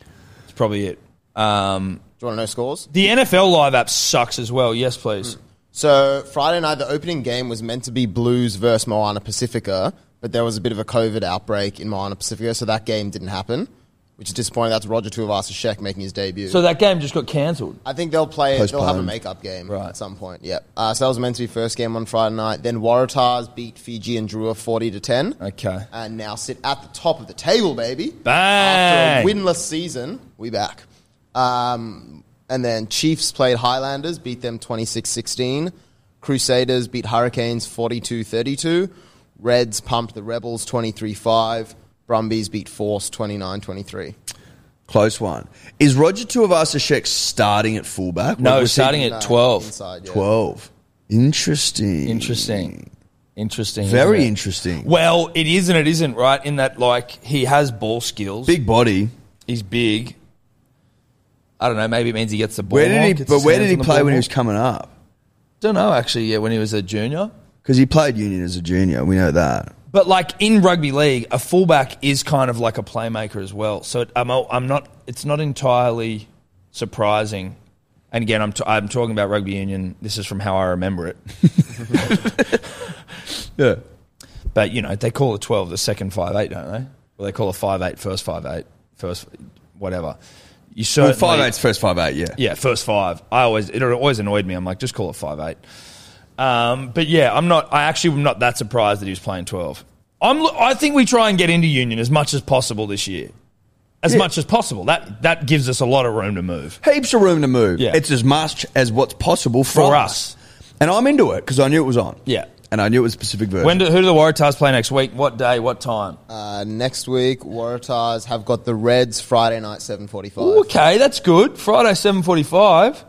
[SPEAKER 2] It's probably it. Um,
[SPEAKER 4] Do you want to know scores?
[SPEAKER 2] the NFL live app sucks as well. Yes, please.
[SPEAKER 4] Hmm. So Friday night, the opening game was meant to be Blues versus Moana Pacifica, but there was a bit of a COVID outbreak in Moana Pacifica, so that game didn't happen, which is disappointing. That's Roger Tuivasa-Sheck making his debut.
[SPEAKER 2] So that game just got cancelled.
[SPEAKER 4] I think they'll play. They'll have a
[SPEAKER 3] Postponed.
[SPEAKER 4] makeup game
[SPEAKER 2] Right.
[SPEAKER 4] at some point. Yep. Uh, so that was meant to be first game on Friday night. Then Waratahs beat Fiji and Drua forty to ten.
[SPEAKER 2] Okay.
[SPEAKER 4] And now sit at the top of the table, baby.
[SPEAKER 2] Bang!
[SPEAKER 4] After a winless season, we back. Um, and then Chiefs played Highlanders, beat them 26-16. Crusaders beat Hurricanes 42-32. Reds pumped the Rebels 23-5. Brumbies beat Force 29-23.
[SPEAKER 3] Close one. Is Roger Tuivasa-Sheck starting at fullback?
[SPEAKER 2] No,
[SPEAKER 3] Or was he
[SPEAKER 2] starting
[SPEAKER 4] No,
[SPEAKER 2] at twelve.
[SPEAKER 4] Inside, yeah.
[SPEAKER 3] 12. Interesting.
[SPEAKER 2] Interesting. Interesting.
[SPEAKER 3] Very
[SPEAKER 2] isn't it?
[SPEAKER 3] interesting.
[SPEAKER 2] Well, it is and it isn't right in that like he has ball skills.
[SPEAKER 3] Big body.
[SPEAKER 2] He's big. I don't know. Maybe it means he gets the ball.
[SPEAKER 3] Where
[SPEAKER 2] more,
[SPEAKER 3] did he?
[SPEAKER 2] gets
[SPEAKER 3] But
[SPEAKER 2] his
[SPEAKER 3] where
[SPEAKER 2] hands
[SPEAKER 3] did he
[SPEAKER 2] on the
[SPEAKER 3] play
[SPEAKER 2] ball
[SPEAKER 3] when he
[SPEAKER 2] more.
[SPEAKER 3] was coming up?
[SPEAKER 2] Don't know actually. Yeah, when he was a junior.
[SPEAKER 3] Because he played union as a junior. We know that.
[SPEAKER 2] But like in rugby league, a fullback is kind of like a playmaker as well. So it, I'm I'm not. It's not entirely surprising. And again, I'm t- I'm talking about rugby union. This is from how I remember it.
[SPEAKER 3] Yeah.
[SPEAKER 2] But you know, they call a twelve the second five eight, don't they? Well, they call a five eight first five eight first whatever. You
[SPEAKER 3] Well,
[SPEAKER 2] certainly
[SPEAKER 3] five eight's first five eight. Yeah.
[SPEAKER 2] yeah first five. I always it always annoyed me. I'm like, just call it five eight. Um, but yeah, I'm not. I actually am not that surprised that he was playing twelve. I'm. lo- I think we try and get into union as much as possible this year, as much as possible. That that gives us a lot of room to move.
[SPEAKER 3] Heaps of room to move.
[SPEAKER 2] Yeah.
[SPEAKER 3] It's as much as what's possible for,
[SPEAKER 2] For us.
[SPEAKER 3] us. And I'm into it because I knew it was on.
[SPEAKER 2] Yeah.
[SPEAKER 3] And I knew it was Pacific version.
[SPEAKER 2] When do, who do the Waratahs play next week? What day? What time?
[SPEAKER 4] Uh, next week, Waratahs have got the Reds Friday night, 7.45.
[SPEAKER 2] okay, that's good. Friday seven forty five.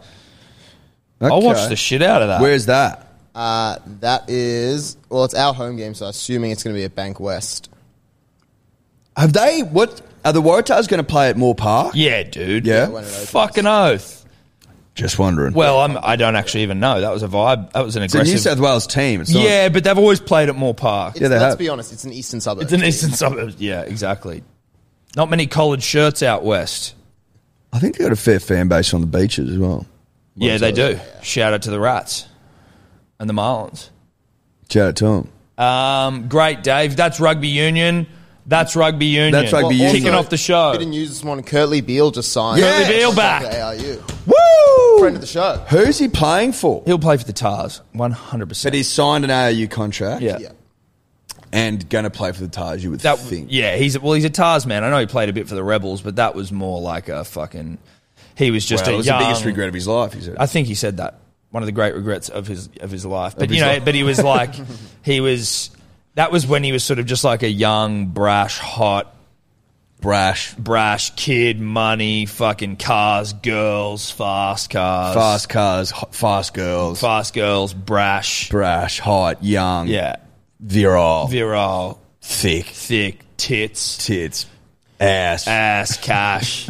[SPEAKER 2] I'll
[SPEAKER 3] Okay.
[SPEAKER 2] watch the shit out of that.
[SPEAKER 3] Where's that?
[SPEAKER 4] Uh, that is, well, it's our home game, so assuming it's going to be at Bank West.
[SPEAKER 3] Have they? What are the Waratahs going to play at Moore Park?
[SPEAKER 2] yeah, dude.
[SPEAKER 3] Yeah.
[SPEAKER 4] when it opens.
[SPEAKER 2] Fucking oath.
[SPEAKER 3] Just wondering.
[SPEAKER 2] Well, I'm, I don't actually even know. That was a vibe. That was an
[SPEAKER 3] it's a New
[SPEAKER 2] aggressive.
[SPEAKER 3] South Wales team. It's not-
[SPEAKER 2] yeah, but they've always played at Moore Park.
[SPEAKER 4] It's,
[SPEAKER 3] Yeah, they
[SPEAKER 4] let's
[SPEAKER 3] have.
[SPEAKER 4] be honest, it's an eastern suburb.
[SPEAKER 2] It's an eastern suburb. Yeah, exactly. Not many collared shirts out west.
[SPEAKER 3] I think they got a fair fan base on the beaches as well.
[SPEAKER 2] yeah, they do. Shout out to the Rats and the Marlins.
[SPEAKER 3] Shout out to them.
[SPEAKER 2] Um, great, Dave. That's rugby union. That's rugby union.
[SPEAKER 3] That's rugby
[SPEAKER 2] Kicking
[SPEAKER 3] union.
[SPEAKER 2] Kicking off the show.
[SPEAKER 4] Bit of news this morning, Curtly Beale just signed.
[SPEAKER 3] Yes! Curtly
[SPEAKER 2] Beale
[SPEAKER 4] Contract
[SPEAKER 2] back.
[SPEAKER 4] to ARU.
[SPEAKER 3] Woo!
[SPEAKER 4] Friend of the show.
[SPEAKER 3] Who's he playing for?
[SPEAKER 2] He'll play for the Tars, one hundred
[SPEAKER 3] But
[SPEAKER 2] percent.
[SPEAKER 3] he's signed an AAU contract.
[SPEAKER 2] Yeah.
[SPEAKER 4] Yeah.
[SPEAKER 3] and going to play for the Taj, you would
[SPEAKER 2] That
[SPEAKER 3] think.
[SPEAKER 2] yeah, he's well, he's a Tars man. I know he played a bit for the Rebels, but that was more like a fucking. He was just
[SPEAKER 3] Well,
[SPEAKER 2] a
[SPEAKER 3] it was
[SPEAKER 2] young.
[SPEAKER 3] the biggest regret of his life. He said.
[SPEAKER 2] I think he said that one of the great regrets of his of his life. But
[SPEAKER 3] Of
[SPEAKER 2] you
[SPEAKER 3] his
[SPEAKER 2] know,
[SPEAKER 3] life.
[SPEAKER 2] but he was like he was. That was when he was sort of just like a young, brash, hot,
[SPEAKER 3] brash,
[SPEAKER 2] brash kid. Money, fucking cars, girls, fast cars,
[SPEAKER 3] fast cars, ho- fast girls,
[SPEAKER 2] fast girls, brash,
[SPEAKER 3] brash, hot, young,
[SPEAKER 2] yeah,
[SPEAKER 3] virile,
[SPEAKER 2] virile,
[SPEAKER 3] thick
[SPEAKER 2] thick tits.
[SPEAKER 3] tits, Ass.
[SPEAKER 2] ass cash.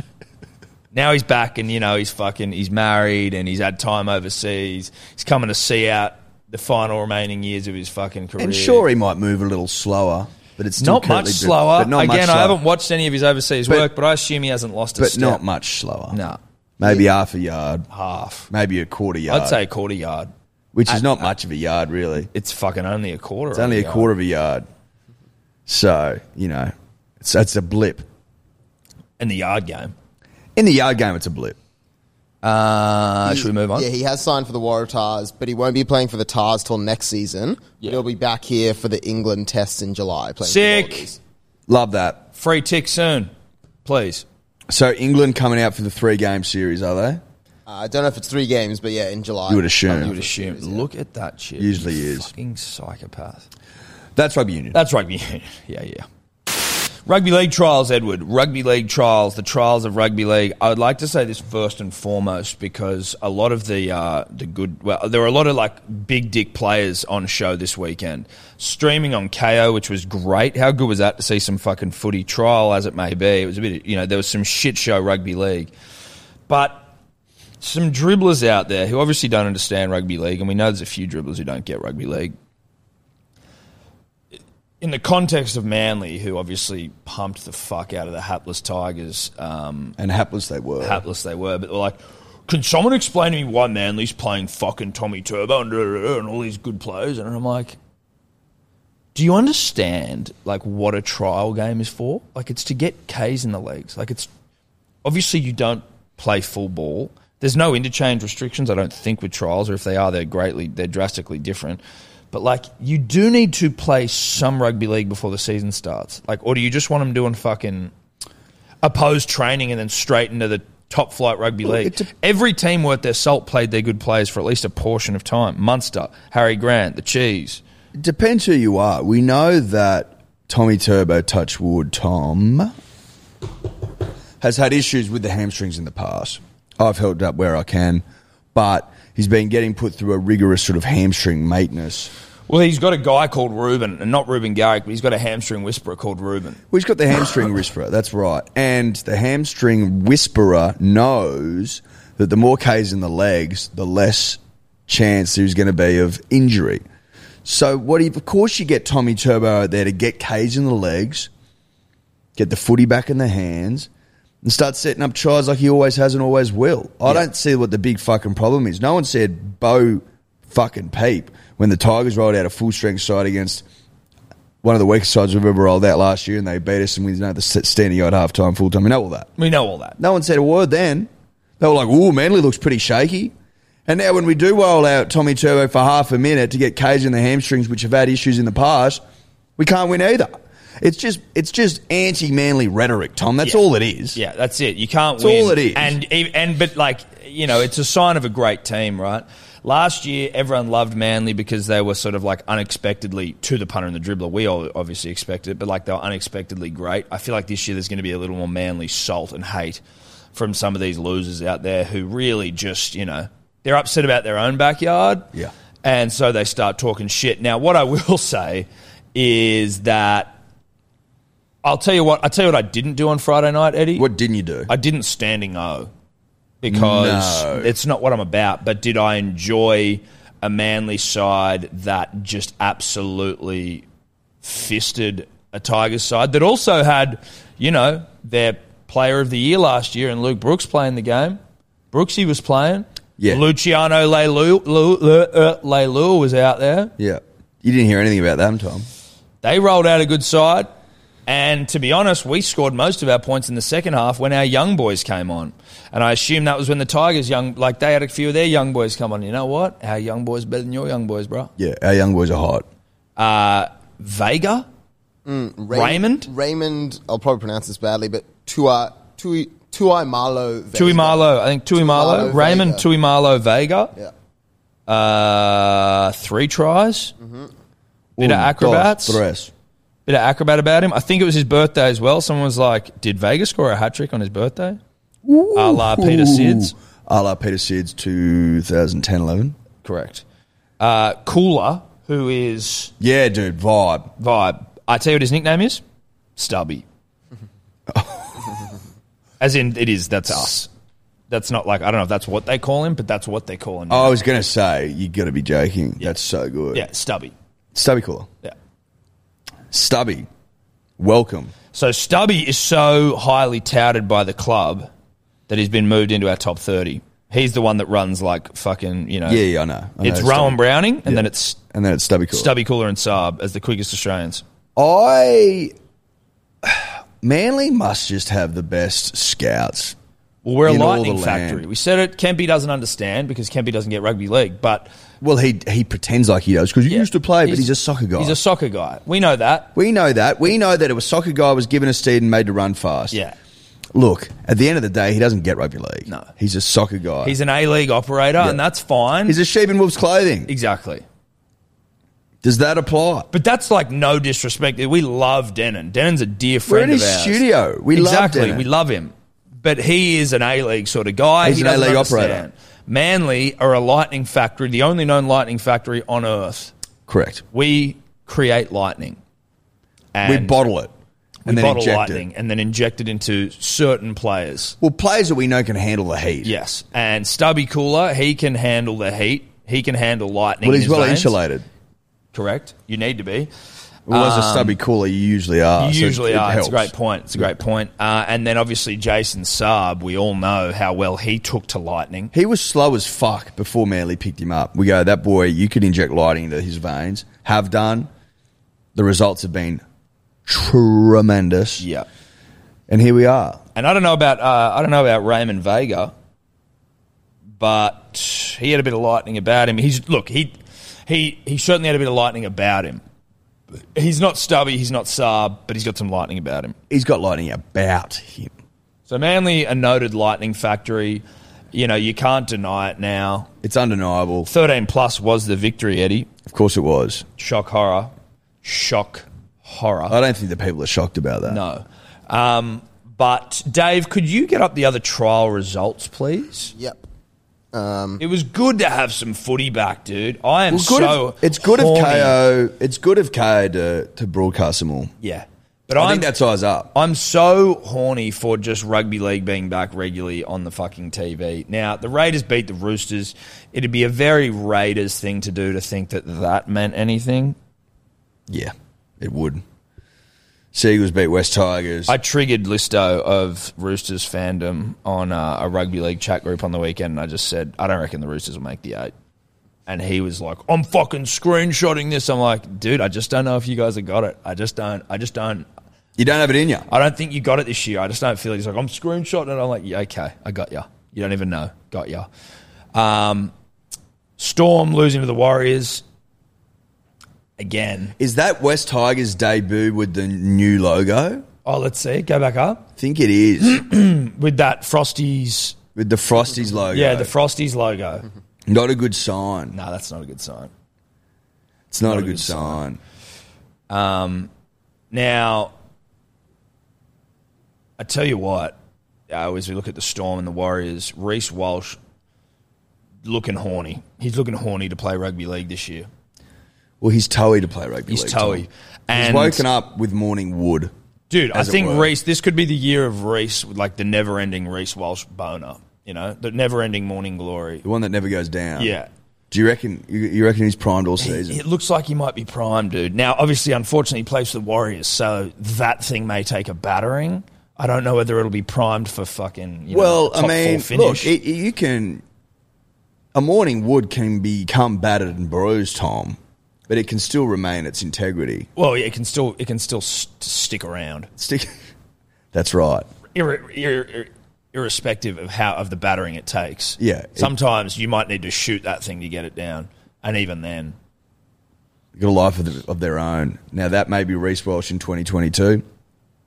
[SPEAKER 2] now he's back, and you know he's fucking. He's married, and he's had time overseas. He's coming to see out the final remaining years of his fucking career.
[SPEAKER 3] And sure, he might move a little slower, but it's still
[SPEAKER 2] not much
[SPEAKER 3] currently do-
[SPEAKER 2] slower.
[SPEAKER 3] But not
[SPEAKER 2] Again,
[SPEAKER 3] much
[SPEAKER 2] I
[SPEAKER 3] slower.
[SPEAKER 2] haven't watched any of his overseas
[SPEAKER 3] But-
[SPEAKER 2] work, but I assume he hasn't lost a
[SPEAKER 3] But
[SPEAKER 2] step.
[SPEAKER 3] not much slower.
[SPEAKER 2] No.
[SPEAKER 3] Maybe half a yard,
[SPEAKER 2] half.
[SPEAKER 3] maybe a quarter yard.
[SPEAKER 2] I'd say a quarter yard.
[SPEAKER 3] which is not much of a yard, really.
[SPEAKER 2] It's fucking only a quarter.
[SPEAKER 3] It's only a
[SPEAKER 2] yard.
[SPEAKER 3] quarter of a yard. So you know, it's it's a blip
[SPEAKER 2] in the yard game.
[SPEAKER 3] in the yard game. It's a blip.
[SPEAKER 2] Uh,
[SPEAKER 4] He-
[SPEAKER 2] should we move on?
[SPEAKER 4] Yeah, he has signed for the Waratahs, but he won't be playing for the Tars till next season. But
[SPEAKER 2] Yeah.
[SPEAKER 4] he'll be back here for the England Test in July. Playing for the
[SPEAKER 2] Sick.
[SPEAKER 4] Wallabies.
[SPEAKER 3] Love that.
[SPEAKER 2] Free tick soon, please.
[SPEAKER 3] So England coming out for the three game series, are they?
[SPEAKER 4] Uh, I don't know if it's three games, but yeah, in July. Um,
[SPEAKER 3] You would assume.
[SPEAKER 2] You would assume. Look at that shit.
[SPEAKER 3] Usually
[SPEAKER 2] You
[SPEAKER 3] is.
[SPEAKER 2] Fucking psychopath.
[SPEAKER 3] That's rugby union.
[SPEAKER 2] That's rugby. union. yeah, yeah. Rugby league trials, Edward. Rugby league trials, the trials of rugby league. I would like to say this first and foremost because a lot of the uh, the good, well, there were a lot of like big dick players on show this weekend. Streaming on KO, which was great. How good was that to see some fucking footy trial, as it may be? It was a bit, you know, there was some shit show rugby league, but some dribblers out there who obviously don't understand rugby league, and we know there's a few dribblers who don't get rugby league in the context of Manly, who obviously pumped the fuck out of the hapless Tigers, um,
[SPEAKER 3] and hapless they were.
[SPEAKER 2] hapless they were, but they were like, can someone explain to me why Manly's playing fucking Tommy Turbo and, da, da, da, and all these good players? And I'm like, do you understand like what a trial game is for? Like it's to get K's in the legs. Like it's obviously you don't play full ball. There's no interchange restrictions, I don't think, with trials, or if they are, they're greatly, they're drastically different. But like, you do need to play some rugby league before the season starts. Like, or do you just want them doing fucking opposed training and then straight into the top flight rugby league?
[SPEAKER 3] it dep-
[SPEAKER 2] Every team worth their salt played their good players for at least a portion of time. Munster, Harry Grant, the Cheese.
[SPEAKER 3] It depends who you are. We know that Tommy Turbo Touchwood Tom has had issues with the hamstrings in the past. I've helped up where I can, but he's been getting put through a rigorous sort of hamstring maintenance.
[SPEAKER 2] Well, he's got a guy called Ruben, and not Ruben Garrick, but he's got a hamstring whisperer called Ruben.
[SPEAKER 3] Well, he's got the hamstring whisperer. That's right. And the hamstring whisperer knows that the more K's in the legs, the less chance there's going to be of injury. So, what? If, of course, you get Tommy Turbo out there to get K's in the legs, get the footy back in the hands, and start setting up tries like he always has and always will. I don't see what the big fucking problem is. No one said Bo fucking peep when the Tigers rolled out a full strength side against one of the weakest sides we've ever rolled out last year, and they beat us, and we know the s- standing yard half time, full time. We know all that.
[SPEAKER 2] We know all that.
[SPEAKER 3] No one said a word then. They were like, "Ooh, Manly looks pretty shaky." And now, when we do roll out Tommy Turbo for half a minute to get Cage in the hamstrings, which have had issues in the past, we can't win either. It's just it's just anti-manly rhetoric, Tom. That's
[SPEAKER 2] Yeah.
[SPEAKER 3] all it is.
[SPEAKER 2] Yeah, that's it. You can't
[SPEAKER 3] That's
[SPEAKER 2] win.
[SPEAKER 3] all it is.
[SPEAKER 2] And and but like you know, it's a sign of a great team, right? Last year, everyone loved Manly because they were sort of like unexpectedly to the punter and the dribbler. We all obviously expected it, but like they were unexpectedly great. I feel like this year there's going to be a little more Manly salt and hate from some of these losers out there who really just you know they're upset about their own backyard.
[SPEAKER 3] Yeah.
[SPEAKER 2] And so they start talking shit. Now, what I will say is that I'll tell you what I'll tell you what I didn't do on Friday night, Eddie.
[SPEAKER 3] What didn't you do?
[SPEAKER 2] I didn't standing O because
[SPEAKER 3] No.
[SPEAKER 2] it's not what I'm about. But did I enjoy a manly side that just absolutely fisted a Tigers side that also had, you know, their player of the year last year and Luke Brooks playing the game? Brooksy was playing.
[SPEAKER 3] Yeah.
[SPEAKER 2] Luciano Leilua Lu- Lu- uh, Leilua was out there
[SPEAKER 3] yeah, you didn't hear anything about them, Tom.
[SPEAKER 2] they rolled out a good side. And to be honest, we scored most of our points in the second half when our young boys came on. And I assume that was when the Tigers young, like they had a few of their young boys come on. You know what? Our young boys better than your young boys, bro.
[SPEAKER 3] Yeah, our young boys are hot.
[SPEAKER 2] Uh, Vega,
[SPEAKER 4] Ray-
[SPEAKER 2] Raymond?
[SPEAKER 4] Raymond, I'll probably pronounce this badly, but Tua, Tui, Tuai Malo.
[SPEAKER 2] Tuimalo. I think Tuimalo,
[SPEAKER 4] Tuimalo,
[SPEAKER 2] Raymond
[SPEAKER 4] Vega.
[SPEAKER 2] Tuimalo Vega.
[SPEAKER 4] Yeah.
[SPEAKER 2] Uh, three tries, bit of
[SPEAKER 3] Un, dos,
[SPEAKER 2] acrobats,
[SPEAKER 3] tres.
[SPEAKER 2] bit of acrobat about him. I think it was his birthday as well. Someone was like, "Did Vega score a hat trick on his birthday?" A la Peter Sids.
[SPEAKER 3] Ooh. A la Peter Sids, 2010 11.
[SPEAKER 2] Correct. Uh, Cooler, who is
[SPEAKER 3] Yeah, dude, vibe.
[SPEAKER 2] Vibe. I tell you what his nickname is? Stubby. As in, it is. That's us. That's not like I don't know if that's what they call him, but that's what they call him.
[SPEAKER 3] I was going to say, you got to be joking. That's so good.
[SPEAKER 2] yeah, Stubby.
[SPEAKER 3] Stubby Cooler.
[SPEAKER 2] Yeah.
[SPEAKER 3] Stubby, welcome.
[SPEAKER 2] So Stubby is so highly touted by the club that he's been moved into our top thirty. He's the one that runs like fucking, you know.
[SPEAKER 3] Yeah, yeah, I know. I know
[SPEAKER 2] it's
[SPEAKER 3] Stubby.
[SPEAKER 2] Rowan Browning, and then it's
[SPEAKER 3] And then it's Stubby Cooler.
[SPEAKER 2] Stubby Cooler and Saab as the quickest Australians.
[SPEAKER 3] I. Manly must just have the best scouts.
[SPEAKER 2] Well, we're a
[SPEAKER 3] In all
[SPEAKER 2] lightning
[SPEAKER 3] the
[SPEAKER 2] factory.
[SPEAKER 3] land.
[SPEAKER 2] We said it. Kempy doesn't understand because Kempy doesn't get rugby league, but
[SPEAKER 3] Well, he he pretends like he does because you
[SPEAKER 2] Yeah.
[SPEAKER 3] used to play, but he's a soccer guy.
[SPEAKER 2] He's a soccer guy. We know that.
[SPEAKER 3] we know that. We know that it was soccer guy was given a steed and made to run fast.
[SPEAKER 2] Yeah.
[SPEAKER 3] Look, at the end of the day, he doesn't get rugby league.
[SPEAKER 2] No.
[SPEAKER 3] He's a soccer guy.
[SPEAKER 2] He's an A League operator, and that's fine.
[SPEAKER 3] He's a sheep in wolf's clothing.
[SPEAKER 2] exactly.
[SPEAKER 3] Does that apply?
[SPEAKER 2] But that's like no disrespect. We love Denon. Denon's a dear
[SPEAKER 3] We're in
[SPEAKER 2] friend
[SPEAKER 3] his
[SPEAKER 2] of ours.
[SPEAKER 3] studio. We
[SPEAKER 2] exactly.
[SPEAKER 3] love Denon.
[SPEAKER 2] We love him. But he is an A League sort of guy.
[SPEAKER 3] He's
[SPEAKER 2] He
[SPEAKER 3] an
[SPEAKER 2] doesn't
[SPEAKER 3] A-League operator.
[SPEAKER 2] understand. Manly are a lightning factory, the only known lightning factory on earth.
[SPEAKER 3] Correct.
[SPEAKER 2] We create lightning.
[SPEAKER 3] We
[SPEAKER 2] And
[SPEAKER 3] bottle it
[SPEAKER 2] we
[SPEAKER 3] and then
[SPEAKER 2] bottle
[SPEAKER 3] inject
[SPEAKER 2] lightning
[SPEAKER 3] it.
[SPEAKER 2] and then inject it into certain players.
[SPEAKER 3] Well, players that we know can handle the heat.
[SPEAKER 2] Yes, and Stubby Cooler, he can handle the heat. He can handle lightning.
[SPEAKER 3] Well,
[SPEAKER 2] in
[SPEAKER 3] he's
[SPEAKER 2] his
[SPEAKER 3] well
[SPEAKER 2] veins.
[SPEAKER 3] insulated.
[SPEAKER 2] Correct. You need to be.
[SPEAKER 3] Well, as a
[SPEAKER 2] Um,
[SPEAKER 3] stubby cooler, you usually are.
[SPEAKER 2] you
[SPEAKER 3] so
[SPEAKER 2] usually
[SPEAKER 3] it
[SPEAKER 2] are. It's a
[SPEAKER 3] helps.
[SPEAKER 2] great point. It's a great point. Uh, and then obviously Jason Saab, we all know how well he took to lightning.
[SPEAKER 3] He was slow as fuck before Manly picked him up. We go, that boy, you could inject lighting into his veins. Have done. The results have been tremendous.
[SPEAKER 2] Yeah.
[SPEAKER 3] And here we are.
[SPEAKER 2] And I don't know about uh, I don't know about Raymond Vega, but he had a bit of lightning about him. He's look he he he certainly had a bit of lightning about him. He's not stubby. He's not Saab, but he's got some lightning about him.
[SPEAKER 3] He's got lighting about him.
[SPEAKER 2] So Manly, a noted lightning factory. You know, you can't deny it now.
[SPEAKER 3] It's undeniable.
[SPEAKER 2] 13 plus was the victory, Eddie.
[SPEAKER 3] Of course it was.
[SPEAKER 2] Shock horror. Shock horror.
[SPEAKER 3] I don't think the people are shocked about that.
[SPEAKER 2] No. Um, but Dave, could you get up the other trial results, please?
[SPEAKER 4] Yep.
[SPEAKER 2] It was good to have some footy back, dude. I am
[SPEAKER 3] Well, good
[SPEAKER 2] so.
[SPEAKER 3] of, it's good
[SPEAKER 2] horny.
[SPEAKER 3] of KO. It's good of KO to, to broadcast them all.
[SPEAKER 2] Yeah, but
[SPEAKER 3] I
[SPEAKER 2] I'm,
[SPEAKER 3] think that's eyes up.
[SPEAKER 2] I'm so horny for just rugby league being back regularly on the fucking TV. Now, the Raiders beat the Roosters. It'd be a very Raiders thing to do to think that that meant anything.
[SPEAKER 3] Yeah, it would. Seagulls beat West Tigers.
[SPEAKER 2] I triggered Listo of Roosters fandom on uh, a rugby league chat group on the weekend, and I just said, I don't reckon the Roosters will make the eight. And he was like, I'm fucking screenshotting this. I'm like, dude, I just don't know if you guys have got it. I just don't. I just don't.
[SPEAKER 3] you don't have it in you.
[SPEAKER 2] I don't think you got it this year. I just don't feel it. He's like, I'm screenshotting it. I'm like, yeah, okay, I got ya. You don't even know. Got ya. Um, Storm losing to the Warriors again.
[SPEAKER 3] Is that West Tigers debut with the new logo?
[SPEAKER 2] Oh, let's see. Go back up
[SPEAKER 3] I think it is
[SPEAKER 2] with that Frosties.
[SPEAKER 3] with the Frosties logo.
[SPEAKER 2] Yeah, the Frosties logo.
[SPEAKER 3] not a good sign.
[SPEAKER 2] No, that's not a good sign.
[SPEAKER 3] It's not, a good, sign.
[SPEAKER 2] Um, Now, I tell you what, uh, as we look at the Storm and the Warriors, Reese Walsh looking horny. He's looking horny to play rugby league this year.
[SPEAKER 3] Well, he's toey to play rugby.
[SPEAKER 2] He's
[SPEAKER 3] league,
[SPEAKER 2] toey.
[SPEAKER 3] Tom.
[SPEAKER 2] And
[SPEAKER 3] he's woken up with morning wood.
[SPEAKER 2] Dude, I
[SPEAKER 3] as it
[SPEAKER 2] think
[SPEAKER 3] were.
[SPEAKER 2] Reese, this could be the year of Reese, with, like the never ending Reese Walsh boner, you know, the never ending morning glory.
[SPEAKER 3] The one that never goes down.
[SPEAKER 2] Yeah.
[SPEAKER 3] Do you reckon? You, you reckon he's primed all season?
[SPEAKER 2] It looks like he might be prime, dude. Now, obviously, unfortunately, he plays for the Warriors, so that thing may take a battering. I don't know whether it'll be primed for fucking. You know,
[SPEAKER 3] well,
[SPEAKER 2] top
[SPEAKER 3] I
[SPEAKER 2] four
[SPEAKER 3] mean, look,
[SPEAKER 2] finish.
[SPEAKER 3] it, you can. A morning wood can become battered and bruised, Tom, but it can still remain its integrity.
[SPEAKER 2] well, yeah, it can still it can still st- stick around,
[SPEAKER 3] Stick. That's right.
[SPEAKER 2] ir- ir- ir- irrespective of how of the battering it takes.
[SPEAKER 3] Yeah, it-
[SPEAKER 2] sometimes you might need to shoot that thing to get it down, and even then,
[SPEAKER 3] got a life of, the, of their own. Now that may be Reese Welsh in 2022.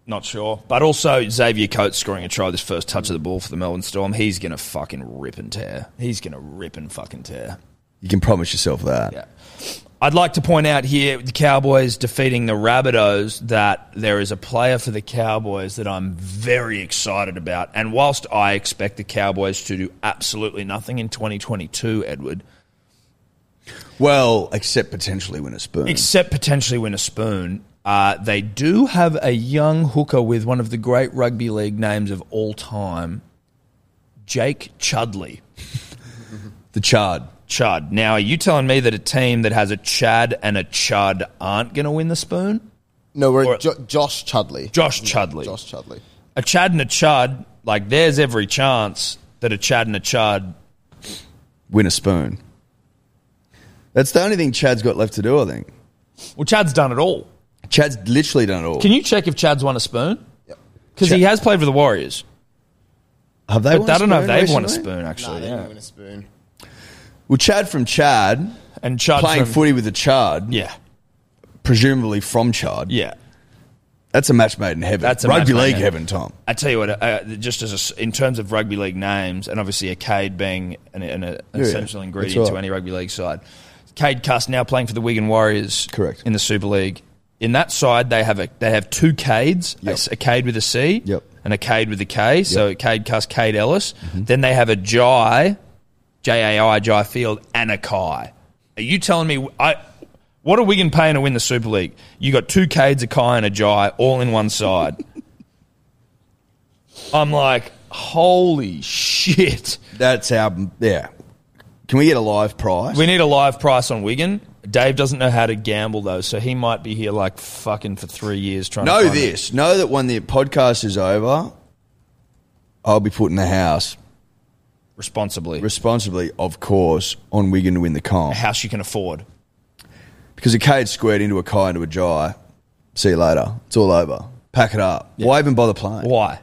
[SPEAKER 2] Not sure. But also Xavier Coates scoring a try this first touch of the ball for the Melbourne Storm. He's going to fucking rip and tear. He's going to rip and fucking tear.
[SPEAKER 3] You can promise yourself that.
[SPEAKER 2] Yeah. I'd like to point out here with the Cowboys defeating the Rabbitohs that there is a player for the Cowboys that I'm very excited about. And whilst I expect the Cowboys to do absolutely nothing in 2022, Edward,
[SPEAKER 3] Well, except potentially win a spoon.
[SPEAKER 2] except potentially win a spoon. Uh, they do have a young hooker with one of the great rugby league names of all time, Jake Chudley.
[SPEAKER 3] The Chard.
[SPEAKER 2] Chud. Now, are you telling me that a team that has a Chad and a Chud aren't going to win the spoon?
[SPEAKER 4] No, we're
[SPEAKER 2] Or-
[SPEAKER 4] at jo- Josh Chudley.
[SPEAKER 2] Josh Chudley.
[SPEAKER 4] Josh Chudley.
[SPEAKER 2] a Chad and a Chud, like there's every chance that a Chad and a Chud.
[SPEAKER 3] Win a spoon. That's the only thing Chad's got left to do, I think.
[SPEAKER 2] Well, Chad's done it all.
[SPEAKER 3] Chad's literally done it all.
[SPEAKER 2] Can you check if Chad's won a spoon?
[SPEAKER 4] Yep.
[SPEAKER 2] Because he has played for the Warriors.
[SPEAKER 3] Have they
[SPEAKER 2] But
[SPEAKER 3] I
[SPEAKER 2] I don't know if they've won a spoon,
[SPEAKER 4] Nah,
[SPEAKER 2] actually.
[SPEAKER 4] they
[SPEAKER 2] yeah.
[SPEAKER 4] didn't win a spoon.
[SPEAKER 3] Well, Chad from Chad,
[SPEAKER 2] And Chud
[SPEAKER 3] playing
[SPEAKER 2] from-
[SPEAKER 3] footy with a Chad,
[SPEAKER 2] Yeah.
[SPEAKER 3] presumably from Chad.
[SPEAKER 2] Yeah.
[SPEAKER 3] That's a match made in heaven.
[SPEAKER 2] That's a match
[SPEAKER 3] Rugby
[SPEAKER 2] made in
[SPEAKER 3] league
[SPEAKER 2] heaven.
[SPEAKER 3] heaven, Tom.
[SPEAKER 2] I tell you what, uh, just as a s in terms of rugby league names, and obviously a Cade being an, an, an
[SPEAKER 3] yeah.
[SPEAKER 2] essential
[SPEAKER 3] That's
[SPEAKER 2] ingredient to
[SPEAKER 3] right.
[SPEAKER 2] any rugby league side. Cade Cuss now playing for the Wigan Warriors,
[SPEAKER 3] Correct.
[SPEAKER 2] in the Super League. In that side, they have a they have two Cades, a
[SPEAKER 3] Yep.
[SPEAKER 2] s- a, Cade with a C,
[SPEAKER 3] Yep. Mm-hmm.
[SPEAKER 2] and a Cade with a K. So Cade Cuss, Cade Ellis. Then they have a Jai, J A I Jai Field, and a Kai. Are you telling me I? What are Wigan paying to win the Super League? You got two Cades, a Kai, and a Jai, all in one side. I'm like, holy shit.
[SPEAKER 3] That's how. Yeah. Can we get a live prize?
[SPEAKER 2] We need a live price on Wigan. Dave doesn't know how to gamble though, so he might be here like fucking for three years trying to
[SPEAKER 3] know
[SPEAKER 2] find it.
[SPEAKER 3] this. Know that when the podcast is over, I'll be put in the house
[SPEAKER 2] responsibly.
[SPEAKER 3] responsibly, of course, on Wigan to win the comp
[SPEAKER 2] a house you can afford.
[SPEAKER 3] because a Cade squared into a Kai into a Jai. See you later. It's all over. Pack it up. Why even bother playing?
[SPEAKER 2] Why?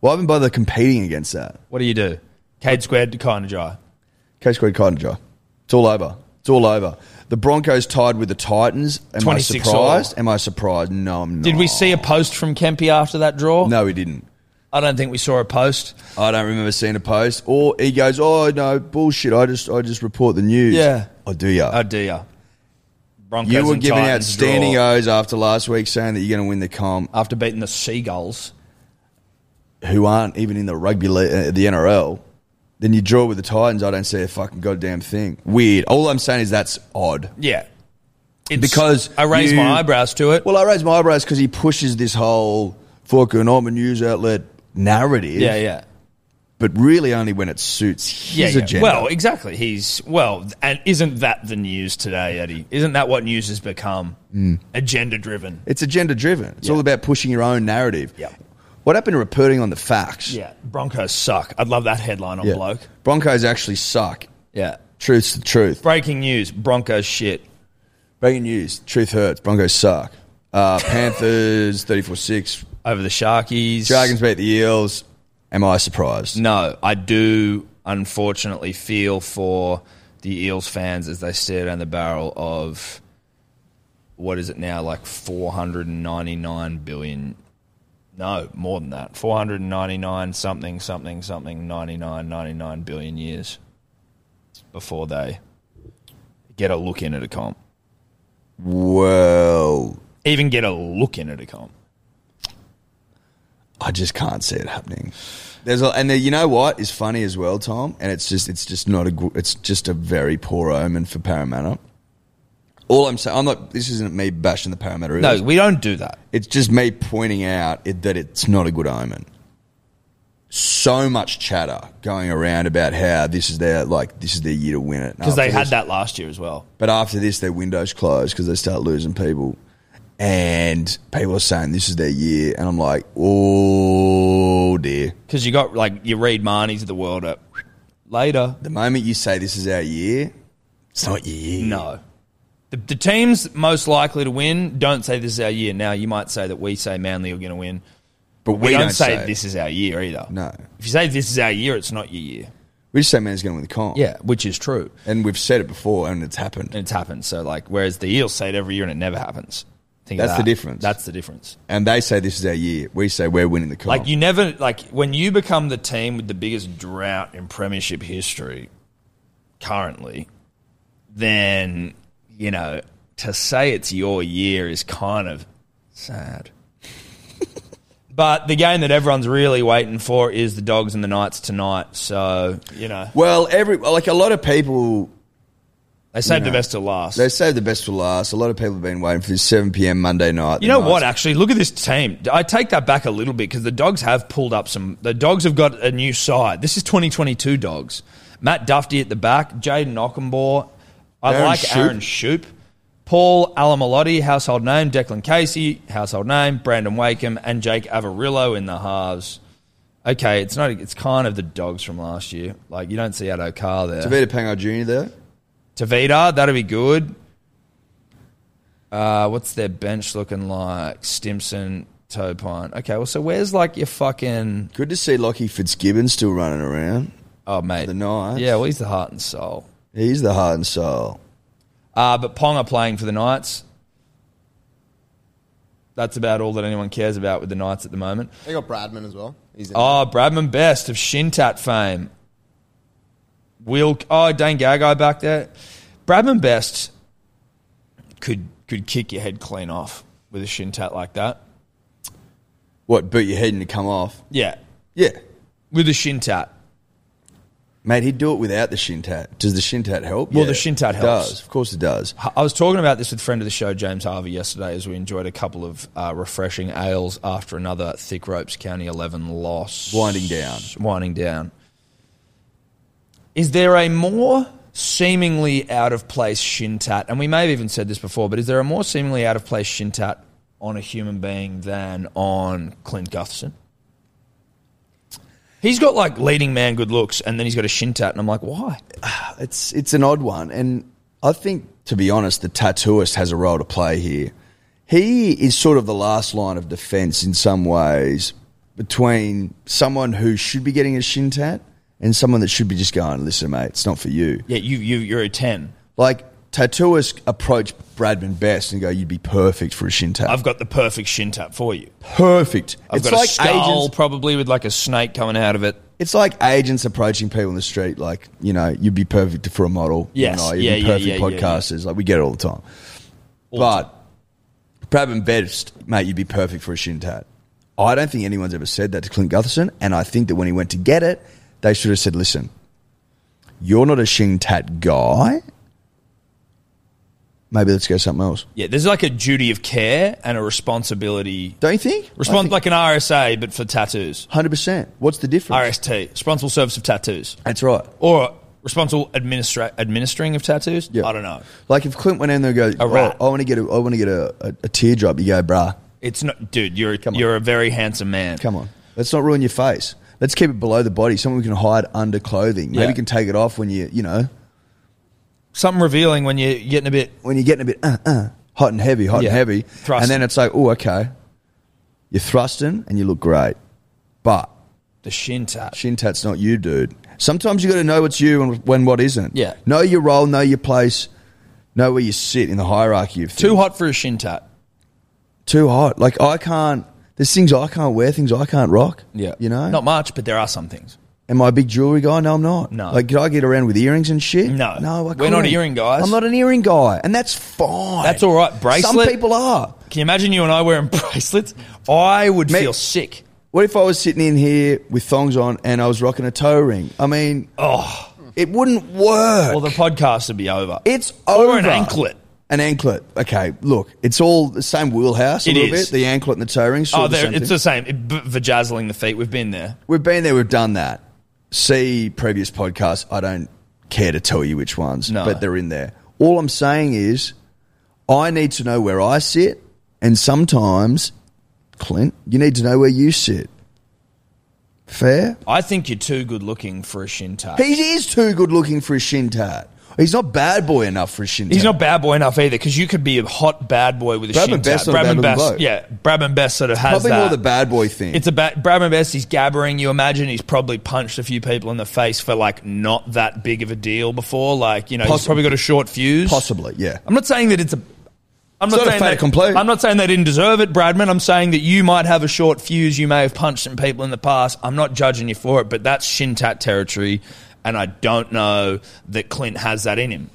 [SPEAKER 3] Why even bother competing against that?
[SPEAKER 2] What do you do? Cade squared to kind of jar.
[SPEAKER 3] K squared Kai into Jai. It's all over. It's all over. The Broncos tied with the Titans. Am I
[SPEAKER 2] 26 all.
[SPEAKER 3] surprised? Am I surprised? No, I'm not.
[SPEAKER 2] Did we see a post from Kempy after that draw?
[SPEAKER 3] No, we didn't.
[SPEAKER 2] I don't think we saw a post.
[SPEAKER 3] I don't remember seeing a post. Or he goes, "Oh no, bullshit! I just, I just report the news."
[SPEAKER 2] Yeah.
[SPEAKER 3] I do ya?
[SPEAKER 2] Oh dear. Broncos
[SPEAKER 3] you were
[SPEAKER 2] and
[SPEAKER 3] giving
[SPEAKER 2] Titans
[SPEAKER 3] outstanding
[SPEAKER 2] draw
[SPEAKER 3] O's after last week, saying that you're going to win the comp.
[SPEAKER 2] after beating the Seagulls.
[SPEAKER 3] Who aren't even in the rugby, league, uh, the NRL. Then you draw with the Titans. I don't see a fucking goddamn thing. Weird. All I'm saying is that's odd.
[SPEAKER 2] Yeah. It's,
[SPEAKER 3] Because
[SPEAKER 2] I raised
[SPEAKER 3] you-
[SPEAKER 2] my eyebrows to it.
[SPEAKER 3] Well, I raise my eyebrows because he pushes this whole fucking I'm a news outlet narrative.
[SPEAKER 2] yeah, yeah.
[SPEAKER 3] But really, only when it suits his agenda.
[SPEAKER 2] Well, exactly. He's well, and isn't that the news today, Eddie? Isn't that what news has become? Agenda driven.
[SPEAKER 3] It's agenda driven. It's all about pushing your own narrative.
[SPEAKER 2] Yep.
[SPEAKER 3] What happened to reporting on the facts?
[SPEAKER 2] Yeah, Broncos suck. I'd love that headline on
[SPEAKER 3] Yeah.
[SPEAKER 2] bloke.
[SPEAKER 3] Broncos actually suck.
[SPEAKER 2] Yeah.
[SPEAKER 3] Truth's the truth.
[SPEAKER 2] Breaking news: Broncos shit.
[SPEAKER 3] Breaking news. Truth hurts. Broncos suck. Uh, Panthers 34 6.
[SPEAKER 2] over the Sharkies.
[SPEAKER 3] Dragons beat the Eels. Am I surprised?
[SPEAKER 2] No, I do unfortunately feel for the Eels fans as they stare down the barrel of what is it now, like 499 billion. No, more than that. 499 something, something, something, 99, 99 billion years before they get a look in at a comp.
[SPEAKER 3] Well,
[SPEAKER 2] Even get a look in at a comp.
[SPEAKER 3] I just can't see it happening. There's a, and the, you know what is funny as well, Tom, and it's just it's just not a gr- it's just a very poor omen for Parramatta. All I'm saying, I'm not. This isn't me bashing the Parramatta.
[SPEAKER 2] No,
[SPEAKER 3] Eels.
[SPEAKER 2] we don't do that.
[SPEAKER 3] It's just me pointing out it, that it's not a good omen. So much chatter going around about how this is their like this is their year to win it
[SPEAKER 2] Because they
[SPEAKER 3] After
[SPEAKER 2] had
[SPEAKER 3] this-
[SPEAKER 2] that last year as well.
[SPEAKER 3] But after this, their windows close because they start losing people, and people are saying this is their year, and I'm like, oh dear.
[SPEAKER 2] Because you got like you read Marnie's of the world at later.
[SPEAKER 3] The moment you say this is our year, it's not your year.
[SPEAKER 2] No, the, the teams most likely to win don't say this is our year. Now you might say that we say Manly are going to win.
[SPEAKER 3] but
[SPEAKER 2] We, don't, say,
[SPEAKER 3] it.
[SPEAKER 2] this is our year either.
[SPEAKER 3] No,
[SPEAKER 2] If you say this is our year, it's not your year.
[SPEAKER 3] we just say man's going to win the comp.
[SPEAKER 2] Yeah, which is true,
[SPEAKER 3] and we've said it before, and it's happened.
[SPEAKER 2] and it's happened. So like, whereas the Eels say it every year and it never happens. Think of
[SPEAKER 3] That's the
[SPEAKER 2] that.
[SPEAKER 3] difference.
[SPEAKER 2] That's the difference.
[SPEAKER 3] And they say this is our year. We say we're winning the comp.
[SPEAKER 2] Like you never like when you become the team with the biggest drought in premiership history currently, then you know, to say it's your year is kind of sad. but the game that everyone's really waiting for is the dogs and the knights tonight, so you know
[SPEAKER 3] Well, every well, like a lot of people
[SPEAKER 2] They saved
[SPEAKER 3] Yeah.
[SPEAKER 2] the best to last.
[SPEAKER 3] They saved the best for last. A lot of people have been waiting for this 7 p.m. Monday night.
[SPEAKER 2] You know what? Actually, look at this team. I take that back a little bit because the dogs have pulled up some. The dogs have got a new side. This is 2022 dogs. Matt Duffy at the back. Jaden Ockenbaugh. I
[SPEAKER 3] Aaron
[SPEAKER 2] like
[SPEAKER 3] Shoop.
[SPEAKER 2] Aaron Shoop. Paul Alamalotti, household name. Declan Casey, household name. Brandon Wakeham and Jake Avarillo in the halves. Okay, it's not. It's kind of the dogs from last year. Like you don't see Addo Carr there.
[SPEAKER 3] Tavita Pango Jr. there.
[SPEAKER 2] Tavita, that'll be good. Uh, what's their bench looking like? Stimson, Topine. Okay, well, so where's like your fucking
[SPEAKER 3] Good to see Lockie Fitzgibbon still running around.
[SPEAKER 2] oh mate,
[SPEAKER 3] The Knights.
[SPEAKER 2] Yeah, well, he's the heart and soul.
[SPEAKER 3] He's the heart and soul.
[SPEAKER 2] Uh, but Ponga playing for the Knights. That's about all that anyone cares about with the Knights at the moment.
[SPEAKER 4] They got Bradman as well. He's in.
[SPEAKER 2] Oh, Bradman Best of Shintat fame. Will oh Dane Gagai back there. Bradman Best could could kick your head clean off with a shin tat like that.
[SPEAKER 3] What, boot your head and it come off?
[SPEAKER 2] Yeah,
[SPEAKER 3] Yeah.
[SPEAKER 2] with a shin tat.
[SPEAKER 3] Mate, he'd do it without the shin tat. Does the shin tat help?
[SPEAKER 2] Well, the shin tat
[SPEAKER 3] It
[SPEAKER 2] helps.
[SPEAKER 3] does. Of course it does.
[SPEAKER 2] H- I was talking about this with friend of the show James Harvey yesterday as we enjoyed a couple of uh, refreshing ales after another thick ropes County Eleven loss.
[SPEAKER 3] Winding down.
[SPEAKER 2] Winding down. Is there a more seemingly out of place shin tat? And we may have even said this before, but is there a more seemingly out of place shin tat on a human being than on Clint Gutherson? He's got like leading man good looks, and then he's got a shin tat, and I'm like, why?
[SPEAKER 3] It's it's an odd one, and I think to be honest, the tattooist has a role to play here. He is sort of the last line of defence in some ways between someone who should be getting a shin tat and someone that should be just going, "Listen, mate, it's not for you."
[SPEAKER 2] Yeah, you you you're a ten.
[SPEAKER 3] Like tattooists approach Bradman Best and go, "You'd be perfect for a shin tat."
[SPEAKER 2] I've got the perfect shin tap for you.
[SPEAKER 3] perfect.
[SPEAKER 2] I've
[SPEAKER 3] it's
[SPEAKER 2] got
[SPEAKER 3] like
[SPEAKER 2] a skull,
[SPEAKER 3] agents.
[SPEAKER 2] probably with like a snake coming out of it.
[SPEAKER 3] It's like agents approaching people in the street, like you know, you'd be perfect for a model.
[SPEAKER 2] Yes.
[SPEAKER 3] you know, you'd
[SPEAKER 2] Yeah,
[SPEAKER 3] be
[SPEAKER 2] yeah,
[SPEAKER 3] perfect
[SPEAKER 2] yeah, yeah, yeah.
[SPEAKER 3] podcasters. Like we get it all the time.
[SPEAKER 2] All the
[SPEAKER 3] but Brabham Best, mate, you'd be perfect for a shin tat. I don't think anyone's ever said that to Clint Gutherson, and I think that when he went to get it, they should have said, "Listen, you're not a shin tat guy. Maybe let's go something else."
[SPEAKER 2] Yeah, there's like a duty of care and a responsibility.
[SPEAKER 3] Don't you think?
[SPEAKER 2] Respons- like an RSA, but for tattoos.
[SPEAKER 3] hundred percent. What's the difference?
[SPEAKER 2] RST, responsible service of tattoos,
[SPEAKER 3] That's right.
[SPEAKER 2] or responsible administra- administering of tattoos.
[SPEAKER 3] Yeah.
[SPEAKER 2] I don't know.
[SPEAKER 3] Like if Clint went in there and goes,
[SPEAKER 2] A rat.
[SPEAKER 3] "Oh, I want to get a, I want to get a, a, a teardrop," you go, "Bruh,
[SPEAKER 2] It's not, dude. You're
[SPEAKER 3] on.
[SPEAKER 2] you're a very handsome man.
[SPEAKER 3] Come on. Let's not ruin your face. Let's keep it below the body. Something we can hide under clothing. Maybe
[SPEAKER 2] Yeah.
[SPEAKER 3] you can take it off when you, you know,
[SPEAKER 2] Something revealing when you're getting a bit.
[SPEAKER 3] when you're getting a bit uh, uh, hot and heavy, hot
[SPEAKER 2] Yeah.
[SPEAKER 3] and heavy.
[SPEAKER 2] Thrusting.
[SPEAKER 3] And then it's like, oh, okay. You're thrusting and you look great. But
[SPEAKER 2] The shin tat.
[SPEAKER 3] shin tat's not you, dude. Sometimes you got to know what's you and when what isn't.
[SPEAKER 2] Yeah.
[SPEAKER 3] Know your role, know your place, know where you sit in the hierarchy of
[SPEAKER 2] Too
[SPEAKER 3] things.
[SPEAKER 2] hot for a shin tat.
[SPEAKER 3] Too hot. Like, I can't, there's things I can't wear, things I can't rock. You know?
[SPEAKER 2] not much, but there are some things.
[SPEAKER 3] Am I a big jewelry guy? No, I'm not.
[SPEAKER 2] No.
[SPEAKER 3] Like, could I get around with earrings and shit?
[SPEAKER 2] No.
[SPEAKER 3] No, I
[SPEAKER 2] We're
[SPEAKER 3] couldn't.
[SPEAKER 2] not earring guys.
[SPEAKER 3] I'm not an earring guy, and that's fine.
[SPEAKER 2] That's all right.
[SPEAKER 3] Some
[SPEAKER 2] Bracelet?
[SPEAKER 3] people are.
[SPEAKER 2] Can you imagine you and I wearing bracelets? I would
[SPEAKER 3] Mate.
[SPEAKER 2] feel sick.
[SPEAKER 3] What if I was sitting in here with thongs on and I was rocking a toe ring? I mean,
[SPEAKER 2] Oh,
[SPEAKER 3] it wouldn't work.
[SPEAKER 2] well, the podcast would be over.
[SPEAKER 3] it's over.
[SPEAKER 2] or an anklet.
[SPEAKER 3] An anklet. Okay, look, it's all the same wheelhouse a
[SPEAKER 2] It
[SPEAKER 3] little
[SPEAKER 2] is.
[SPEAKER 3] bit. The anklet and the toe ring. sort
[SPEAKER 2] Oh,
[SPEAKER 3] of the
[SPEAKER 2] there,
[SPEAKER 3] same
[SPEAKER 2] it's
[SPEAKER 3] thing.
[SPEAKER 2] the same. It, b- vajazzling the feet. We've been there.
[SPEAKER 3] We've been there. We've done that. See previous podcasts. I don't care to tell you which ones,
[SPEAKER 2] No.
[SPEAKER 3] but they're in there. All I'm saying is, I need to know where I sit, and sometimes, Clint, you need to know where you sit. Fair?
[SPEAKER 2] I think you're too good looking for a shin tat.
[SPEAKER 3] He is too good looking for a shin tat. He's not bad boy enough for a shin tat.
[SPEAKER 2] He's not bad boy enough either, because you could be a hot bad boy with a
[SPEAKER 3] Brabham
[SPEAKER 2] shin
[SPEAKER 3] Best on
[SPEAKER 2] tat.
[SPEAKER 3] Babylon
[SPEAKER 2] Best,
[SPEAKER 3] Boat.
[SPEAKER 2] yeah, Brabham Best sort of has
[SPEAKER 3] probably
[SPEAKER 2] that.
[SPEAKER 3] more the bad boy thing.
[SPEAKER 2] It's a ba- Brabham Best. He's gabbering. You imagine he's probably punched a few people in the face for like not that big of a deal before. Like you know, he's
[SPEAKER 3] Possibly.
[SPEAKER 2] probably got a short fuse.
[SPEAKER 3] Possibly, yeah.
[SPEAKER 2] I'm not saying that it's a. I'm
[SPEAKER 3] not a fait
[SPEAKER 2] saying
[SPEAKER 3] accompli.
[SPEAKER 2] that, I'm not saying they didn't deserve it, Bradman. I'm saying that you might have a short fuse. You may have punched some people in the past. I'm not judging you for it, but that's shin tat territory, and I don't know that Clint has that in him.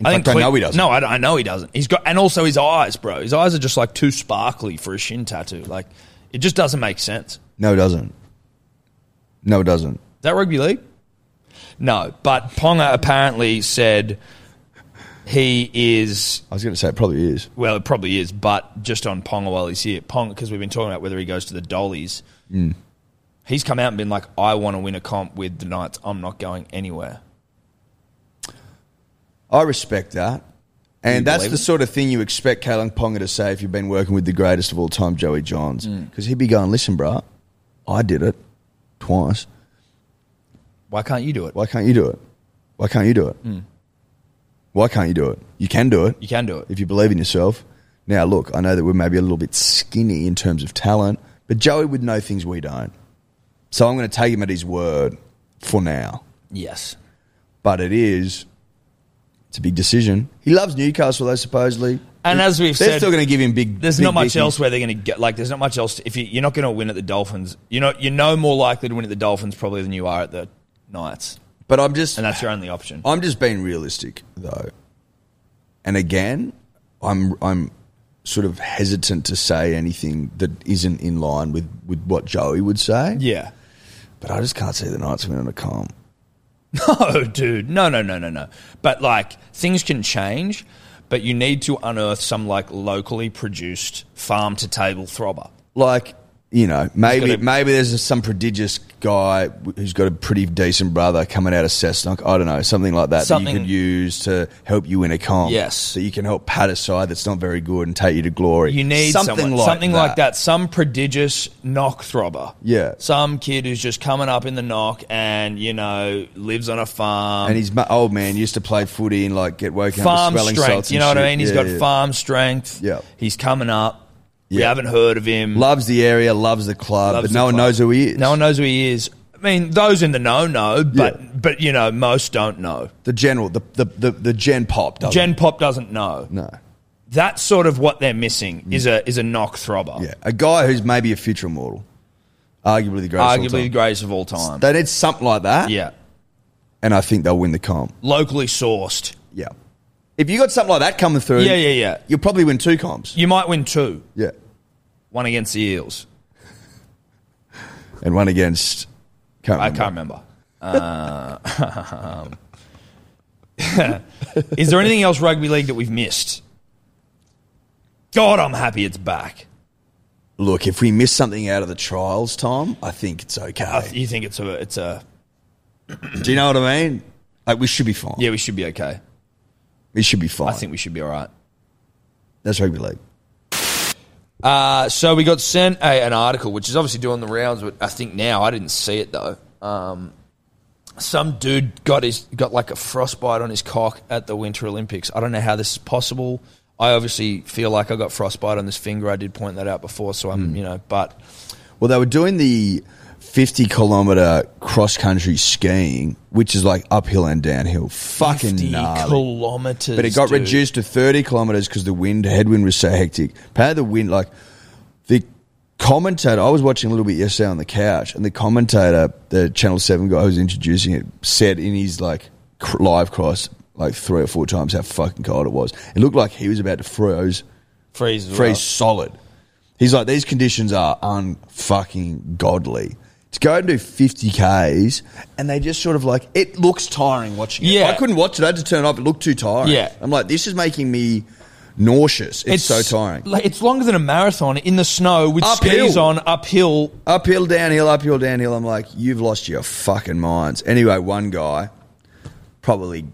[SPEAKER 3] In fact, I
[SPEAKER 2] Clint-
[SPEAKER 3] know he doesn't.
[SPEAKER 2] No, I, don't- I know he doesn't. He's got, and also his eyes, bro. His eyes are just like too sparkly for a shin tattoo. Like it just doesn't make sense.
[SPEAKER 3] No, it doesn't. No, it doesn't.
[SPEAKER 2] Is that rugby league? No, but Ponga apparently said he is.
[SPEAKER 3] I was going to say it probably is.
[SPEAKER 2] Well, it probably is, but just on Ponga while he's here, Ponga because we've been talking about whether he goes to the Dollies.
[SPEAKER 3] Mm.
[SPEAKER 2] He's come out and been like, "I want to win a comp with the Knights. I'm not going anywhere."
[SPEAKER 3] I respect that.
[SPEAKER 2] You
[SPEAKER 3] And that's
[SPEAKER 2] believe
[SPEAKER 3] the
[SPEAKER 2] it?
[SPEAKER 3] sort of thing you expect Kalang Ponga to say if you've been working with the greatest of all time, Joey Johns.
[SPEAKER 2] Mm.
[SPEAKER 3] Because he'd be going, listen, bruh, I did it twice.
[SPEAKER 2] Why can't you do it? Mm.
[SPEAKER 3] Why can't you do it? Why can't you do it? Why can't you do it? You can do it
[SPEAKER 2] You can do it.
[SPEAKER 3] if you believe in yourself. Now, look, I know that we're maybe a little bit skinny in terms of talent, but Joey would know things we don't. So I'm going to take him at his word for now.
[SPEAKER 2] Yes.
[SPEAKER 3] But it is, it's a big decision. He loves Newcastle, though, supposedly.
[SPEAKER 2] And as we've
[SPEAKER 3] They're
[SPEAKER 2] said,
[SPEAKER 3] still going to give him big.
[SPEAKER 2] There's
[SPEAKER 3] big
[SPEAKER 2] not much
[SPEAKER 3] dickies.
[SPEAKER 2] else where they're going to get. Like, there's not much else. If you, you're not going to win at the Dolphins, you know, you're no more likely to win at the Dolphins probably than you are at the Knights,
[SPEAKER 3] But I'm just,
[SPEAKER 2] and that's your only option.
[SPEAKER 3] I'm just being realistic, though. And again, I'm, I'm sort of hesitant to say anything that isn't in line with, with what Joey would say.
[SPEAKER 2] Yeah.
[SPEAKER 3] But I just can't see the Knights winning a comp.
[SPEAKER 2] No, dude. No, no, no, no, no. But like, things can change, but you need to unearth some like locally produced farm to table throbber.
[SPEAKER 3] Like, you know, maybe
[SPEAKER 2] gonna-
[SPEAKER 3] maybe there's some prodigious guy who's got a pretty decent brother coming out of Cessnock. I don't know, something like that that
[SPEAKER 2] Something-
[SPEAKER 3] you could use to help you win a comp.
[SPEAKER 2] Yes.
[SPEAKER 3] So you can help pat a side that's not very good and take you to glory.
[SPEAKER 2] You need
[SPEAKER 3] something
[SPEAKER 2] someone-
[SPEAKER 3] like
[SPEAKER 2] something
[SPEAKER 3] that.
[SPEAKER 2] like that. Some prodigious knock throbber.
[SPEAKER 3] Yeah.
[SPEAKER 2] Some kid who's just coming up in the knock and you know lives on a farm
[SPEAKER 3] And his mu- old man used to play footy and like get woken up
[SPEAKER 2] farm
[SPEAKER 3] with swelling
[SPEAKER 2] strength.
[SPEAKER 3] salts.
[SPEAKER 2] You
[SPEAKER 3] and
[SPEAKER 2] know what I
[SPEAKER 3] shit.
[SPEAKER 2] mean? He's
[SPEAKER 3] Yeah,
[SPEAKER 2] got
[SPEAKER 3] yeah.
[SPEAKER 2] farm strength.
[SPEAKER 3] Yeah.
[SPEAKER 2] He's coming up. We
[SPEAKER 3] Yeah.
[SPEAKER 2] haven't heard of him.
[SPEAKER 3] Loves the area, loves the club,
[SPEAKER 2] Loves
[SPEAKER 3] but
[SPEAKER 2] the
[SPEAKER 3] no one
[SPEAKER 2] club.
[SPEAKER 3] knows who he is.
[SPEAKER 2] No one knows who he is. I mean, those in the know know, but
[SPEAKER 3] Yeah.
[SPEAKER 2] but you know, most don't know.
[SPEAKER 3] The general, the the the, the gen pop. doesn't.
[SPEAKER 2] Gen Pop doesn't know.
[SPEAKER 3] No.
[SPEAKER 2] That's sort of what they're missing is a is a knock throbber.
[SPEAKER 3] Yeah, a guy who's maybe a future immortal, arguably the greatest. of all
[SPEAKER 2] Arguably the
[SPEAKER 3] time.
[SPEAKER 2] greatest of all time.
[SPEAKER 3] They need something like that.
[SPEAKER 2] yeah.
[SPEAKER 3] and I think they'll win the comp.
[SPEAKER 2] Locally sourced.
[SPEAKER 3] Yeah, if you got something like that coming through,
[SPEAKER 2] Yeah, yeah, yeah.
[SPEAKER 3] you'll probably win two comps.
[SPEAKER 2] You might win two.
[SPEAKER 3] Yeah,
[SPEAKER 2] One against the Eels.
[SPEAKER 3] and one against. Can't
[SPEAKER 2] I
[SPEAKER 3] remember.
[SPEAKER 2] can't remember. Uh, is there anything else rugby league that we've missed? God, I'm happy it's back.
[SPEAKER 3] Look, if we miss something out of the trials, Tom, I think it's okay.
[SPEAKER 2] I th- you think it's a, it's a,
[SPEAKER 3] Do you know what I mean? Like we should be fine.
[SPEAKER 2] yeah, we should be okay.
[SPEAKER 3] we should be fine.
[SPEAKER 2] I think we should be all right.
[SPEAKER 3] that's rugby league.
[SPEAKER 2] Uh, so we got sent a, an article, which is obviously doing the rounds, but I think now I didn't see it though. Um, some dude got his got like a frostbite on his cock at the Winter Olympics. I don't know how this is possible. I obviously feel like I got frostbite on this finger. I did point that out before, so
[SPEAKER 3] Hmm.
[SPEAKER 2] I'm you know, but
[SPEAKER 3] Well, they were doing the 50 kilometer cross country skiing, which is like uphill and downhill. Fucking
[SPEAKER 2] 50
[SPEAKER 3] gnarly.
[SPEAKER 2] kilometers,
[SPEAKER 3] But it got
[SPEAKER 2] dude.
[SPEAKER 3] reduced to 30 kilometers because the wind, headwind was so hectic. Apparently, the wind, like the commentator, I was watching a little bit yesterday on the couch, and the commentator, the Channel 7 guy who was introducing it, said in his like cr- live cross like three or four times how fucking cold it was. It looked like he was about to froze
[SPEAKER 2] Freeze, as
[SPEAKER 3] freeze
[SPEAKER 2] well.
[SPEAKER 3] solid. He's like, these conditions are unfucking godly. To go and do 50 Ks and they just sort of like, it looks tiring watching it.
[SPEAKER 2] Yeah.
[SPEAKER 3] I couldn't watch it. I had to turn it off. It looked too tiring.
[SPEAKER 2] Yeah.
[SPEAKER 3] I'm like, this is making me nauseous. It's, so tiring.
[SPEAKER 2] Like, it's longer than a marathon in the snow with
[SPEAKER 3] Uphill.
[SPEAKER 2] skis on uphill.
[SPEAKER 3] uphill, downhill, uphill, downhill. I'm like, you've lost your fucking minds. Anyway, one guy, probably,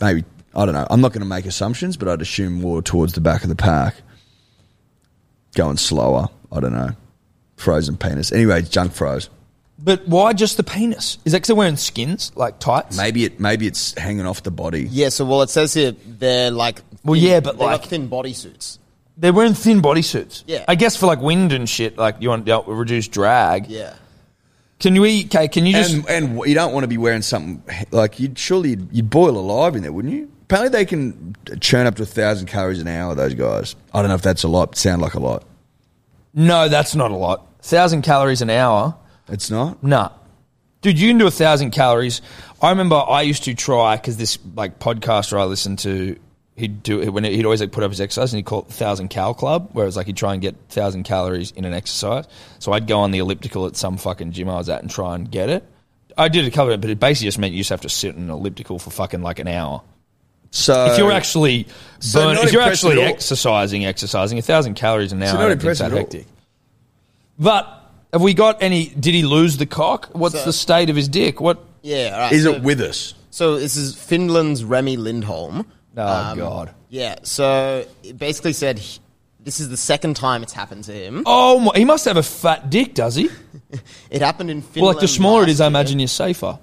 [SPEAKER 3] maybe, I don't know. I'm not going to make assumptions, but I'd assume more towards the back of the pack, going slower. I don't know. Frozen penis. Anyway, junk froze.
[SPEAKER 2] But why just the penis? Is that because they're wearing skins like tights?
[SPEAKER 3] Maybe it. Maybe it's hanging off the body.
[SPEAKER 4] Yeah, so well, it says here they're like.
[SPEAKER 2] Well,
[SPEAKER 4] thin-
[SPEAKER 2] yeah, but
[SPEAKER 4] they got
[SPEAKER 2] like-
[SPEAKER 4] thin bodysuits.
[SPEAKER 2] They're wearing thin bodysuits.
[SPEAKER 4] Yeah.
[SPEAKER 2] I guess for like wind and shit, like you want to reduce drag.
[SPEAKER 4] Yeah,
[SPEAKER 2] Can we, okay, can you just.
[SPEAKER 3] and, and you don't want to be wearing something like you'd surely you'd, you'd boil alive in there, wouldn't you? Apparently, they can churn up to a thousand calories an hour. Those guys. I don't know if that's a lot. Sound like a lot.
[SPEAKER 2] no, that's not a lot. 1,000 calories an hour.
[SPEAKER 3] It's not.
[SPEAKER 2] Nah. Dude, you can do a thousand calories. I remember I used to try because this like podcaster I listened to, he'd do when he'd always like put up his exercise and he called it the thousand cal club, where it was like he'd try and get thousand calories in an exercise. So I'd go on the elliptical at some fucking gym I was at and try and get it. I did a cover, but it basically just meant you just have to sit in an elliptical for fucking like an hour.
[SPEAKER 3] So
[SPEAKER 2] If you're actually
[SPEAKER 3] So
[SPEAKER 2] burn,
[SPEAKER 3] not
[SPEAKER 2] if you're
[SPEAKER 3] impressive
[SPEAKER 2] actually
[SPEAKER 3] at all.
[SPEAKER 2] exercising, exercising a thousand calories an hour,
[SPEAKER 3] not
[SPEAKER 2] I don't think
[SPEAKER 3] impressive at
[SPEAKER 2] that
[SPEAKER 3] all.
[SPEAKER 2] hectic. But have we got any? Did he lose the cock? What's
[SPEAKER 4] So-
[SPEAKER 2] the state of his dick? What?
[SPEAKER 4] Yeah, all right.
[SPEAKER 3] is
[SPEAKER 4] so,
[SPEAKER 3] it with us?
[SPEAKER 4] so this is Finland's Remy Lindholm. Um,
[SPEAKER 2] Oh god!
[SPEAKER 4] Yeah, so it basically said he- this is the second time it's happened to him.
[SPEAKER 2] Oh, my, he must have a fat dick, does he?
[SPEAKER 4] It happened in Finland.
[SPEAKER 2] Well, like the smaller it
[SPEAKER 4] last
[SPEAKER 2] is, I
[SPEAKER 4] year.
[SPEAKER 2] imagine you're safer.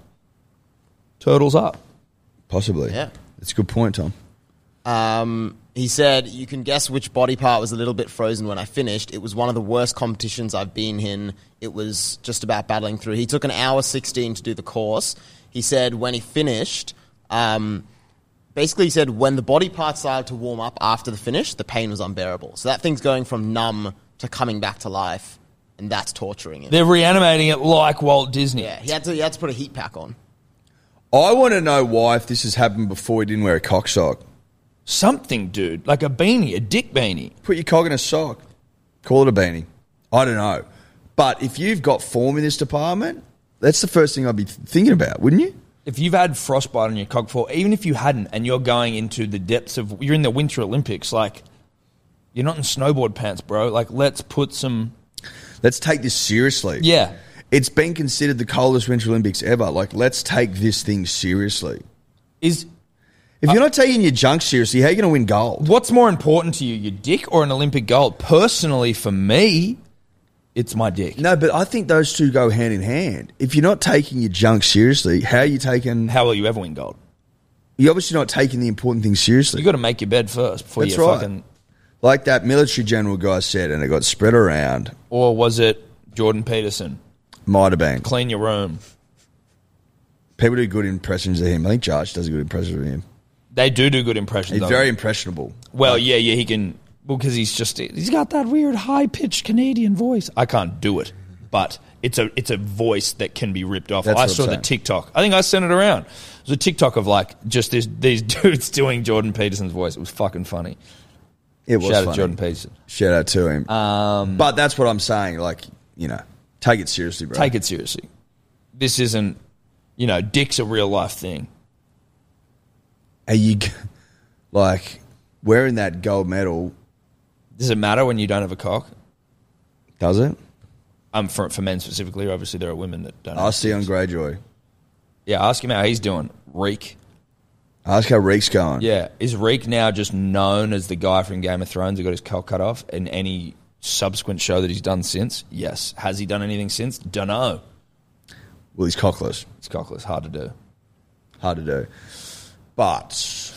[SPEAKER 2] Turtles up.
[SPEAKER 3] Possibly.
[SPEAKER 4] Yeah.
[SPEAKER 3] It's a good point, Tom.
[SPEAKER 4] Um, he said, "You can guess which body part was a little bit frozen when I finished. It was one of the worst competitions I've been in. It was just about battling through. He took an hour sixteen to do the course. He said when he finished, um, basically he said when the body part started to warm up after the finish, the pain was unbearable. So that thing's going from numb to coming back to life, and that's torturing him.
[SPEAKER 2] They're reanimating it like Walt Disney.
[SPEAKER 4] yeah, he had to he had to put a heat pack on.
[SPEAKER 3] I want to know why, if this has happened before, he didn't wear a cock sock.
[SPEAKER 2] Something, dude, like a beanie, a dick beanie.
[SPEAKER 3] Put your cock in a sock. Call it a beanie. I don't know. But if you've got form in this department, that's the first thing I'd be th- thinking about, wouldn't you?
[SPEAKER 2] If you've had frostbite on your cock before, even if you hadn't, and you're going into the depths of, you're in the Winter Olympics, like you're not in snowboard pants, bro. Like, let's put some.
[SPEAKER 3] Let's take this seriously.
[SPEAKER 2] Yeah,
[SPEAKER 3] It's been considered the coldest Winter Olympics ever. Like, let's take this thing seriously.
[SPEAKER 2] is
[SPEAKER 3] If you're not taking your junk seriously, how are you going to win gold?
[SPEAKER 2] what's more important to you, your dick or an Olympic gold? Personally, for me, it's my dick.
[SPEAKER 3] No, but I think those two go hand in hand. If you're not taking your junk seriously, how are you taking?
[SPEAKER 2] How will you ever win gold?
[SPEAKER 3] You're obviously not taking the important things seriously.
[SPEAKER 2] You got to make your bed first before
[SPEAKER 3] That's
[SPEAKER 2] you
[SPEAKER 3] right.
[SPEAKER 2] fucking.
[SPEAKER 3] like that military general guy said, and it got spread around.
[SPEAKER 2] Or was it Jordan Peterson?
[SPEAKER 3] Might have been.
[SPEAKER 2] Clean your room.
[SPEAKER 3] People do good impressions of him. I think Josh does a good impression of him.
[SPEAKER 2] They do do good impressions.
[SPEAKER 3] He's
[SPEAKER 2] of
[SPEAKER 3] very
[SPEAKER 2] him.
[SPEAKER 3] impressionable.
[SPEAKER 2] well. Yeah, yeah. He can well because he's just he's got that weird high pitched Canadian voice. I can't do it, but it's a it's a voice that can be ripped off.
[SPEAKER 3] That's
[SPEAKER 2] I
[SPEAKER 3] what I'm
[SPEAKER 2] saw the
[SPEAKER 3] saying.
[SPEAKER 2] TikTok. I think I sent it around. It was a TikTok of like just this, these dudes doing Jordan Peterson's voice. It was fucking funny.
[SPEAKER 3] It was
[SPEAKER 2] Shout out
[SPEAKER 3] funny.
[SPEAKER 2] to Jordan Peterson.
[SPEAKER 3] Shout out to him. Um, but that's what I'm saying. Like you know, take it seriously, bro.
[SPEAKER 2] Take it seriously. This isn't you know dick's a real life thing.
[SPEAKER 3] Are you g- like wearing that gold medal?
[SPEAKER 2] Does it matter when you don't have a cock?
[SPEAKER 3] Does it?
[SPEAKER 2] Um, for, for men specifically, obviously there are women that don't. have
[SPEAKER 3] Ask Dion Greyjoy.
[SPEAKER 2] Yeah, ask him how he's doing. Reek.
[SPEAKER 3] Ask how Reek's going.
[SPEAKER 2] Yeah. Is Reek now just known as the guy from Game of Thrones who got his cock cut off in any subsequent show that he's done since? Yes. Has he done anything since? Dunno.
[SPEAKER 3] Well, he's cockless.
[SPEAKER 2] It's cockless. Hard to do.
[SPEAKER 3] Hard to do. But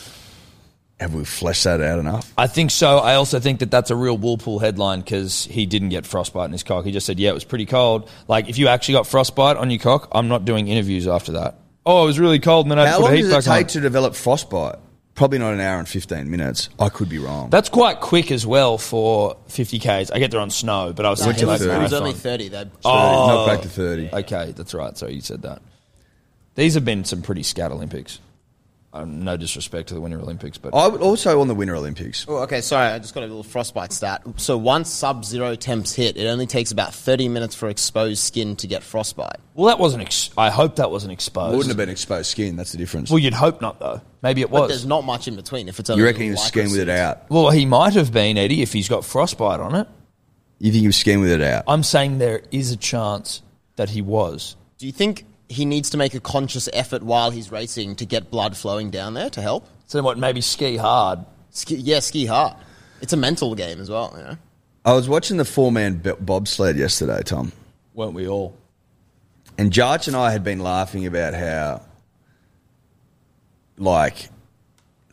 [SPEAKER 3] have we fleshed that out enough?
[SPEAKER 2] I think so. I also think that that's a real Woolpool headline because he didn't get frostbite in his cock. He just said, yeah, it was pretty cold. Like, if you actually got frostbite on your cock, I'm not doing interviews after that. Oh, it was really cold and then I had to
[SPEAKER 3] How
[SPEAKER 2] put
[SPEAKER 3] long
[SPEAKER 2] a heat
[SPEAKER 3] does it
[SPEAKER 2] pack on.
[SPEAKER 3] take to develop frostbite? Probably not an hour and 15 minutes. I could be wrong.
[SPEAKER 2] That's quite quick as well for 50Ks. I get there on snow, but I was
[SPEAKER 4] No,
[SPEAKER 2] thinking
[SPEAKER 4] it, was,
[SPEAKER 2] like
[SPEAKER 4] it was
[SPEAKER 2] marathon.
[SPEAKER 4] only thirty. That
[SPEAKER 2] Oh.
[SPEAKER 3] Not back to 30.
[SPEAKER 2] Okay, that's right. So you said that. These have been some pretty scat Olympics. Um, no disrespect to the Winter Olympics, but
[SPEAKER 3] I would also on the Winter Olympics.
[SPEAKER 4] Oh, okay. Sorry, I just got a little frostbite stat. So once sub-zero temps hit, it only takes about thirty minutes for exposed skin to get frostbite.
[SPEAKER 2] well, that wasn't. Ex- I hope that wasn't exposed.
[SPEAKER 3] Wouldn't have been exposed skin. That's the difference.
[SPEAKER 2] Well, you'd hope not, though. Maybe it
[SPEAKER 4] But there's
[SPEAKER 2] was.
[SPEAKER 4] not much in between. If it's only
[SPEAKER 3] you reckon he
[SPEAKER 4] little
[SPEAKER 3] was skiing with it
[SPEAKER 4] microsuits.
[SPEAKER 3] out?
[SPEAKER 2] well, he might have been Eddie if he's got frostbite on it.
[SPEAKER 3] You think he was skiing with it out?
[SPEAKER 2] I'm saying there is a chance that he was.
[SPEAKER 4] Do you think he needs to make a conscious effort while he's racing to get blood flowing down there to help?
[SPEAKER 2] So what? Maybe ski hard.
[SPEAKER 4] Ski, yeah, ski hard. It's a mental game as well. You know.
[SPEAKER 3] I was watching the four man bobsled yesterday, Tom.
[SPEAKER 2] Weren't we all?
[SPEAKER 3] And Jarch and I had been laughing about how, like,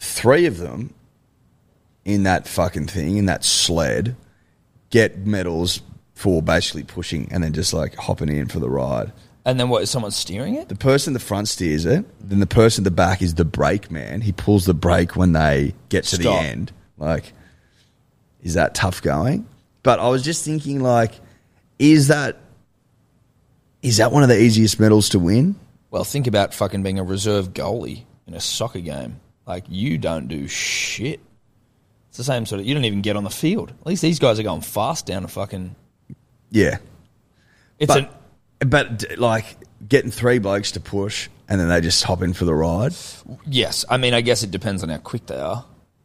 [SPEAKER 3] three of them in that fucking thing, in that sled, get medals for basically pushing and then just like hopping in for the ride.
[SPEAKER 2] And then what? Is someone steering it?
[SPEAKER 3] The person at the front steers it, then the person at the back is the brake man. He pulls the brake when they get to
[SPEAKER 2] Stop.
[SPEAKER 3] the end. Like, is that tough going? But I was just thinking, like, is that is that one of the easiest medals to win?
[SPEAKER 2] Well, think about fucking being a reserve goalie in a soccer game. Like you don't do shit. It's the same sort of. You don't even get on the field. At least these guys are going fast down a fucking.
[SPEAKER 3] Yeah,
[SPEAKER 2] It's
[SPEAKER 3] but
[SPEAKER 2] an.
[SPEAKER 3] but d- like getting three blokes to push, and then they just hop in for the ride.
[SPEAKER 2] Yes, I mean, I guess it depends on how quick they are.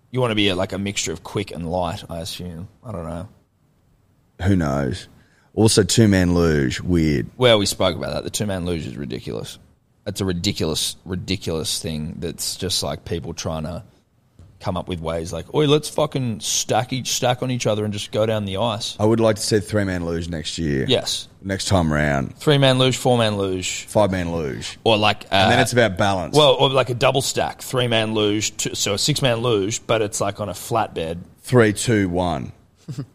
[SPEAKER 2] You want to be uh, like a mixture of quick and light, I assume. I don't know.
[SPEAKER 3] Who knows? Also, two man luge, weird.
[SPEAKER 2] Well, we spoke about that. The two man luge is ridiculous. It's a ridiculous, ridiculous thing that's just like people trying to come up with ways like, oi, let's fucking stack each stack on each other and just go down the ice.
[SPEAKER 3] I would like to see three man luge next year.
[SPEAKER 2] Yes.
[SPEAKER 3] Next time round,
[SPEAKER 2] Three man luge, four man luge,
[SPEAKER 3] five man luge.
[SPEAKER 2] or like. Uh,
[SPEAKER 3] And then it's about balance.
[SPEAKER 2] Well, or like a double stack, three man luge, two, so a six man luge, but it's like on a flatbed.
[SPEAKER 3] three, two, one.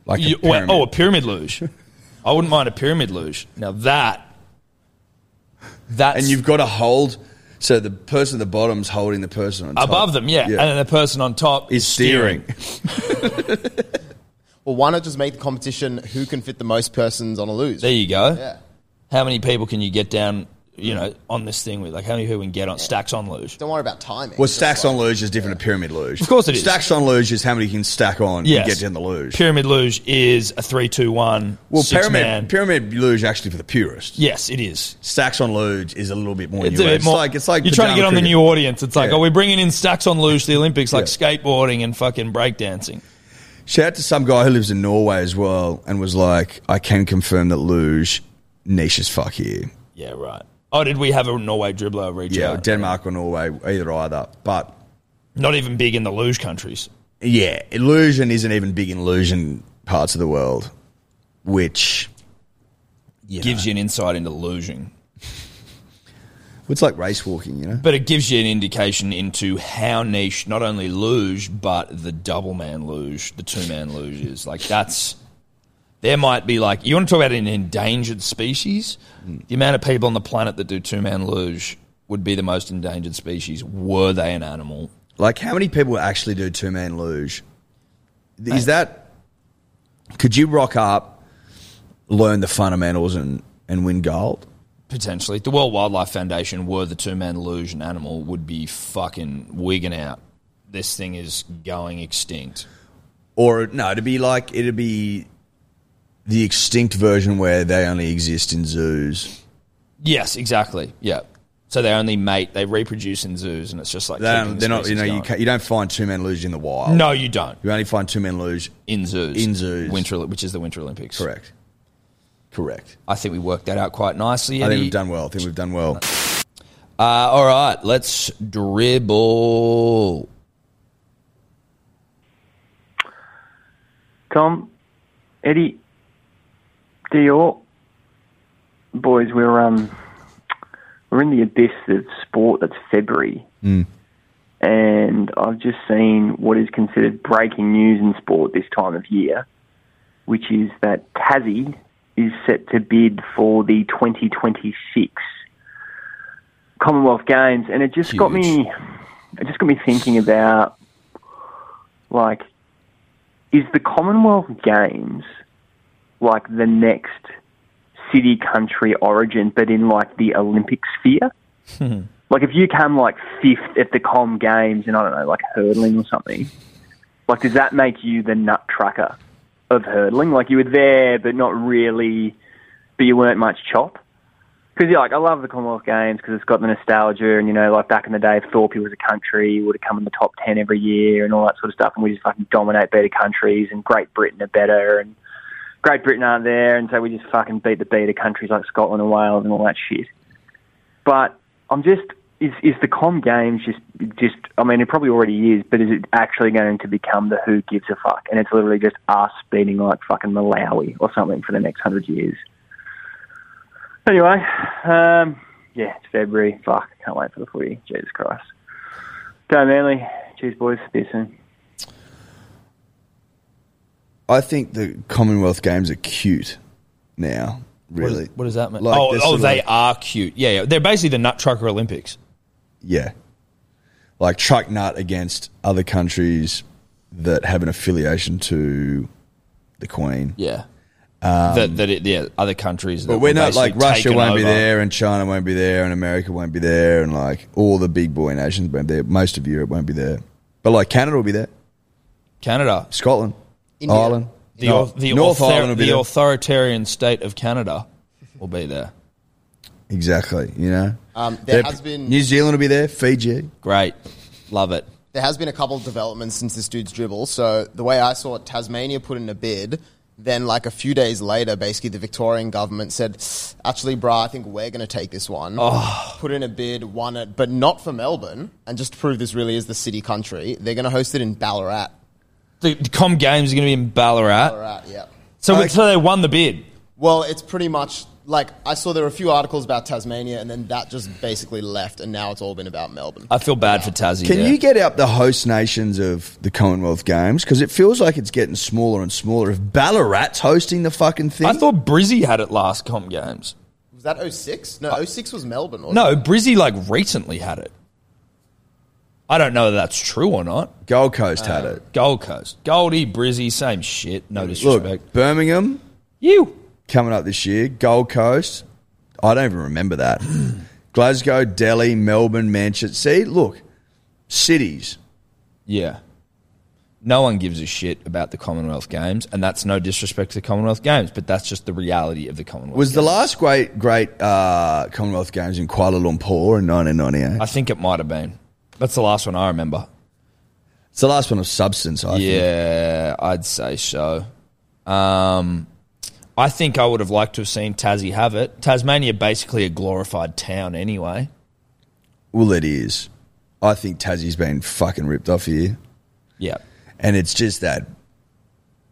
[SPEAKER 3] Like
[SPEAKER 2] You-
[SPEAKER 3] a
[SPEAKER 2] well,
[SPEAKER 3] pyramid.
[SPEAKER 2] oh, a pyramid luge. I wouldn't mind a pyramid luge. Now that. That's
[SPEAKER 3] and you've got to hold. So the person at the bottom's holding the person on top.
[SPEAKER 2] above them, yeah. and then the person on top
[SPEAKER 3] is steering.
[SPEAKER 4] Well, why not just make the competition who can fit the most persons on a lose?
[SPEAKER 2] There you go.
[SPEAKER 4] yeah.
[SPEAKER 2] How many people can you get down? You know, on this thing with like how many people can get on stacks on luge?
[SPEAKER 4] Don't worry about timing.
[SPEAKER 3] Well,
[SPEAKER 4] Just
[SPEAKER 3] stacks
[SPEAKER 4] like-
[SPEAKER 3] on luge is different to pyramid luge. Of
[SPEAKER 2] course it is.
[SPEAKER 3] Stacks on luge is how many you can stack on
[SPEAKER 2] Yes.
[SPEAKER 3] and get down the luge.
[SPEAKER 2] Pyramid luge is a three, two, one.
[SPEAKER 3] well,
[SPEAKER 2] six
[SPEAKER 3] pyramid
[SPEAKER 2] man.
[SPEAKER 3] pyramid luge actually for the purist.
[SPEAKER 2] yes, it is.
[SPEAKER 3] Stacks on luge is a little bit more.
[SPEAKER 2] It's, a
[SPEAKER 3] nuanced.
[SPEAKER 2] bit more,
[SPEAKER 3] like it's like
[SPEAKER 2] you're trying to get
[SPEAKER 3] pajama
[SPEAKER 2] on the
[SPEAKER 3] cricket.
[SPEAKER 2] new audience. It's like,
[SPEAKER 3] Yeah.
[SPEAKER 2] oh, we're bringing in stacks on luge to the Olympics,
[SPEAKER 3] Yeah.
[SPEAKER 2] like skateboarding and fucking breakdancing.
[SPEAKER 3] Shout out to some guy who lives in Norway as well, and was like, I can confirm that luge niche as fuck here.
[SPEAKER 2] Yeah, right. Oh, did we have a Norway dribbler reach
[SPEAKER 3] Yeah,
[SPEAKER 2] out?
[SPEAKER 3] Denmark or Norway, either either. But
[SPEAKER 2] Not even big in the luge countries.
[SPEAKER 3] yeah, illusion isn't even big in illusion parts of the world, which
[SPEAKER 2] Gives you an insight into luging.
[SPEAKER 3] it's like race walking, you know.
[SPEAKER 2] But it gives you an indication into how niche not only luge but the double man luge, the two man luge is. Like that's there might be like you want to talk about an endangered species. The amount of people on the planet that do two man luge would be the most endangered species were they an animal.
[SPEAKER 3] Like, how many people actually do two man luge? Is that could you rock up, learn the fundamentals, and and win gold?
[SPEAKER 2] Potentially, the World Wildlife Foundation were the two man luge an animal would be fucking wigging out. This thing is going extinct.
[SPEAKER 3] Or no, it'd be like it'd be the extinct version where they only exist in zoos.
[SPEAKER 2] Yes, exactly. Yeah. So they only mate. They reproduce in zoos, and it's just like
[SPEAKER 3] They
[SPEAKER 2] keeping
[SPEAKER 3] don't,
[SPEAKER 2] the
[SPEAKER 3] they're not, you
[SPEAKER 2] species
[SPEAKER 3] know, you,
[SPEAKER 2] going.
[SPEAKER 3] ca you don't find two man luge in the wild.
[SPEAKER 2] No, you don't.
[SPEAKER 3] you only find two man luge.
[SPEAKER 2] In zoos.
[SPEAKER 3] In zoos.
[SPEAKER 2] Winter, which is the Winter Olympics.
[SPEAKER 3] Correct, correct.
[SPEAKER 2] I think we worked that out quite nicely.
[SPEAKER 3] I think
[SPEAKER 2] Eddie.
[SPEAKER 3] we've done well. I think we've done well.
[SPEAKER 2] Uh, all right, let's dribble.
[SPEAKER 6] Tom, Eddie, Dior, boys, we're um, we're in the abyss of sport. That's February, and I've just seen what is considered breaking news in sport this time of year, which is that Tassie is set to bid for the 2026 Commonwealth Games, and it just got me, it just got me thinking about like is the Commonwealth Games like the next city country origin, but in like the Olympic sphere? like if you come like fifth at the Com Games and I don't know, like hurdling or something, like does that make you the nut trucker of hurdling? Like you were there, but not really, but you weren't much chop. Because yeah, like I love the Commonwealth Games because it's got the nostalgia, and you know, like back in the day, if Thorpe was a country, would have come in the top ten every year, and all that sort of stuff, and we just fucking dominate better countries, and Great Britain are better, and Great Britain aren't there, and so we just fucking beat the beater countries like Scotland and Wales and all that shit. But I'm just is is the Com Games just just I mean it probably already is, but is it actually going to become the who gives a fuck? And it's literally just us beating like fucking Malawi or something for the next hundred years. Anyway, um, yeah, it's February. Fuck, can't wait for the footy. Jesus Christ. Go Manly. Cheers, boys. See you soon.
[SPEAKER 3] I think the Commonwealth Games are cute now. Really,
[SPEAKER 2] What, is, what does that mean?
[SPEAKER 3] Like,
[SPEAKER 2] oh,
[SPEAKER 3] they're sort
[SPEAKER 2] oh
[SPEAKER 3] of
[SPEAKER 2] they
[SPEAKER 3] like-
[SPEAKER 2] are cute. Yeah, yeah. They're basically the Nut Trucker Olympics.
[SPEAKER 3] Yeah. Like truck nut against other countries that have an affiliation to the Queen.
[SPEAKER 2] Yeah. that, that it, yeah, other countries. That
[SPEAKER 3] Um, But we're
[SPEAKER 2] were
[SPEAKER 3] not like
[SPEAKER 2] basically
[SPEAKER 3] Russia
[SPEAKER 2] taken
[SPEAKER 3] won't be
[SPEAKER 2] over.
[SPEAKER 3] there and China won't be there and America won't be there and like all the big boy nations won't be there. Most of Europe won't be there. But like Canada will be there.
[SPEAKER 2] Canada.
[SPEAKER 3] Scotland.
[SPEAKER 4] India.
[SPEAKER 3] Ireland.
[SPEAKER 2] The,
[SPEAKER 3] No,
[SPEAKER 2] au- the,
[SPEAKER 3] North
[SPEAKER 2] author-
[SPEAKER 3] Ireland will be
[SPEAKER 2] the
[SPEAKER 3] there.
[SPEAKER 2] authoritarian state of Canada will be there.
[SPEAKER 3] Exactly. You know,
[SPEAKER 4] Um, there
[SPEAKER 3] They're-
[SPEAKER 4] has been-
[SPEAKER 3] New Zealand will be there. Fiji.
[SPEAKER 2] Great. Love it.
[SPEAKER 4] there has been a couple of developments since this dude's dribble. So the way I saw it, Tasmania put in a bid. Then, like a few days later, basically the Victorian government said, "Actually, brah, I think we're going to take this one."
[SPEAKER 2] Oh.
[SPEAKER 4] Put in a bid, won it, but not for Melbourne. And just to prove this really is the city country, they're going to host it in Ballarat.
[SPEAKER 2] The, the Com Games are going to be in Ballarat.
[SPEAKER 4] Ballarat, yeah.
[SPEAKER 2] So, we- so they won the bid.
[SPEAKER 4] Well, it's pretty much like I saw there were a few articles about Tasmania, and then that just basically left, and now it's all been about Melbourne.
[SPEAKER 2] I feel bad for Tassie.
[SPEAKER 3] Can
[SPEAKER 2] yeah.
[SPEAKER 3] you get out the host nations of the Commonwealth Games? Because it feels like it's getting smaller and smaller. If Ballarat's hosting the fucking thing,
[SPEAKER 2] I thought Brizzy had it last Com Games.
[SPEAKER 4] Was that 06? No, 06 was Melbourne. Wasn't
[SPEAKER 2] Uh, No, Brizzy like recently had it. I don't know if that's true or not. Uh,
[SPEAKER 3] Gold Coast had it.
[SPEAKER 2] Gold Coast, Goldie, Brizzy, same shit. No
[SPEAKER 3] Look,
[SPEAKER 2] disrespect.
[SPEAKER 3] Birmingham
[SPEAKER 2] you.
[SPEAKER 3] coming up this year. Gold Coast. I don't even remember that. Glasgow, Delhi, Melbourne, Manchester. See, look, cities.
[SPEAKER 2] Yeah. No one gives a shit about the Commonwealth Games, and that's no disrespect to the Commonwealth Games, but that's just the reality of the Commonwealth.
[SPEAKER 3] Was the
[SPEAKER 2] Games.
[SPEAKER 3] last great great uh, Commonwealth Games in Kuala Lumpur in 1998?
[SPEAKER 2] I think it might have been. That's the last one I remember.
[SPEAKER 3] It's the last one of substance. I think.
[SPEAKER 2] yeah, I'd say so. Um, I think I would have liked to have seen Tassie have it. Tasmania basically a glorified town anyway.
[SPEAKER 3] Well, it is. I think Tassie's been fucking ripped off here.
[SPEAKER 2] Yeah.
[SPEAKER 3] and it's just that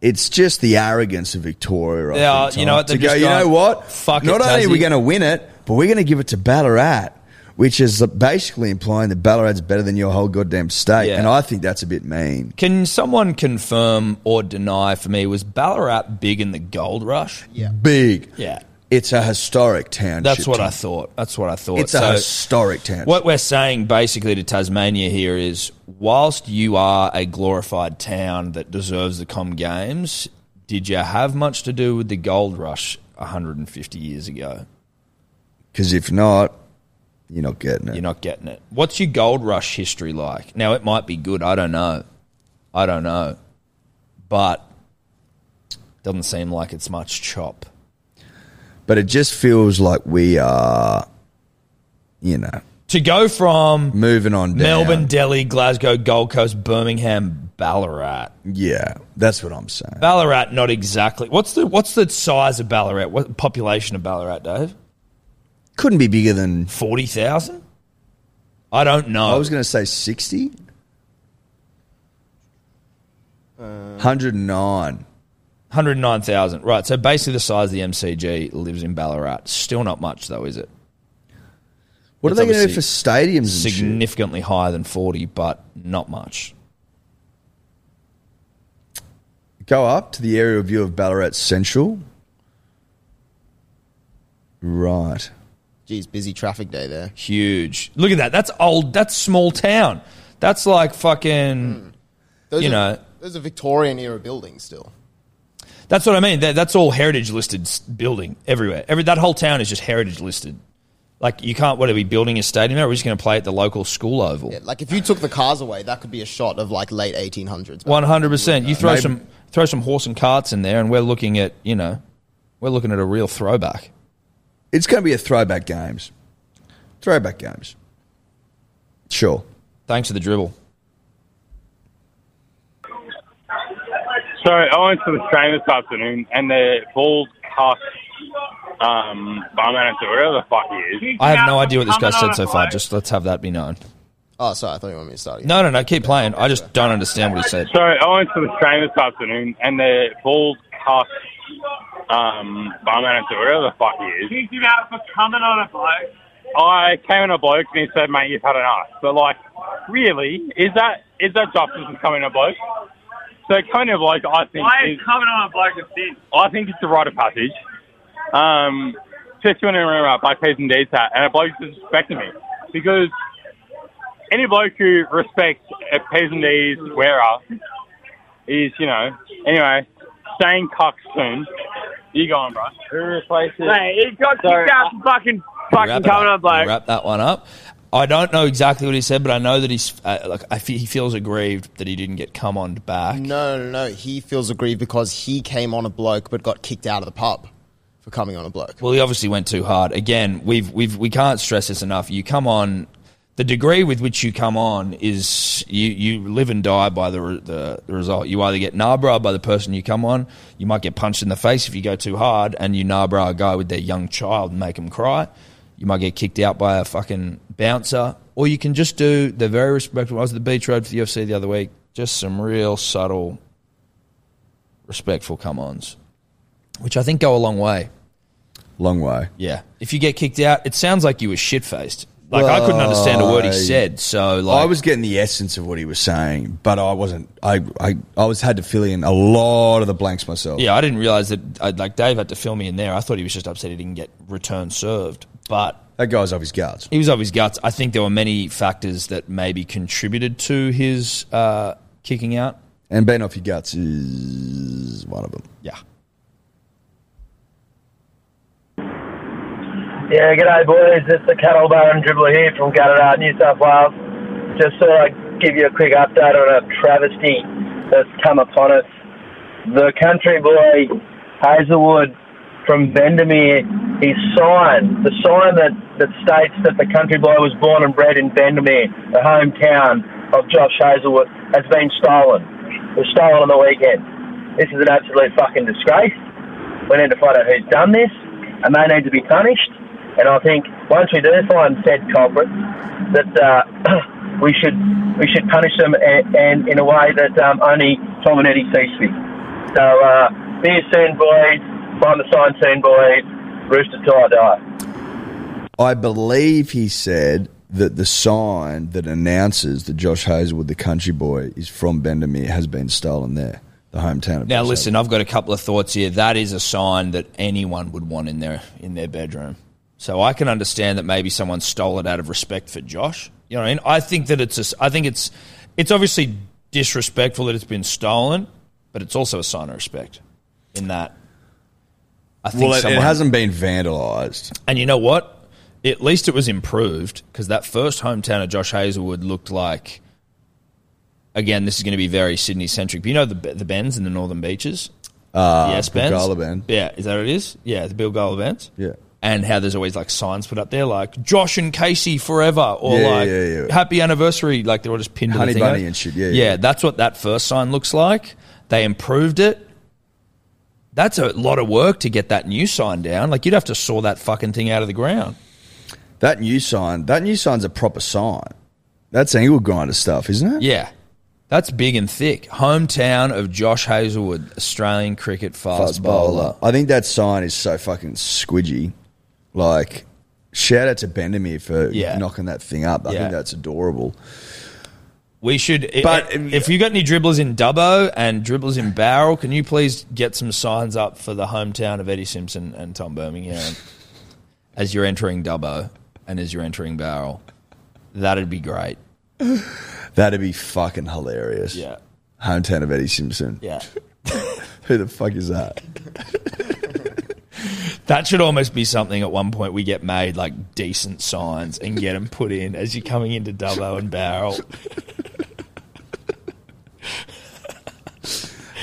[SPEAKER 3] it's just the arrogance of Victoria. I
[SPEAKER 2] They are-
[SPEAKER 3] think,
[SPEAKER 2] you
[SPEAKER 3] Tom,
[SPEAKER 2] know what,
[SPEAKER 3] to
[SPEAKER 2] they've
[SPEAKER 3] go,
[SPEAKER 2] just
[SPEAKER 3] you know
[SPEAKER 2] gone,
[SPEAKER 3] what?
[SPEAKER 2] "Fuck it,
[SPEAKER 3] Not only are we
[SPEAKER 2] Tassie."
[SPEAKER 3] going to win it, but we're going to give it to Ballarat, which is basically implying that Ballarat's better than your whole goddamn state.
[SPEAKER 2] Yeah.
[SPEAKER 3] And I think that's a bit mean.
[SPEAKER 2] Can someone confirm or deny for me, was Ballarat big in the gold rush?
[SPEAKER 4] Yeah.
[SPEAKER 3] Big.
[SPEAKER 2] Yeah.
[SPEAKER 3] It's a historic township.
[SPEAKER 2] That's what
[SPEAKER 3] Tom.
[SPEAKER 2] I thought. That's what I thought.
[SPEAKER 3] It's a
[SPEAKER 2] So-
[SPEAKER 3] historic township.
[SPEAKER 2] What we're saying basically to Tasmania here is whilst you are a glorified town that deserves the Com Games, did you have much to do with the gold rush 150 years ago?
[SPEAKER 3] Because if not, you're not getting it.
[SPEAKER 2] You're not getting it. What's your gold rush history like? Now, it might be good. I don't know. I don't know. But doesn't seem like it's much chop.
[SPEAKER 3] But it just feels like we are, you know,
[SPEAKER 2] To go from
[SPEAKER 3] moving on down.
[SPEAKER 2] Melbourne, Delhi, Glasgow, Gold Coast, Birmingham, Ballarat.
[SPEAKER 3] Yeah, that's what I'm saying.
[SPEAKER 2] Ballarat, not exactly. What's the what's the size of Ballarat? What population of Ballarat, Dave?
[SPEAKER 3] Couldn't be bigger than
[SPEAKER 2] Forty thousand? I don't know.
[SPEAKER 3] I was going to say 60.
[SPEAKER 2] Uh,
[SPEAKER 3] 109.
[SPEAKER 2] Hundred nine thousand. Right. So basically, the size of the MCG lives in Ballarat. Still not much, though, is it?
[SPEAKER 3] What are
[SPEAKER 2] It's
[SPEAKER 3] they going to do for
[SPEAKER 2] obviously
[SPEAKER 3] stadiums and shit?
[SPEAKER 2] Significantly higher than forty, but not much.
[SPEAKER 3] Go up to the aerial view of Ballarat Central. Right.
[SPEAKER 4] Geez, busy traffic day there.
[SPEAKER 2] Huge. Look at that. That's old. That's small town. That's like fucking.
[SPEAKER 4] Hmm. Those
[SPEAKER 2] You
[SPEAKER 4] are,
[SPEAKER 2] know.
[SPEAKER 4] those are Victorian era buildings still.
[SPEAKER 2] That's what I mean. That, that's all heritage listed s- building everywhere. Every that whole town is just heritage listed. Like you can't. What are we building a stadium? Or are we just going to play at the local school oval?
[SPEAKER 4] Yeah, like if you took the cars away, that could be a shot of like late 1800s.
[SPEAKER 2] One hundred percent. You throw
[SPEAKER 3] Maybe-
[SPEAKER 2] some throw some horse and carts in there, and we're looking at you know, we're looking at a real throwback.
[SPEAKER 3] It's going to be a throwback games. Throwback games. Sure.
[SPEAKER 2] Thanks for the dribble.
[SPEAKER 7] So I went to the train this afternoon, and the bald cuss um, bar manager, whatever the fuck he is.
[SPEAKER 2] I have no idea what this guy said so far. Just let's have that be known.
[SPEAKER 4] Oh, sorry, I thought you wanted me to start again.
[SPEAKER 2] No, no, no. Keep playing. I just don't understand what he said.
[SPEAKER 7] So I went to the train this afternoon, and the bald cuss um, bar manager, whatever the fuck he is.
[SPEAKER 8] Kicked him out for coming on a bloke.
[SPEAKER 7] I came in a bloke, and he said, "Mate, you've had enough." But like, really, is that is that justice in coming in a bloke? So coming in a bloke, I think
[SPEAKER 8] Why
[SPEAKER 7] is
[SPEAKER 8] is coming on a bloke a sin?
[SPEAKER 7] I think it's a rite of passage. Um, just when I remember about black P's and D's hat, and a bloke disrespected me because any bloke who respects a P's and D's wearer is, you know, anyway, saying cuck soon. You go on, bro. Who replaces?
[SPEAKER 8] Hey, he got kicked out for fucking fucking
[SPEAKER 2] it
[SPEAKER 8] coming on a
[SPEAKER 2] up.
[SPEAKER 8] bloke.
[SPEAKER 2] Wrap that one up. I don't know exactly what he said, but I know that he's uh, like I fe- he feels aggrieved that he didn't get come on back.
[SPEAKER 4] No, no, no. He feels aggrieved because he came on a bloke but got kicked out of the pub for coming on a bloke.
[SPEAKER 2] Well, he obviously went too hard. Again, we've we've we can't stress this enough. You come on, the degree with which you come on is you you live and die by the re- the, the result. You either get nabra by the person you come on. You might get punched in the face if you go too hard, and you nabra a guy with their young child and make him cry. You might get kicked out by a fucking bouncer, or you can just do the very respectful. I was at the beach road for the UFC the other week. Just some real subtle, respectful come ons, which I think go a long way.
[SPEAKER 3] Long way.
[SPEAKER 2] Yeah. If you get kicked out, it sounds like you were shit faced. Like I couldn't understand a word he
[SPEAKER 3] Well,
[SPEAKER 2] said. So like
[SPEAKER 3] I was getting the essence of what he was saying, but I wasn't. I, I, I was had to fill in a lot of the blanks myself.
[SPEAKER 2] Yeah, I didn't realize that i like Dave had to fill me in there. I thought he was just upset he didn't get return served. But
[SPEAKER 3] That guy was off his guards.
[SPEAKER 2] he was off his guts. I think there were many factors that maybe contributed to his uh, kicking out.
[SPEAKER 3] And being off your guts is one of them.
[SPEAKER 2] Yeah.
[SPEAKER 9] Yeah, g'day boys. It's the cattle baron dribbler here from Gatterard, New South Wales. Just thought I'd give you a quick update on a travesty that's come upon us. The country boy Hazelwood from Bendemeer, his sign, the sign that, that states that the country boy was born and bred in Bendemeer, the hometown of Josh Hazelwood, has been stolen. It was stolen on the weekend. This is an absolute fucking disgrace. We need to find out who's done this, and they need to be punished. And I think once we do find said culprits, that uh, we should we should punish them and, and in a way that um, only Tom and Eddie sees fit. So uh, be a soon, boys. Find the sign soon, boys. Rooster till I die.
[SPEAKER 3] I believe he said that the sign that announces that Josh Hazelwood, the country boy, is from Bendemeer has been stolen there, the hometown of
[SPEAKER 2] Now
[SPEAKER 3] Josh
[SPEAKER 2] listen, I've got a couple of thoughts here. That is a sign that anyone would want in their in their bedroom. So I can understand that maybe someone stole it out of respect for Josh. You know what I mean? I think that it's a s I think it's it's obviously disrespectful that it's been stolen, but it's also a sign of respect in that I
[SPEAKER 3] Hazelwood.
[SPEAKER 2] think
[SPEAKER 3] Well, it, it
[SPEAKER 2] someone,
[SPEAKER 3] hasn't been vandalised.
[SPEAKER 2] and you know what? At least it was improved because that first hometown of Josh Hazelwood looked like. Again, this is going to be very Sydney centric. But you know the the Bends and the Northern Beaches.
[SPEAKER 3] Uh,
[SPEAKER 2] yes, Bends.
[SPEAKER 3] Gala Bend.
[SPEAKER 2] Yeah, is that what it is? Yeah, the Bill Gala Bends.
[SPEAKER 3] Yeah.
[SPEAKER 2] And how there's always like signs put up there, like Josh and Casey forever, or
[SPEAKER 3] Yeah,
[SPEAKER 2] like
[SPEAKER 3] yeah, yeah.
[SPEAKER 2] Happy Anniversary. Like they're all just pinned. to the
[SPEAKER 3] Honey
[SPEAKER 2] thing
[SPEAKER 3] bunny
[SPEAKER 2] over.
[SPEAKER 3] and shit, yeah,
[SPEAKER 2] yeah.
[SPEAKER 3] yeah.
[SPEAKER 2] That's what that first sign looks like. They improved it. That's a lot of work to get that new sign down. Like you'd have to saw that fucking thing out of the ground.
[SPEAKER 3] That new sign, that new sign's a proper sign. That's angle grinder stuff, isn't it?
[SPEAKER 2] Yeah. That's big and thick. Hometown of Josh Hazelwood, Australian cricket fast,
[SPEAKER 3] Fast
[SPEAKER 2] bowler.
[SPEAKER 3] bowler. I think that sign is so fucking squidgy. Like, shout out to Bendemeer for
[SPEAKER 2] Yeah.
[SPEAKER 3] knocking that thing up. I
[SPEAKER 2] Yeah.
[SPEAKER 3] think that's adorable.
[SPEAKER 2] We should. But
[SPEAKER 3] But-
[SPEAKER 2] if you got any dribblers in Dubbo and dribblers in Barrel, can you please get some signs up for the hometown of Eddie Simpson and Tom Birmingham as you're entering Dubbo and as you're entering Barrel? That'd be great.
[SPEAKER 3] That'd be fucking hilarious. Hometown of Eddie Simpson.
[SPEAKER 2] Yeah.
[SPEAKER 3] Who the fuck is that?
[SPEAKER 2] That should almost be something at one point we get made like decent signs and get them put in as you're coming into Dubbo and Barrel.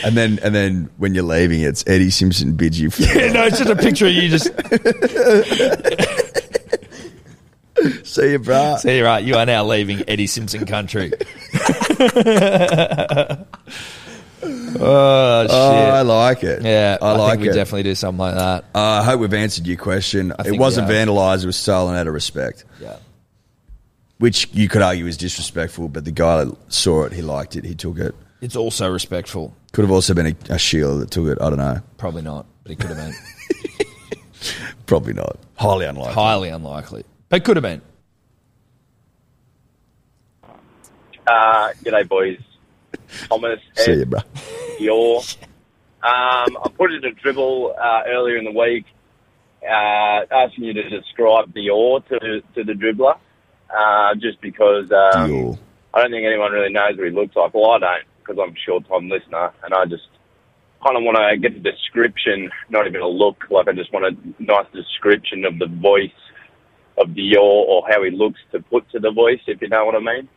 [SPEAKER 3] And then and then when you're leaving, it's Eddie Simpson bids you. farewell.
[SPEAKER 2] no, it's just a picture of you just
[SPEAKER 3] See you, bro.
[SPEAKER 2] So you're right. You are now leaving Eddie Simpson country. oh shit!
[SPEAKER 3] Oh, I like it.
[SPEAKER 2] yeah,
[SPEAKER 3] I
[SPEAKER 2] think
[SPEAKER 3] like
[SPEAKER 2] we
[SPEAKER 3] it.
[SPEAKER 2] definitely do something like that.
[SPEAKER 3] Uh, I hope we've answered your question.
[SPEAKER 2] think we
[SPEAKER 3] It wasn't
[SPEAKER 2] have.
[SPEAKER 3] vandalized; it was stolen out of respect,
[SPEAKER 2] Yeah.
[SPEAKER 3] which you could argue is disrespectful. But the guy that saw it, he liked it, he took it.
[SPEAKER 2] It's also respectful.
[SPEAKER 3] Could have also been a, a Sheila that took it. I don't know.
[SPEAKER 2] Probably not, but it could have been
[SPEAKER 3] Probably not. Highly unlikely.
[SPEAKER 2] highly unlikely. But could have been.
[SPEAKER 5] Uh, g'day, boys. Thomas,
[SPEAKER 3] See you,
[SPEAKER 5] Ed,
[SPEAKER 3] bro.
[SPEAKER 5] Dior. Um, I put in a dribble uh, earlier in the week uh, asking you to describe Dior to, to the dribbler uh, just because um,
[SPEAKER 3] Dior.
[SPEAKER 5] I don't think anyone really knows what he looks like. Well, I don't because I'm a short-time listener and I just kind of want to get a description, not even a look. Like I just want a nice description of the voice of Dior or how he looks to put to the voice, if you know what I mean.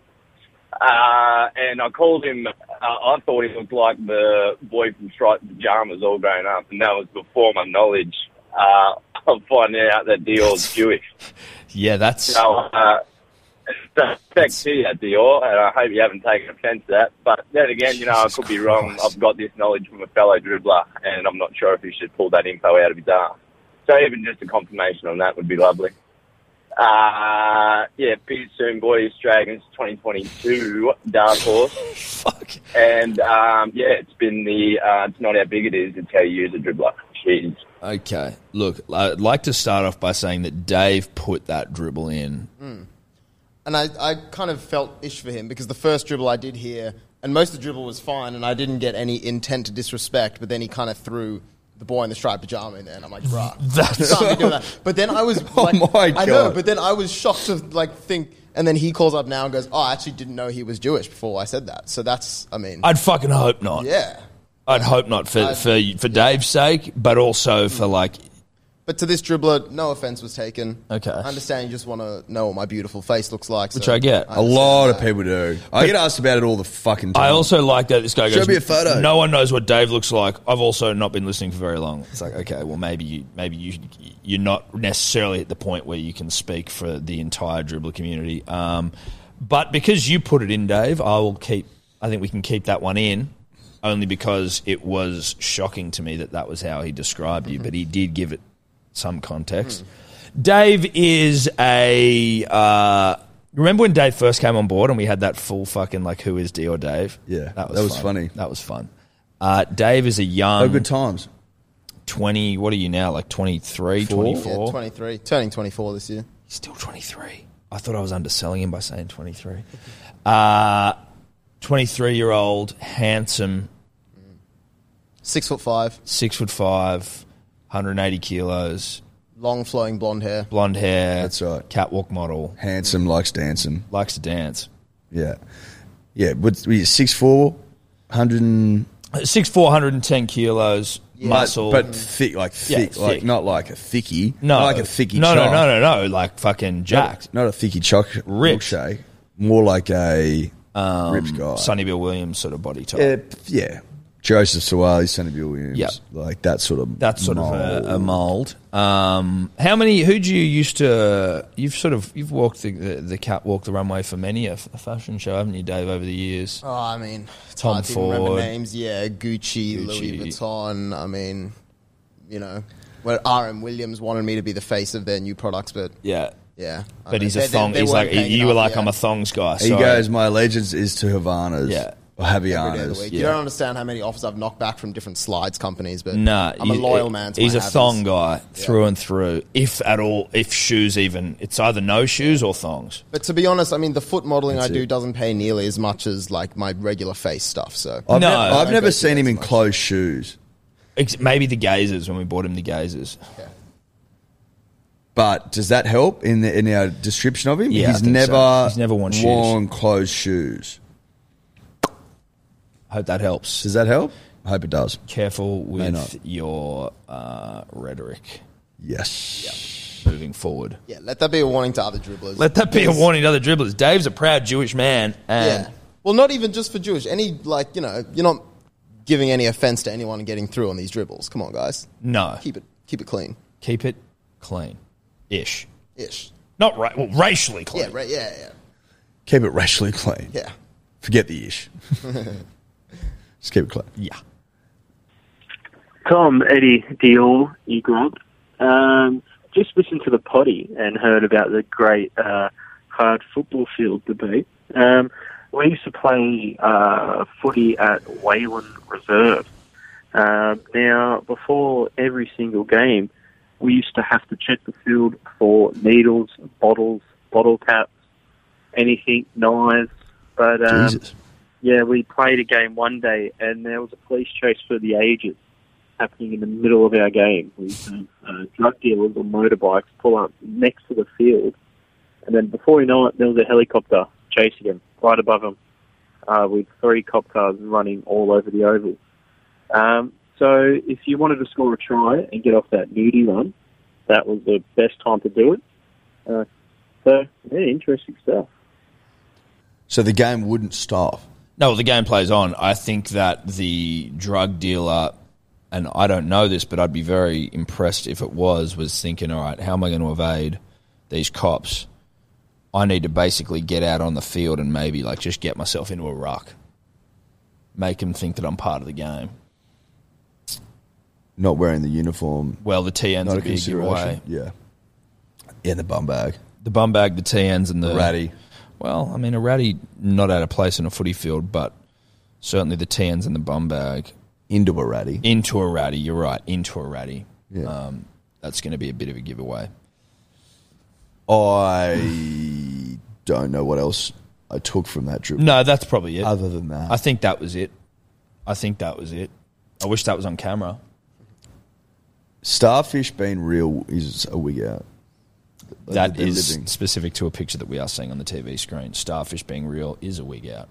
[SPEAKER 5] Uh, and I called him. Uh, I thought he looked like the boy from Striped Pajamas all grown up, and that was before my knowledge uh, on finding out that Dior's Jewish.
[SPEAKER 2] Yeah, that's
[SPEAKER 5] So, uh, respect to you, Dior, and I hope you haven't taken offence to that. But then again, you know, I could be wrong. I've got this knowledge from a fellow dribbler, and I'm not sure if he should pull that info out of his arse. So even just a confirmation on that would be lovely. Uh, yeah, big soon, boys, Dragons 2022, Dark Horse.
[SPEAKER 2] fuck.
[SPEAKER 5] And um, yeah, it's been the uh, it's not how big it is, it's how you use a dribbler. Jeez.
[SPEAKER 2] Okay, look, I'd like to start off by saying that Dave put that dribble in.
[SPEAKER 4] and I, I kind of felt ish for him because the first dribble I did hear, and most of the dribble was fine, and I didn't get any intent to disrespect, but then he kind of threw the boy in the striped pajama in there, and I'm like, bruh,
[SPEAKER 2] That's- Oh
[SPEAKER 4] you can't be doing that. But then I was, like,
[SPEAKER 3] my
[SPEAKER 4] I know,
[SPEAKER 3] God.
[SPEAKER 4] but then I was shocked to like think, and then he calls up now and goes, oh, I actually didn't know he was Jewish before I said that. So that's, I mean,
[SPEAKER 2] I'd fucking hope not.
[SPEAKER 4] yeah.
[SPEAKER 2] I'd hope not for
[SPEAKER 4] I'd-
[SPEAKER 2] for for Dave's sake, but also for like
[SPEAKER 4] But to this dribbler, no offense was taken.
[SPEAKER 2] Okay.
[SPEAKER 4] I understand you just want to know what my beautiful face looks like.
[SPEAKER 2] Which
[SPEAKER 4] so
[SPEAKER 2] I get.
[SPEAKER 3] A
[SPEAKER 4] understand
[SPEAKER 3] lot of
[SPEAKER 4] that.
[SPEAKER 3] people do. I get asked about it all the fucking time.
[SPEAKER 2] I also like that this guy
[SPEAKER 3] Show
[SPEAKER 2] goes.
[SPEAKER 3] me a photo.
[SPEAKER 2] No one knows what Dave looks like. I've also not been listening for very long. It's like okay, well maybe you maybe you you're not necessarily at the point where you can speak for the entire dribbler community. Um, but because you put it in, Dave, I will keep. I think we can keep that one in. Only because it was shocking to me that that was how he described
[SPEAKER 3] Mm-hmm.
[SPEAKER 2] you, but he did give it some context. Mm-hmm. Dave is a. Uh, remember when Dave first came on board and we had that full fucking like who is D or Dave?
[SPEAKER 3] Yeah, that was
[SPEAKER 2] fun.
[SPEAKER 3] funny.
[SPEAKER 2] That was fun. Uh, Dave is a young
[SPEAKER 3] Oh, good times.
[SPEAKER 2] twenty. What are you now? Like 23,
[SPEAKER 4] Yeah,
[SPEAKER 2] 24?
[SPEAKER 4] 23, turning 24 this year.
[SPEAKER 2] He's still twenty three. I thought I was underselling him by saying twenty three. Uh, twenty three year old, handsome,
[SPEAKER 4] Six foot five,
[SPEAKER 2] six foot five, 180 kilos,
[SPEAKER 4] long flowing blonde hair.
[SPEAKER 2] blonde hair.
[SPEAKER 3] That's right.
[SPEAKER 2] Catwalk model,
[SPEAKER 3] Handsome likes dancing.
[SPEAKER 2] likes to dance.
[SPEAKER 3] Yeah. Yeah. What's we six four, hundred and
[SPEAKER 2] Six four hundred and ten kilos, muscle,
[SPEAKER 3] but thick, like thick, like
[SPEAKER 2] thick.
[SPEAKER 3] not like a thickie,
[SPEAKER 2] no,
[SPEAKER 3] not like a thicky.
[SPEAKER 2] No,
[SPEAKER 3] chuck.
[SPEAKER 2] no, no, no, no, like fucking jacked.
[SPEAKER 3] not a thicky chuck
[SPEAKER 2] Ripped.
[SPEAKER 3] milkshake. More like a ripped guy.
[SPEAKER 2] Um, Sonny Bill Williams sort of body type.
[SPEAKER 3] yeah, p- yeah. Joseph Sawali, Sonny Bill Williams,
[SPEAKER 2] Yep.
[SPEAKER 3] like that sort of
[SPEAKER 2] That's sort
[SPEAKER 3] mold.
[SPEAKER 2] of uh, a, a mold. Um, how many? Who do you used to? You've sort of you've walked the the, the catwalk, the runway for many a, f- a fashion show, haven't you, Dave? Over the years,
[SPEAKER 4] Oh, I mean, it's
[SPEAKER 2] Tom
[SPEAKER 4] hard to even remember
[SPEAKER 2] Ford.
[SPEAKER 4] names. Yeah, Gucci, Louis
[SPEAKER 2] Gucci.
[SPEAKER 4] Vuitton. I mean, you know, well, R.M. Williams wanted me to be the face of their new products, but
[SPEAKER 2] yeah.
[SPEAKER 4] yeah. I
[SPEAKER 2] But
[SPEAKER 4] know,
[SPEAKER 2] he's
[SPEAKER 4] they-
[SPEAKER 2] a
[SPEAKER 4] they-
[SPEAKER 2] thong.
[SPEAKER 4] they
[SPEAKER 2] he's
[SPEAKER 4] weren't
[SPEAKER 2] like
[SPEAKER 4] paying
[SPEAKER 2] you were
[SPEAKER 4] enough,
[SPEAKER 2] like
[SPEAKER 4] yeah,
[SPEAKER 2] I'm a thongs guy.
[SPEAKER 3] He
[SPEAKER 2] Sorry.
[SPEAKER 3] goes, my allegiance is to Havanas.
[SPEAKER 2] Yeah.
[SPEAKER 3] Or
[SPEAKER 4] every day of the
[SPEAKER 3] Havianas.
[SPEAKER 4] week. You don't understand how many offers I've knocked back from different slides companies, but
[SPEAKER 2] Nah,
[SPEAKER 4] I'm a
[SPEAKER 2] he-
[SPEAKER 4] loyal man. To
[SPEAKER 2] he's
[SPEAKER 4] my
[SPEAKER 2] a
[SPEAKER 4] habits.
[SPEAKER 2] thong guy through and through. If at all, if shoes even, it's either no shoes or thongs.
[SPEAKER 4] But to be honest, I mean, the foot modeling I
[SPEAKER 3] That's
[SPEAKER 4] do
[SPEAKER 3] it.
[SPEAKER 4] doesn't pay nearly as much as like my regular face stuff. So
[SPEAKER 3] I've,
[SPEAKER 2] No.
[SPEAKER 3] never, I've
[SPEAKER 2] I
[SPEAKER 3] never
[SPEAKER 4] go to
[SPEAKER 3] seen
[SPEAKER 4] that
[SPEAKER 3] him in
[SPEAKER 4] much.
[SPEAKER 3] closed shoes,
[SPEAKER 2] Ex- Maybe the gazers when we bought him the gazers.
[SPEAKER 4] yeah.
[SPEAKER 3] but does that help in the, in our description of him?
[SPEAKER 2] Yeah, I
[SPEAKER 3] he's,
[SPEAKER 2] think
[SPEAKER 3] never
[SPEAKER 2] so. He's never worn shoes.
[SPEAKER 3] worn closed shoes.
[SPEAKER 2] Hope that helps.
[SPEAKER 3] Does that help? I hope it does.
[SPEAKER 2] Careful
[SPEAKER 3] not.
[SPEAKER 2] with your uh, rhetoric
[SPEAKER 3] Yes.
[SPEAKER 2] moving forward.
[SPEAKER 4] yeah, let that be a warning to other dribblers.
[SPEAKER 2] Let that be a
[SPEAKER 4] Because-
[SPEAKER 2] warning to other dribblers. Dave's a proud Jewish man, and
[SPEAKER 4] Yeah. Well, not even just for Jewish. Any like you know, you're not giving any offense to anyone getting through on these dribbles. Come on, guys,
[SPEAKER 2] no,
[SPEAKER 4] keep
[SPEAKER 2] keep,
[SPEAKER 4] it keep it clean,
[SPEAKER 2] it clean, ish.
[SPEAKER 4] ish.
[SPEAKER 2] Not right. Well, racially clean.
[SPEAKER 4] Yeah, right. Yeah, yeah,
[SPEAKER 3] Keep it racially clean.
[SPEAKER 4] yeah.
[SPEAKER 3] Forget the ish. Just keep it clean.
[SPEAKER 2] Yeah.
[SPEAKER 10] Tom, Eddie, Deal, E Grub. Um, just listened to the potty and heard about the great uh, hard football field debate. Um, we used to play uh, footy at Wayland Reserve. Um, now, before every single game, we used to have to check the field for needles, bottles, bottle caps, anything, knives. But um,
[SPEAKER 3] Jesus.
[SPEAKER 10] yeah, we played a game one day, and there was a police chase for the ages happening in the middle of our game. We had uh, drug dealers on motorbikes pull up next to the field, and then before you know it, there was a helicopter chasing him right above him, uh, with three cop cars running all over the oval. Um, so if you wanted to score a try and get off that nudie run, that was the best time to do it. Uh, so yeah, interesting stuff.
[SPEAKER 3] So the game wouldn't stop.
[SPEAKER 2] No, well, the game plays on. I think that the drug dealer and I don't know this, but I'd be very impressed if it was, was thinking, all right, how am I going to evade these cops? I need to basically get out on the field and maybe like just get myself into a ruck, make them think that I'm part of the game.
[SPEAKER 3] Not wearing the uniform.
[SPEAKER 2] Well, the TN's
[SPEAKER 3] Not
[SPEAKER 2] a
[SPEAKER 3] a
[SPEAKER 2] big
[SPEAKER 3] consideration.
[SPEAKER 2] giveaway.
[SPEAKER 3] Yeah. In the bum bag.
[SPEAKER 2] The bum bag, the TNs, and the
[SPEAKER 3] Ratty.
[SPEAKER 2] Well, I mean, a ratty not out of place in a footy field, but certainly the TNs and the bum bag
[SPEAKER 3] Into a ratty.
[SPEAKER 2] into a ratty. You're right, into a ratty.
[SPEAKER 3] Yeah.
[SPEAKER 2] Um, that's going to be a bit of a giveaway.
[SPEAKER 3] I don't know what else I took from that trip.
[SPEAKER 2] No, that's probably it.
[SPEAKER 3] Other than that,
[SPEAKER 2] I think that was it. I think that was it. I wish that was on camera.
[SPEAKER 3] starfish being real is a wig out. Like,
[SPEAKER 2] That
[SPEAKER 3] they're
[SPEAKER 2] is
[SPEAKER 3] living.
[SPEAKER 2] specific to a picture that we are seeing on the TV screen. Starfish being real is a wig out.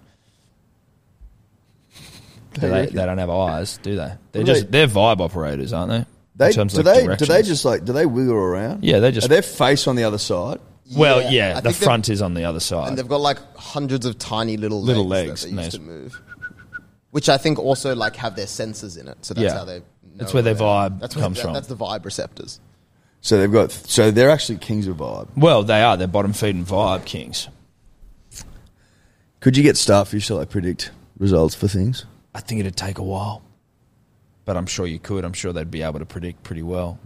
[SPEAKER 2] Do they, they don't have eyes, do they? They're
[SPEAKER 3] do
[SPEAKER 2] just they, are vibe operators, aren't they?
[SPEAKER 3] They,
[SPEAKER 2] In
[SPEAKER 3] do
[SPEAKER 2] terms of
[SPEAKER 3] they do they
[SPEAKER 2] directions.
[SPEAKER 3] just like do they wiggle around?
[SPEAKER 2] Yeah, they just-
[SPEAKER 3] are their face on the other side.
[SPEAKER 2] well
[SPEAKER 4] Yeah,
[SPEAKER 2] yeah,
[SPEAKER 4] I
[SPEAKER 2] the
[SPEAKER 4] think they've-
[SPEAKER 2] front is on the other side.
[SPEAKER 4] and they've got like hundreds of tiny little
[SPEAKER 2] Little legs,
[SPEAKER 4] legs, that they
[SPEAKER 2] nice.
[SPEAKER 4] used to move, which I think also like have their sensors in it. So that's
[SPEAKER 2] Yeah.
[SPEAKER 4] how they. Know
[SPEAKER 2] That's where their
[SPEAKER 4] they are.
[SPEAKER 2] vibe
[SPEAKER 4] that's where-
[SPEAKER 2] comes
[SPEAKER 4] that-
[SPEAKER 2] from.
[SPEAKER 4] That's the vibe receptors.
[SPEAKER 3] So they've got so they're actually kings of vibe.
[SPEAKER 2] well, they are. They're bottom feed and vibe kings.
[SPEAKER 3] Could you get starfish to like predict results for things?
[SPEAKER 2] I think it'd take a while. But I'm sure you could. I'm sure they'd be able to predict pretty well.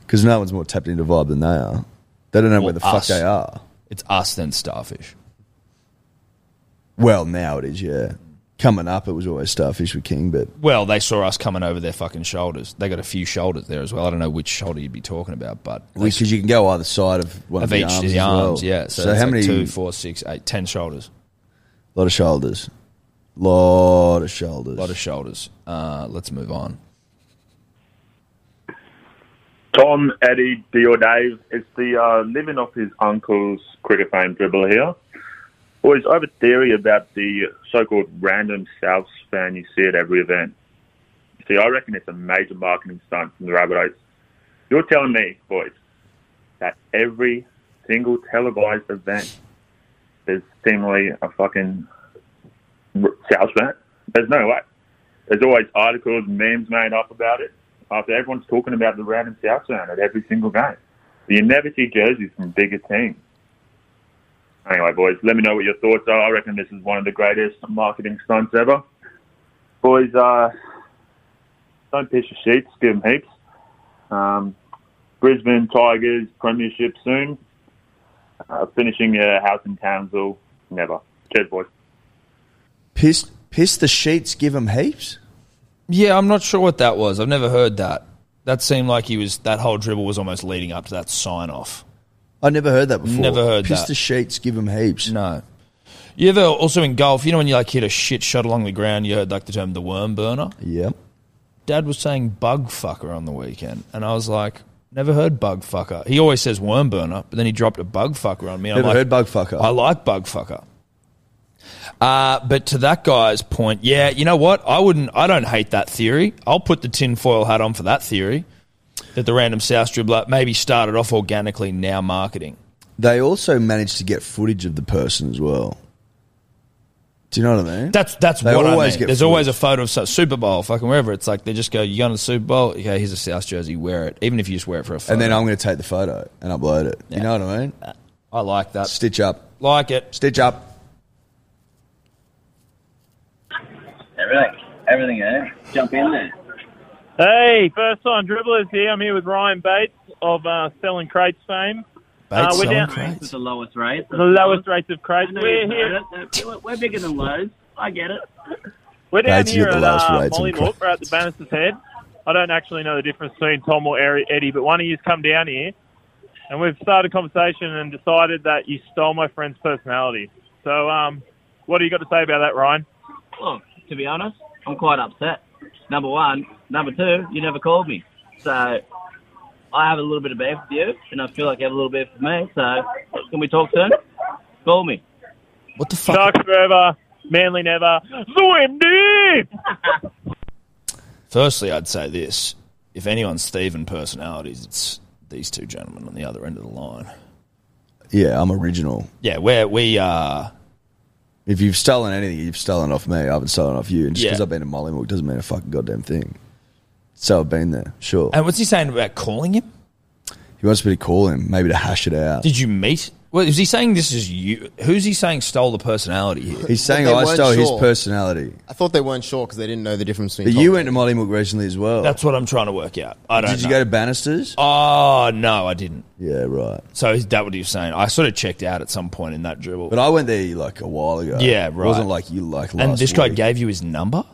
[SPEAKER 3] Because no one's more tapped into vibe than they are. They don't know
[SPEAKER 2] Well,
[SPEAKER 3] where the fuck
[SPEAKER 2] us.
[SPEAKER 3] they are.
[SPEAKER 2] It's us then starfish.
[SPEAKER 3] Well, now it is. Yeah, coming up, it was always starfish with king, but
[SPEAKER 2] Well, they saw us coming over their fucking shoulders. They got a few shoulders there as well. I don't know which shoulder you'd be talking about, but they
[SPEAKER 3] because you can go either side of one of,
[SPEAKER 2] of
[SPEAKER 3] the
[SPEAKER 2] each
[SPEAKER 3] arms.
[SPEAKER 2] of the
[SPEAKER 3] as well.
[SPEAKER 2] arms. Yeah. So,
[SPEAKER 3] how many?
[SPEAKER 2] Two, four, six, eight, ten shoulders.
[SPEAKER 3] lot of shoulders. Lot of shoulders.
[SPEAKER 2] A lot of shoulders. Uh, let's move on.
[SPEAKER 11] Tom, Eddie, D or Dave. It's the uh, living off his uncle's cricket fame dribble here. Boys, I have a theory about the so-called random Souths fan you see at every event. See, I reckon it's a major marketing stunt from the Rabbitohs. You're telling me, boys, that every single televised event there's seemingly a fucking r- South fan? There's no way. There's always articles, memes made up about it. After everyone's talking about the random South Zone at every single game, but you never see jerseys from bigger teams. Anyway, boys, let me know what your thoughts are. I reckon this is one of the greatest marketing stunts ever. Boys, uh, don't piss your sheets, give them heaps. Um, Brisbane Tigers Premiership soon. Uh, finishing your house in Townsville, never. Cheers, boys.
[SPEAKER 3] piss. Piss the sheets. Give them heaps.
[SPEAKER 2] Yeah, I'm not sure what that was. I've never heard that. That seemed like he was. That whole dribble was almost leading up to that sign off.
[SPEAKER 3] I never heard that before.
[SPEAKER 2] Never heard
[SPEAKER 3] Piss
[SPEAKER 2] that.
[SPEAKER 3] the sheets. Give them heaps.
[SPEAKER 2] No. You ever also in golf? You know when you like hit a shit shot along the ground, you heard like the term the worm burner.
[SPEAKER 3] Yep.
[SPEAKER 2] Dad was saying bug fucker on the weekend, and I was like, never heard bug fucker. He always says worm burner, but then he dropped a bug fucker on me. and
[SPEAKER 3] Never
[SPEAKER 2] I'm like,
[SPEAKER 3] heard bug fucker.
[SPEAKER 2] I like bug fucker. Uh, but to that guy's point, yeah, you know what? I wouldn't. I don't hate that theory. I'll put the tinfoil hat on for that theory that the random South dribbler maybe started off organically, now marketing.
[SPEAKER 3] they also managed to get footage of the person as well. Do you know what I mean?
[SPEAKER 2] That's that's
[SPEAKER 3] They
[SPEAKER 2] what I
[SPEAKER 3] always
[SPEAKER 2] mean.
[SPEAKER 3] get
[SPEAKER 2] There's
[SPEAKER 3] fooled.
[SPEAKER 2] always a photo of so- Super Bowl, fucking wherever. It's like they just go, "You going to the Super Bowl? Okay, here's a South jersey. Wear it, even if you just wear it for a photo."
[SPEAKER 3] and then I'm going to take the photo and upload it. You know what I mean?
[SPEAKER 2] I like that.
[SPEAKER 3] Stitch up.
[SPEAKER 2] Like it.
[SPEAKER 3] Stitch up.
[SPEAKER 10] Everything. Everything, eh? Jump in there.
[SPEAKER 8] Hey, first time dribblers here. I'm here with Ryan Bates of uh, Selling Crates fame. Uh,
[SPEAKER 2] Bates
[SPEAKER 8] we're
[SPEAKER 2] selling
[SPEAKER 8] down-
[SPEAKER 10] This is
[SPEAKER 2] crates.
[SPEAKER 10] the lowest rate.
[SPEAKER 8] The lowest rates of
[SPEAKER 10] I
[SPEAKER 8] crates.
[SPEAKER 10] know
[SPEAKER 8] We're
[SPEAKER 10] you know
[SPEAKER 8] here.
[SPEAKER 10] that. We're- We're bigger than lows. I get it.
[SPEAKER 8] We're down
[SPEAKER 3] Bates, you
[SPEAKER 8] here
[SPEAKER 3] got
[SPEAKER 8] at
[SPEAKER 3] the lowest
[SPEAKER 8] uh,
[SPEAKER 3] rates on
[SPEAKER 8] Mollymook.
[SPEAKER 3] crates.
[SPEAKER 8] We're at the Bannister's Head. I don't actually know the difference between Tom or Eri- Eddie, but one of you's come down here, and we've started a conversation and decided that you stole my friend's personality. So, um, what do you got to say about that, Ryan?
[SPEAKER 10] Look, to be honest, I'm quite upset. Number one. Number two, you never called me. So I have a little bit of beef with you, and I feel like you have a little beef with me. So can we talk soon? Call me.
[SPEAKER 2] What the fuck?
[SPEAKER 8] Sharks forever, Manly never. Swim deep.
[SPEAKER 2] Firstly, I'd say this: if anyone's thieving personalities, it's these two gentlemen on the other end of the line.
[SPEAKER 3] Yeah, I'm original.
[SPEAKER 2] Yeah, where we uh, are.
[SPEAKER 3] If you've stolen anything, you've stolen off me. I haven't stolen off you. And just
[SPEAKER 2] Yeah.
[SPEAKER 3] because I've been a Mollymook doesn't mean a fucking goddamn thing. So I've been there, sure.
[SPEAKER 2] And what's he saying about calling him?
[SPEAKER 3] He wants me to call him, maybe to hash it out.
[SPEAKER 2] Did you meet? Well, is he saying this is you? Who's he saying stole the personality here?
[SPEAKER 3] He's saying I stole his personality.
[SPEAKER 4] I thought they weren't sure because they didn't know the difference between.
[SPEAKER 3] But you
[SPEAKER 4] Tom-
[SPEAKER 3] went to Molly Mook recently as well.
[SPEAKER 2] That's what I'm trying to work out. I don't.
[SPEAKER 3] Did you
[SPEAKER 2] know.
[SPEAKER 3] go to Bannister's?
[SPEAKER 2] Oh no, I didn't.
[SPEAKER 3] Yeah, right.
[SPEAKER 2] So is that what he was saying? I sort of checked out at some point in that dribble.
[SPEAKER 3] But I went there like a while ago.
[SPEAKER 2] yeah,
[SPEAKER 3] It
[SPEAKER 2] right.
[SPEAKER 3] wasn't like you like last
[SPEAKER 2] And this guy
[SPEAKER 3] week.
[SPEAKER 2] gave you his number.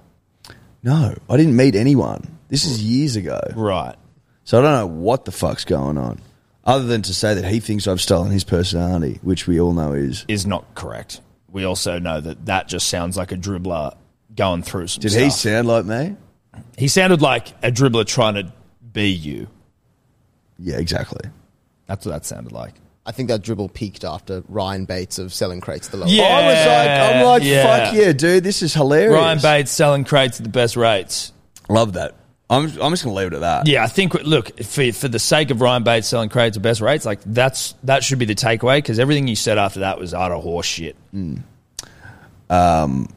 [SPEAKER 3] No, I didn't meet anyone. This is years ago.
[SPEAKER 2] Right.
[SPEAKER 3] So I don't know what the fuck's going on, other than to say that he thinks I've stolen his personality, which we all know is
[SPEAKER 2] is not correct. We also know that that just sounds like a dribbler going through some.
[SPEAKER 3] Did
[SPEAKER 2] stuff.
[SPEAKER 3] he sound like me?
[SPEAKER 2] He sounded like a dribbler trying to be you.
[SPEAKER 3] Yeah, exactly.
[SPEAKER 2] That's what that sounded like.
[SPEAKER 4] I think that dribble peaked after Ryan Bates of selling crates the lowest.
[SPEAKER 2] Yeah,
[SPEAKER 3] I was like, I'm like,
[SPEAKER 2] yeah.
[SPEAKER 3] fuck yeah, dude, this is hilarious.
[SPEAKER 2] Ryan Bates selling crates at the best rates.
[SPEAKER 3] love that. I'm I'm just gonna leave it at that.
[SPEAKER 2] Yeah, I think. Look, for for the sake of Ryan Bates selling crates at best rates, like that's that should be the takeaway because everything you said after that was out of horse shit.
[SPEAKER 3] Um,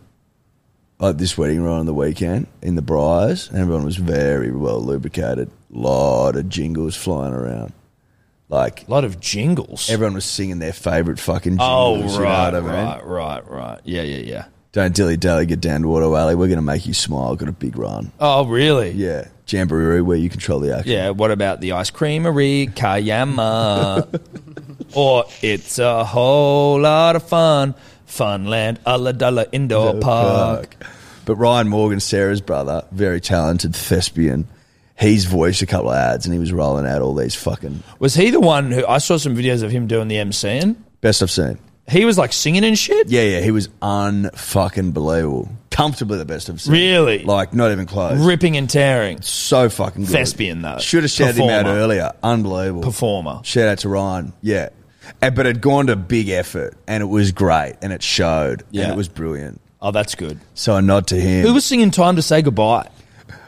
[SPEAKER 3] at this wedding right on the weekend in the Briars, and everyone was very well lubricated. Lot of jingles flying around, like
[SPEAKER 2] a lot of jingles.
[SPEAKER 3] Everyone was singing their favorite fucking jingles.
[SPEAKER 2] Oh
[SPEAKER 3] you know
[SPEAKER 2] right,
[SPEAKER 3] what I mean?
[SPEAKER 2] right, right, right. Yeah, yeah, yeah.
[SPEAKER 3] Don't dilly dally, get down to Water Alley. We're gonna make you smile. Got a big run.
[SPEAKER 2] Oh really?
[SPEAKER 3] Yeah, Jamboree where you control the action.
[SPEAKER 2] Yeah, what about the ice creamery, Kayama? or it's a whole lot of fun, Funland, Ulla Dulla Indoor Park.
[SPEAKER 3] But Ryan Morgan, Sarah's brother, very talented thespian. He's voiced a couple of ads, and he was rolling out all these fucking
[SPEAKER 2] Was he the one who I saw some videos of him doing the MCing?
[SPEAKER 3] best I've seen.
[SPEAKER 2] He was like singing and shit.
[SPEAKER 3] Yeah, yeah, he was unfucking believable. Comfortably the best I've seen.
[SPEAKER 2] Really?
[SPEAKER 3] Like not even close.
[SPEAKER 2] Ripping and tearing.
[SPEAKER 3] so fucking good.
[SPEAKER 2] Thespian, though.
[SPEAKER 3] Should have shouted him out
[SPEAKER 2] Performer.
[SPEAKER 3] earlier. Unbelievable.
[SPEAKER 2] Performer.
[SPEAKER 3] Shout out to Ryan. Yeah. And, but it'd gone to big effort and it was great and it showed
[SPEAKER 2] Yeah.
[SPEAKER 3] and it was brilliant.
[SPEAKER 2] Oh, that's good.
[SPEAKER 3] So a nod to him.
[SPEAKER 2] Who was singing Time to Say Goodbye?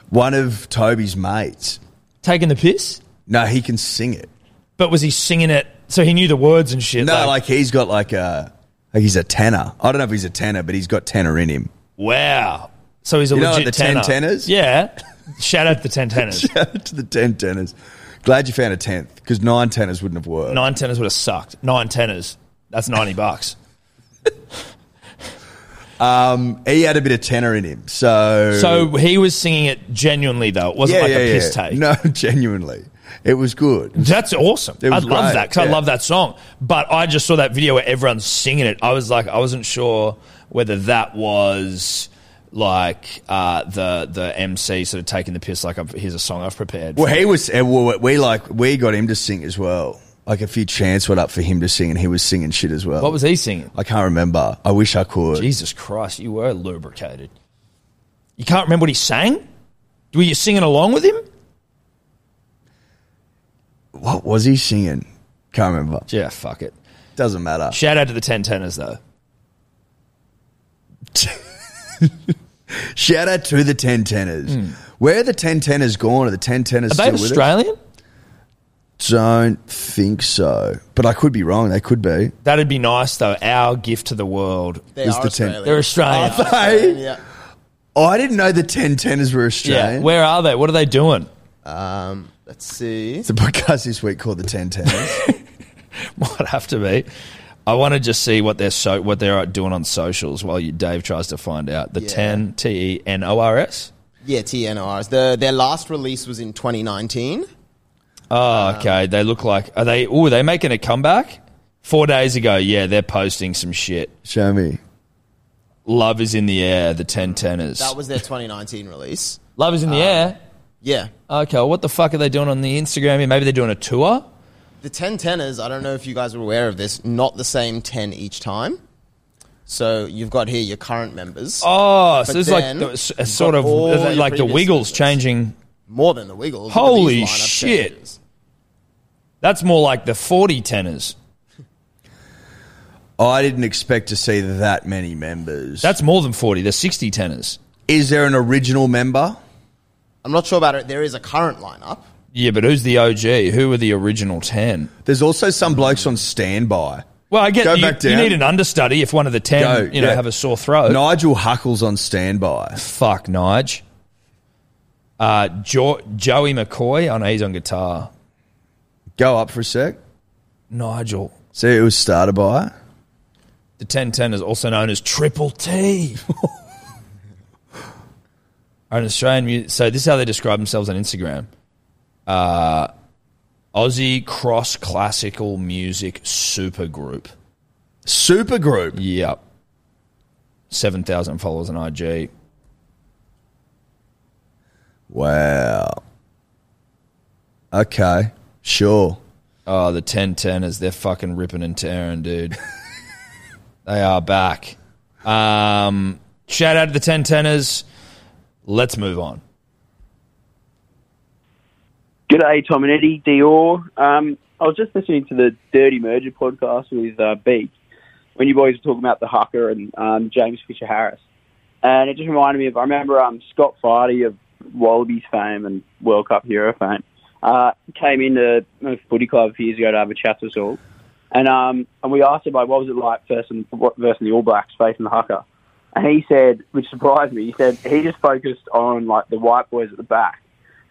[SPEAKER 3] one of Toby's mates?
[SPEAKER 2] Taking the piss?
[SPEAKER 3] No, he can sing it.
[SPEAKER 2] But was he singing it so he knew the words and shit?
[SPEAKER 3] No, like, he's got like a like he's a tenor. I don't know if he's a tenor, but he's got tenor in him.
[SPEAKER 2] wow. So he's a
[SPEAKER 3] You know,
[SPEAKER 2] legit
[SPEAKER 3] like the 10
[SPEAKER 2] tenor.
[SPEAKER 3] tenors?
[SPEAKER 2] Yeah. Shout out to the 10 tenors.
[SPEAKER 3] Shout out to the ten tenors. Glad you found a tenth because nine tenors wouldn't have worked.
[SPEAKER 2] Nine tenors would have sucked. Nine tenors. That's 90 bucks.
[SPEAKER 3] Um, he had a bit of tenor in him, so
[SPEAKER 2] So he was singing it genuinely, though. It wasn't like a piss take.
[SPEAKER 3] No, genuinely, it was good.
[SPEAKER 2] That's awesome.
[SPEAKER 3] It
[SPEAKER 2] I
[SPEAKER 3] was
[SPEAKER 2] love
[SPEAKER 3] great,
[SPEAKER 2] that because I
[SPEAKER 3] yeah.
[SPEAKER 2] love that song. But I just saw that video where everyone's singing it. I was like, I wasn't sure whether that was like uh, the the MC sort of taking the piss. Like, I've, here's a song I've prepared.
[SPEAKER 3] Well, he was. uh, well, We like we got him to sing as well. Like a few chants went up for him to sing, and he was singing shit as well.
[SPEAKER 2] What was he singing?
[SPEAKER 3] I can't remember. I wish I could.
[SPEAKER 2] Jesus Christ, you were lubricated. You can't remember what he sang? Were you singing along with him?
[SPEAKER 3] What was he singing? Can't remember.
[SPEAKER 2] Yeah, fuck it.
[SPEAKER 3] Doesn't matter.
[SPEAKER 2] Shout out to the 10 tenors, though.
[SPEAKER 3] Shout out to the ten tenors. Where are the ten tenors gone? Are the ten tenors
[SPEAKER 2] Hmm. Are they
[SPEAKER 3] still with us?
[SPEAKER 2] Australian?
[SPEAKER 3] Don't think so, but I could be wrong. They could be.
[SPEAKER 2] That'd be nice, though. Our gift to the world.
[SPEAKER 4] They
[SPEAKER 3] It's
[SPEAKER 4] are
[SPEAKER 3] the ten-
[SPEAKER 4] Australian.
[SPEAKER 2] They're Australian.
[SPEAKER 3] Hey,
[SPEAKER 4] yeah.
[SPEAKER 3] Oh, I didn't know the ten tenors were
[SPEAKER 2] yeah.
[SPEAKER 3] Australian.
[SPEAKER 2] Where are they? What are they doing?
[SPEAKER 4] Um, let's see.
[SPEAKER 3] It's a podcast this week called the ten tenors.
[SPEAKER 2] Might have to be. I want to just see what they're so what they're doing on socials while you, Dave tries to find out the
[SPEAKER 4] Yeah.
[SPEAKER 2] ten T E N O R S.
[SPEAKER 4] Yeah, TNRs. The, their last release was in 2019. Um,
[SPEAKER 2] Oh, okay. They look like are they? Oh, are they making a comeback? Four days ago, yeah, they're posting some shit.
[SPEAKER 3] Show me.
[SPEAKER 2] Love is in the air. The ten tenors.
[SPEAKER 4] That was their 2019 release. Um,
[SPEAKER 2] Love is in the air.
[SPEAKER 4] Yeah.
[SPEAKER 2] Okay, well, what the fuck are they doing on the Instagram? here? Maybe they're doing a tour.
[SPEAKER 4] The 10 tenors, I don't know if you guys are aware of this, not the same 10 each time. So you've got here your current members.
[SPEAKER 2] Oh, so
[SPEAKER 4] But
[SPEAKER 2] it's like
[SPEAKER 4] then
[SPEAKER 2] the, s- a
[SPEAKER 4] you've
[SPEAKER 2] sort
[SPEAKER 4] got
[SPEAKER 2] of
[SPEAKER 4] all your
[SPEAKER 2] like the
[SPEAKER 4] previous
[SPEAKER 2] Wiggles
[SPEAKER 4] members.
[SPEAKER 2] changing.
[SPEAKER 4] More than the Wiggles. Look at
[SPEAKER 2] Holy
[SPEAKER 4] these lineup
[SPEAKER 2] shit.
[SPEAKER 4] changes.
[SPEAKER 2] That's more like the forty tenors.
[SPEAKER 3] I didn't expect to see that many members.
[SPEAKER 2] That's more than forty. They're sixty tenors.
[SPEAKER 3] Is there an original member?
[SPEAKER 4] I'm not sure about it. There is a current lineup.
[SPEAKER 2] Yeah, but who's the OG? Who were the original 10?
[SPEAKER 3] There's also some blokes on standby.
[SPEAKER 2] Well, I get
[SPEAKER 3] Go
[SPEAKER 2] you,
[SPEAKER 3] back
[SPEAKER 2] you
[SPEAKER 3] down.
[SPEAKER 2] need an understudy if one of the 10,
[SPEAKER 3] Go,
[SPEAKER 2] you know,
[SPEAKER 3] yeah.
[SPEAKER 2] have a sore throat.
[SPEAKER 3] Nigel Huckle's on standby.
[SPEAKER 2] Fuck, Nige. Uh, jo- Joey McCoy, I know he's on guitar.
[SPEAKER 3] Go up for a sec.
[SPEAKER 2] Nigel.
[SPEAKER 3] So it was started by.
[SPEAKER 2] The 1010 is also known as Triple T. An Australian music. So this is how they describe themselves on Instagram. Uh, Aussie cross classical music supergroup.
[SPEAKER 3] Supergroup?
[SPEAKER 2] Yep. 7,000 followers on IG.
[SPEAKER 3] Wow. Okay. Sure.
[SPEAKER 2] Oh, the 1010ers, they're fucking ripping and tearing, dude. they are back. Um, shout out to the 1010ers. Let's move on.
[SPEAKER 12] G'day, Tom and Eddie, Dior. Um, I was just listening to the Dirty Merger podcast with uh, Beak when you boys were talking about the Hucker and um, James Fisher Harris. And it just reminded me of, I remember um, Scott Fardy of Wallabies fame and World Cup hero fame uh, came into a footy club a few years ago to have a chat to us all. And, um, and we asked him, like, what was it like versus, versus the All Blacks facing the Hucker? And he said, which surprised me, he said he just focused on, like, the white boys at the back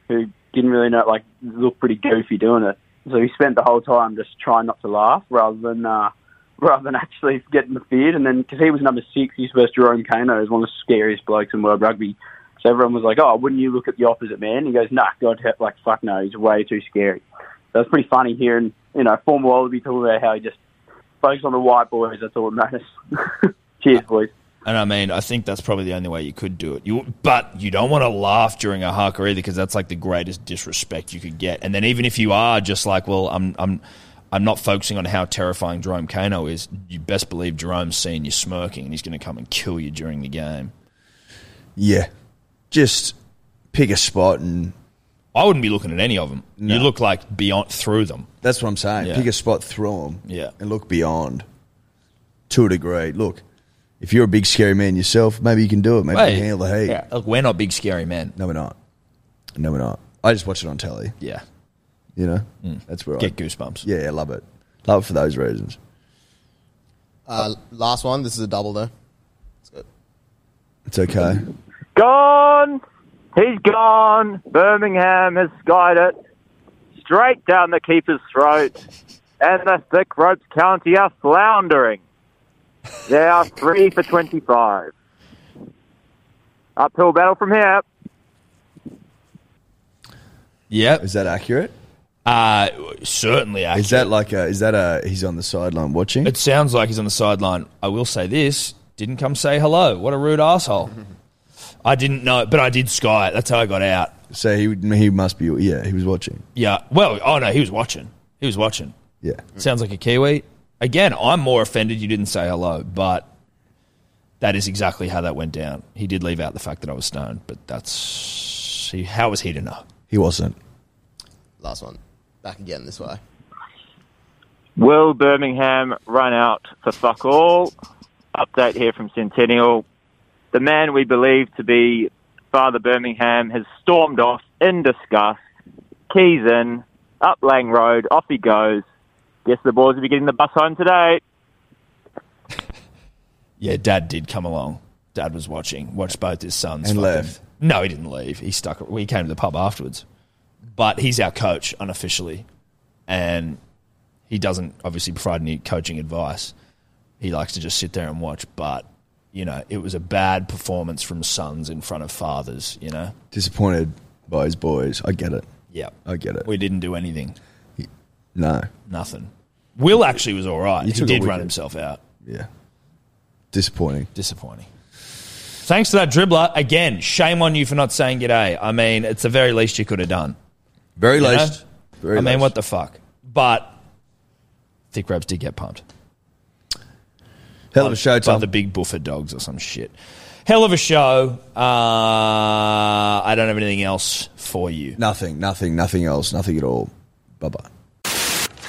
[SPEAKER 12] who didn't really know, like, looked pretty goofy doing it. So he spent the whole time just trying not to laugh rather than uh, rather than actually getting the feared. And then because he was number six, he's versus Jerome Kano, who's one of the scariest blokes in world rugby. So everyone was like, "Oh, wouldn't you look at the opposite man?" He goes, "Nah, God, he- like fuck no, he's way too scary." So it's pretty funny hearing you know former Wallaby talking about how he just focused on the white boys. That's all it matters. Cheers, boys.
[SPEAKER 2] And I mean, I think that's probably the only way you could do it. You, but you don't want to laugh during a haka either, because that's like the greatest disrespect you could get. And then even if you are just like, well, I'm, I'm, I'm not focusing on how terrifying Jerome Kano is. You best believe Jerome's seeing you smirking, and he's going to come and kill you during the game.
[SPEAKER 3] Yeah. Just pick a spot and.
[SPEAKER 2] I wouldn't be looking at any of them.
[SPEAKER 3] No.
[SPEAKER 2] You look like beyond through them.
[SPEAKER 3] That's what I'm saying.
[SPEAKER 2] Yeah.
[SPEAKER 3] Pick a spot, throw them,
[SPEAKER 2] Yeah.
[SPEAKER 3] and look beyond to a degree. Look, if you're a big scary man yourself, maybe you can do it. Maybe you
[SPEAKER 2] Hey,
[SPEAKER 3] can handle the heat.
[SPEAKER 2] yeah. Look, we're not big scary men.
[SPEAKER 3] No, we're not. No, we're not. I just watch it on telly.
[SPEAKER 2] Yeah.
[SPEAKER 3] You know, that's where
[SPEAKER 2] Hmm. Get
[SPEAKER 3] I
[SPEAKER 2] goosebumps.
[SPEAKER 3] Yeah, I love it. Love it for those reasons.
[SPEAKER 4] Uh, last one. This is a double though.
[SPEAKER 3] It's okay.
[SPEAKER 13] Gone. He's gone. Birmingham has skied it straight down the keeper's throat, and the thick ropes county are floundering. They are three for 25. Uphill battle from here.
[SPEAKER 2] Yep.
[SPEAKER 3] Is that accurate?
[SPEAKER 2] Uh, certainly accurate.
[SPEAKER 3] Is that like a? Is that a? He's on the sideline watching.
[SPEAKER 2] It sounds like he's on the sideline. I will say this: didn't come say hello. What a rude asshole. I didn't know, but I did sky it. That's how I got out.
[SPEAKER 3] So he would- he must be. Yeah, he was watching.
[SPEAKER 2] Yeah. Well, oh no, he was watching. He was watching.
[SPEAKER 3] Yeah.
[SPEAKER 2] Sounds like a Kiwi. Again, I'm more offended you didn't say hello, but that is exactly how that went down. He did leave out the fact that I was stoned, but that's he, how was he to know?
[SPEAKER 3] He wasn't.
[SPEAKER 4] Last one. Back again this way.
[SPEAKER 13] Will Birmingham run out for fuck all? Update here from Centennial. The man we believe to be Father Birmingham has stormed off in disgust. Keys in, up Lang Road, off he goes. Guess the boys will be getting the bus home today.
[SPEAKER 2] Yeah, Dad did come along. Dad was watching, watched both his sons
[SPEAKER 3] And
[SPEAKER 2] fucking-
[SPEAKER 3] left.
[SPEAKER 2] No, he didn't leave. He stuck. Well, he came to the pub afterwards, but he's our coach unofficially, and he doesn't obviously provide any coaching advice. He likes to just sit there and watch. But you know, it was a bad performance from sons in front of fathers. You know,
[SPEAKER 3] Disappointed by his boys. I get it.
[SPEAKER 2] yeah,
[SPEAKER 3] I get it.
[SPEAKER 2] we didn't do anything.
[SPEAKER 3] No.
[SPEAKER 2] Nothing. Will actually was all right.
[SPEAKER 3] You
[SPEAKER 2] he
[SPEAKER 3] took a
[SPEAKER 2] did
[SPEAKER 3] wicket.
[SPEAKER 2] run himself out.
[SPEAKER 3] Yeah. Disappointing.
[SPEAKER 2] Disappointing. Thanks to that dribbler again. Shame on you for not saying g'day. I mean, it's the very least you could have done.
[SPEAKER 3] Very
[SPEAKER 2] You
[SPEAKER 3] least.
[SPEAKER 2] know?
[SPEAKER 3] Very
[SPEAKER 2] I mean,
[SPEAKER 3] least.
[SPEAKER 2] what the fuck? But Thick Ropes did get pumped.
[SPEAKER 3] Hell of a show,
[SPEAKER 2] By
[SPEAKER 3] Tom.
[SPEAKER 2] the big buffer dogs or some shit. Hell of a show. Uh, I don't have anything else for you.
[SPEAKER 3] Nothing. Nothing. Nothing else. Nothing at all. Bye bye.